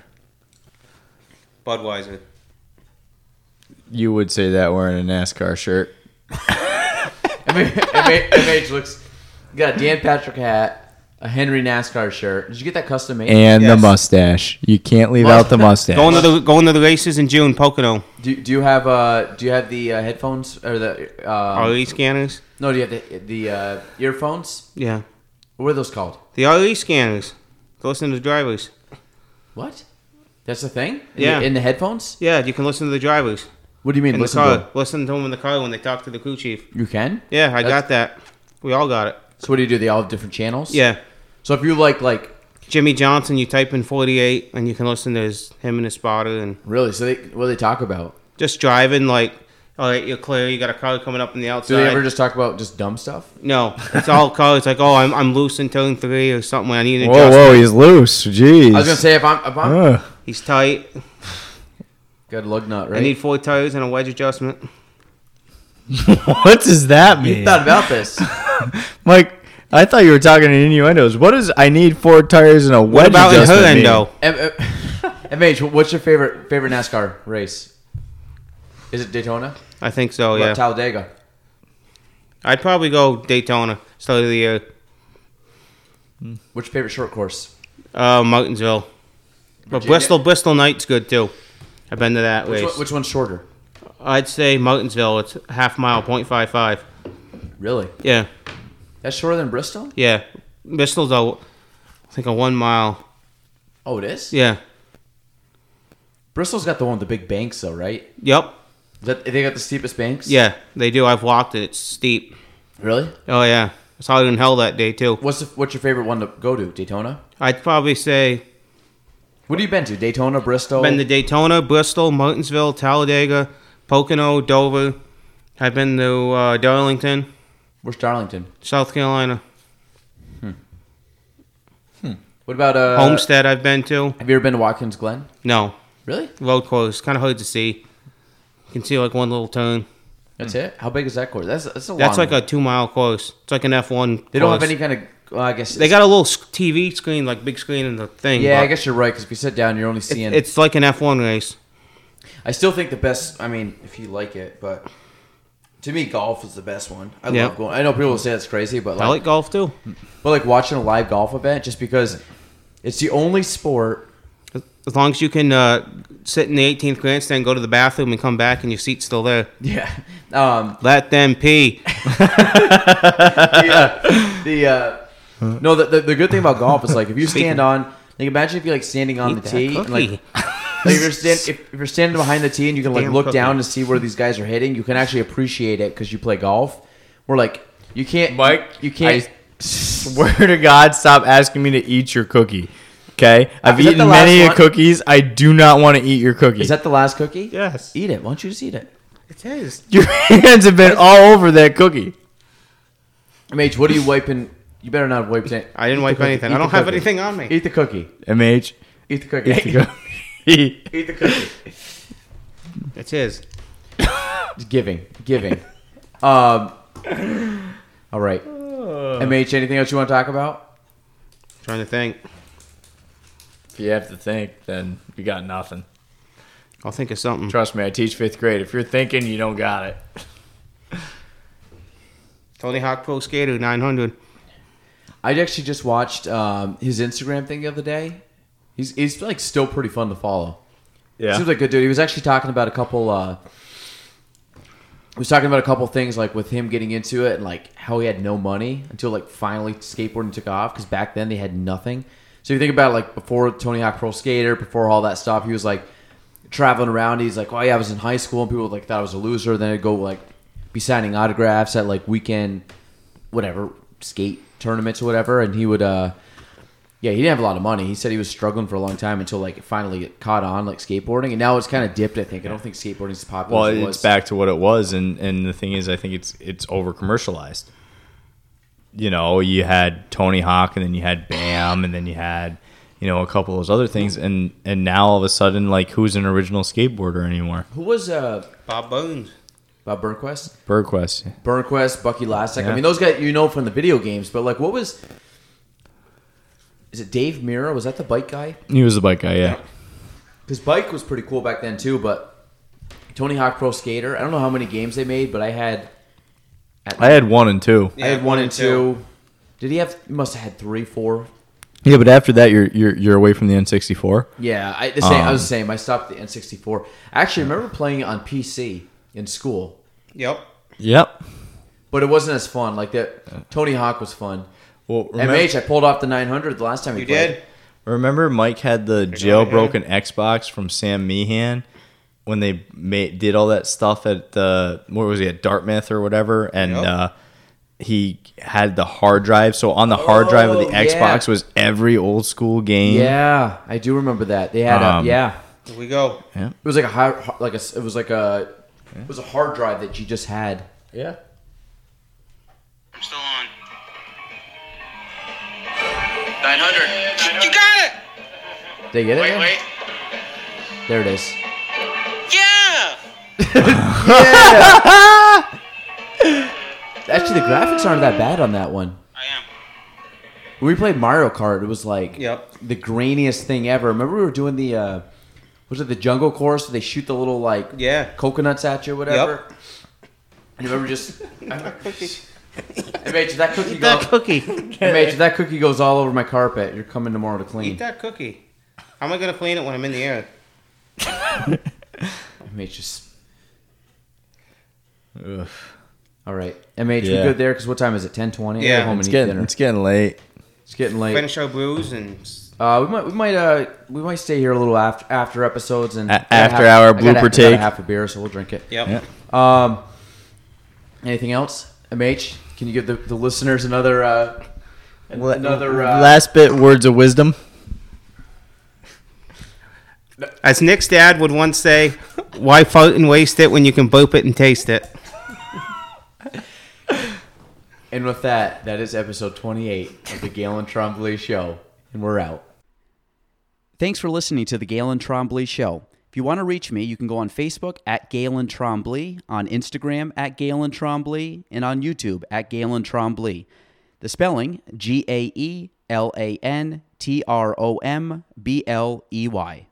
Budweiser.
You would say that wearing a NASCAR shirt.
MH, MH looks. You got a Dan Patrick hat, a Henry NASCAR shirt. Did you get that custom made?
And
Yes.
the mustache. You can't leave out the mustache.
Going to the going to the races in June, Pocono.
do, do you have uh do you have the uh, headphones or the
Oh.
uh,
RE scanners.
no do you have the the uh, earphones?
Yeah.
What are those called?
The RE scanners. To listen to the drivers.
What? That's the thing? In
Yeah.
The, in the headphones?
Yeah, you can listen to the drivers
What do you mean?
in
listen
the car.
to
Listen to them in the car when they talk to the crew chief.
You can?
Yeah, I
That's-
got that. We all got it.
So what do you do? They all have different channels?
Yeah.
So if you like like
Jimmy Johnson, you type in 48 and you can listen to his, him and his spotter and
really, so they what do they talk about?
just driving like, all right, you're clear. You got a car coming up on the
Do
outside.
they ever just talk about just dumb stuff?
no, it's all cars. Like, oh, I'm, I'm loose in turn three or something. I need an
whoa,
adjustment.
whoa, he's loose. Jeez.
I was gonna say if I'm if I'm
Ugh.
He's tight.
got a lug nut, right?
I need four tires and a wedge adjustment.
what does that mean?
you thought about this.
Mike, I thought you were talking in innuendos. What is I need four tires and a wedge
What about in her
adjustment mean?
end though?
M- M- MH, what's your favorite favorite NASCAR race? Is it Daytona?
I think so.
What about
Yeah,
Talladega.
I'd probably go Daytona. Start of the year,
What's your favorite short course?
uh, Martinsville, but
Virginia?
Bristol Bristol Night's good too. I've been to that
Which,
race.
one, which one's shorter?
I'd say Martinsville. It's half mile, 0.55.
Really?
Yeah,
That's shorter than Bristol?
yeah. Bristol's a, I think a one mile.
Oh, it is?
Yeah.
Bristol's got the one with the big banks, though, right?
Yep.
Is that, they got the steepest banks?
Yeah, they do. I've walked it. It's steep.
Really?
Oh yeah, it's hotter than hell that day too.
What's the, what's your favorite one to go to? Daytona?
I'd probably say
What have you been to? Daytona, Bristol?
been to Daytona, Bristol, Martinsville, Talladega, Pocono, Dover. I've been to uh, Darlington,
Where's Darlington?
South Carolina,
What about uh,
Homestead. I've been to.
Have you ever been to Watkins Glen?
No,
Really?
road course. Kind of hard to see. You can see like one little turn.
That's it. How big is that course? That's that's a
Hmm. That's
long
like a two mile course. It's like an F one.
They don't have any kind of. Well, I guess
They got a little sc- TV screen, like big screen in the thing.
Yeah,
but
I guess you're right because if you sit down, you're only
it-
seeing.
it's like an F one race.
I still think the best. I mean, if you like it, but to me, golf is the best one. I
Yeah.
love going. I know people will say that's crazy, but
I
like,
like golf too.
but like watching a live golf event just because it's the only sport.
As long as you can uh, sit in the 18th grandstand, go to the bathroom, and come back, and your seat's still there.
Yeah. Um.
Let them pee.
The. Uh, the uh, no, the, the the good thing about golf is like if you stand on, like imagine if you're like standing on
Eat
the
that
tee and like
cookie.
Like if, you're stand, if, if you're standing behind the tee and you can like
Damn
look
cookie.
down and see where these guys are hitting, you can actually appreciate it because you play golf. We're like, you can't,
Mike,
You can't.
Swear
Swear to God, stop asking me to eat your cookie. Okay, I've
Is that the
eaten
last
many
one?
cookies. I do not want to eat your cookie.
is that the last cookie?
Yes.
Eat it. Why don't you just eat it?
It is.
your hands have been all over that cookie?
Mh, what are you wiping? You better not wipe it.
I
Eat
didn't
the
wipe
cookie.
anything.
Eat
I
the
don't have
cookie.
anything on me.
Eat the cookie.
Mh.
Eat the cookie. Eat the cookie. eat the cookie.
It is.
It's giving, giving. Um. All right. Mh, anything else you want to talk about?
trying to think.
if you have to think, then you got nothing.
I'll think of something.
Trust me, I teach fifth grade. If you're thinking, you don't got it.
Tony Hawk Pro Skater 900.
I actually just watched um, his Instagram thing the other day. He's he's like still pretty fun to follow.
Yeah.
Seems like a good dude. He was actually talking about a couple. Uh, he was talking about a couple things like with him getting into it and like how he had no money until like finally skateboarding took off because back then they had nothing. So you think about like before Tony Hawk Pro Skater, before all that stuff, he was like traveling around. He's like, oh yeah, I was in high school and people like thought I was a loser. Then I'd go like be signing autographs at like weekend, whatever skate tournaments or whatever, and he would. uh yeah, he didn't have a lot of money. He said he was struggling for a long time until like it finally it caught on, like skateboarding, and now it's kind of dipped. I think I don't think skateboarding's as popular.
well,
as it
it's
was.
back to what it was, and and the thing is, I think it's it's over commercialized. You know, you had Tony Hawk, and then you had Bam, and then you had you know a couple of those other things, and and now all of a sudden, like, who's an original skateboarder anymore?
Who was uh,
Bob Bones.
Bob Burnquist?
BirdQuest.
Burnquist, Bucky Lasek. I
Yeah.
mean, those guys you know from the video games, but like, what was? Is it Dave Mira? Was that the bike guy?
He was the bike guy, yeah.
His bike was pretty cool back then too. But Tony Hawk Pro Skater. I don't know how many games they made, but I had
I had one and two.
I had
Yeah,
one and two. Did he have? He must have had three, four.
Yeah, but after that, you're you're you're away from the N64.
Yeah, I, the same, I was the same. I stopped the N64. I actually remember playing it on PC in school,
Yep.
Yep.
but it wasn't as fun. Like that, Tony Hawk was fun.
Well,
MH, I pulled off the 900 the last time we
You
played.
did?
Remember, Mike had the jailbroken Xbox from Sam Meehan when they made, did all that stuff at the what was he at Dartmouth or whatever, and
Yep.
uh, he had the hard drive. So on the hard drive of the
Oh, yeah.
Xbox was every old school game.
Yeah, I do remember that. They had
Um,
a yeah.
Here we go.
It was like a hard, like a it was like a it was a hard drive that you just had. Yeah.
I'm still on. 900.
You got it!
Did I get it?
Wait,
again?
wait.
There it is.
Yeah!
Actually, the graphics aren't that bad on that one.
I am.
When we played Mario Kart, it was like
Yep.
the grainiest thing ever. Remember we were doing the uh was it the jungle course where they shoot the little like
Yeah.
coconuts at you or whatever? And remember just MH, that cookie
Eat that
goes
cookie.
MH, that cookie goes all over my carpet. You're coming tomorrow to clean.
Eat that cookie. How am I going to clean it when I'm in the air?
MH just
Ugh.
All right, MH, we
Yeah.
good there? Because what time is it? Ten twenty.
Yeah,
home
It's
and eat
getting
dinner.
it's getting late.
It's getting late.
Finish our brews and s-
Uh, we might, we might, uh, we might stay here a little after after episodes and
A-
I gotta
after
have-
hour
I gotta-
blooper
I gotta
take.
half a beer, so we'll drink it.
yep.
Yeah.
Um, anything else, MH? Can you give the, the listeners another uh, an- another uh,
last bit words of wisdom.
As Nick's dad would once say, "Why fight and waste it when you can boop it and taste it?"
And with that, that is episode 28 of the Galen Trombley Show, and we're out. Thanks for listening to the Galen Trombley Show. If you want to reach me, you can go on Facebook at Galen Trombley, on Instagram at Galen Trombley, and on YouTube at Galen Trombley. The spelling G A E L A N T R O M B L E Y.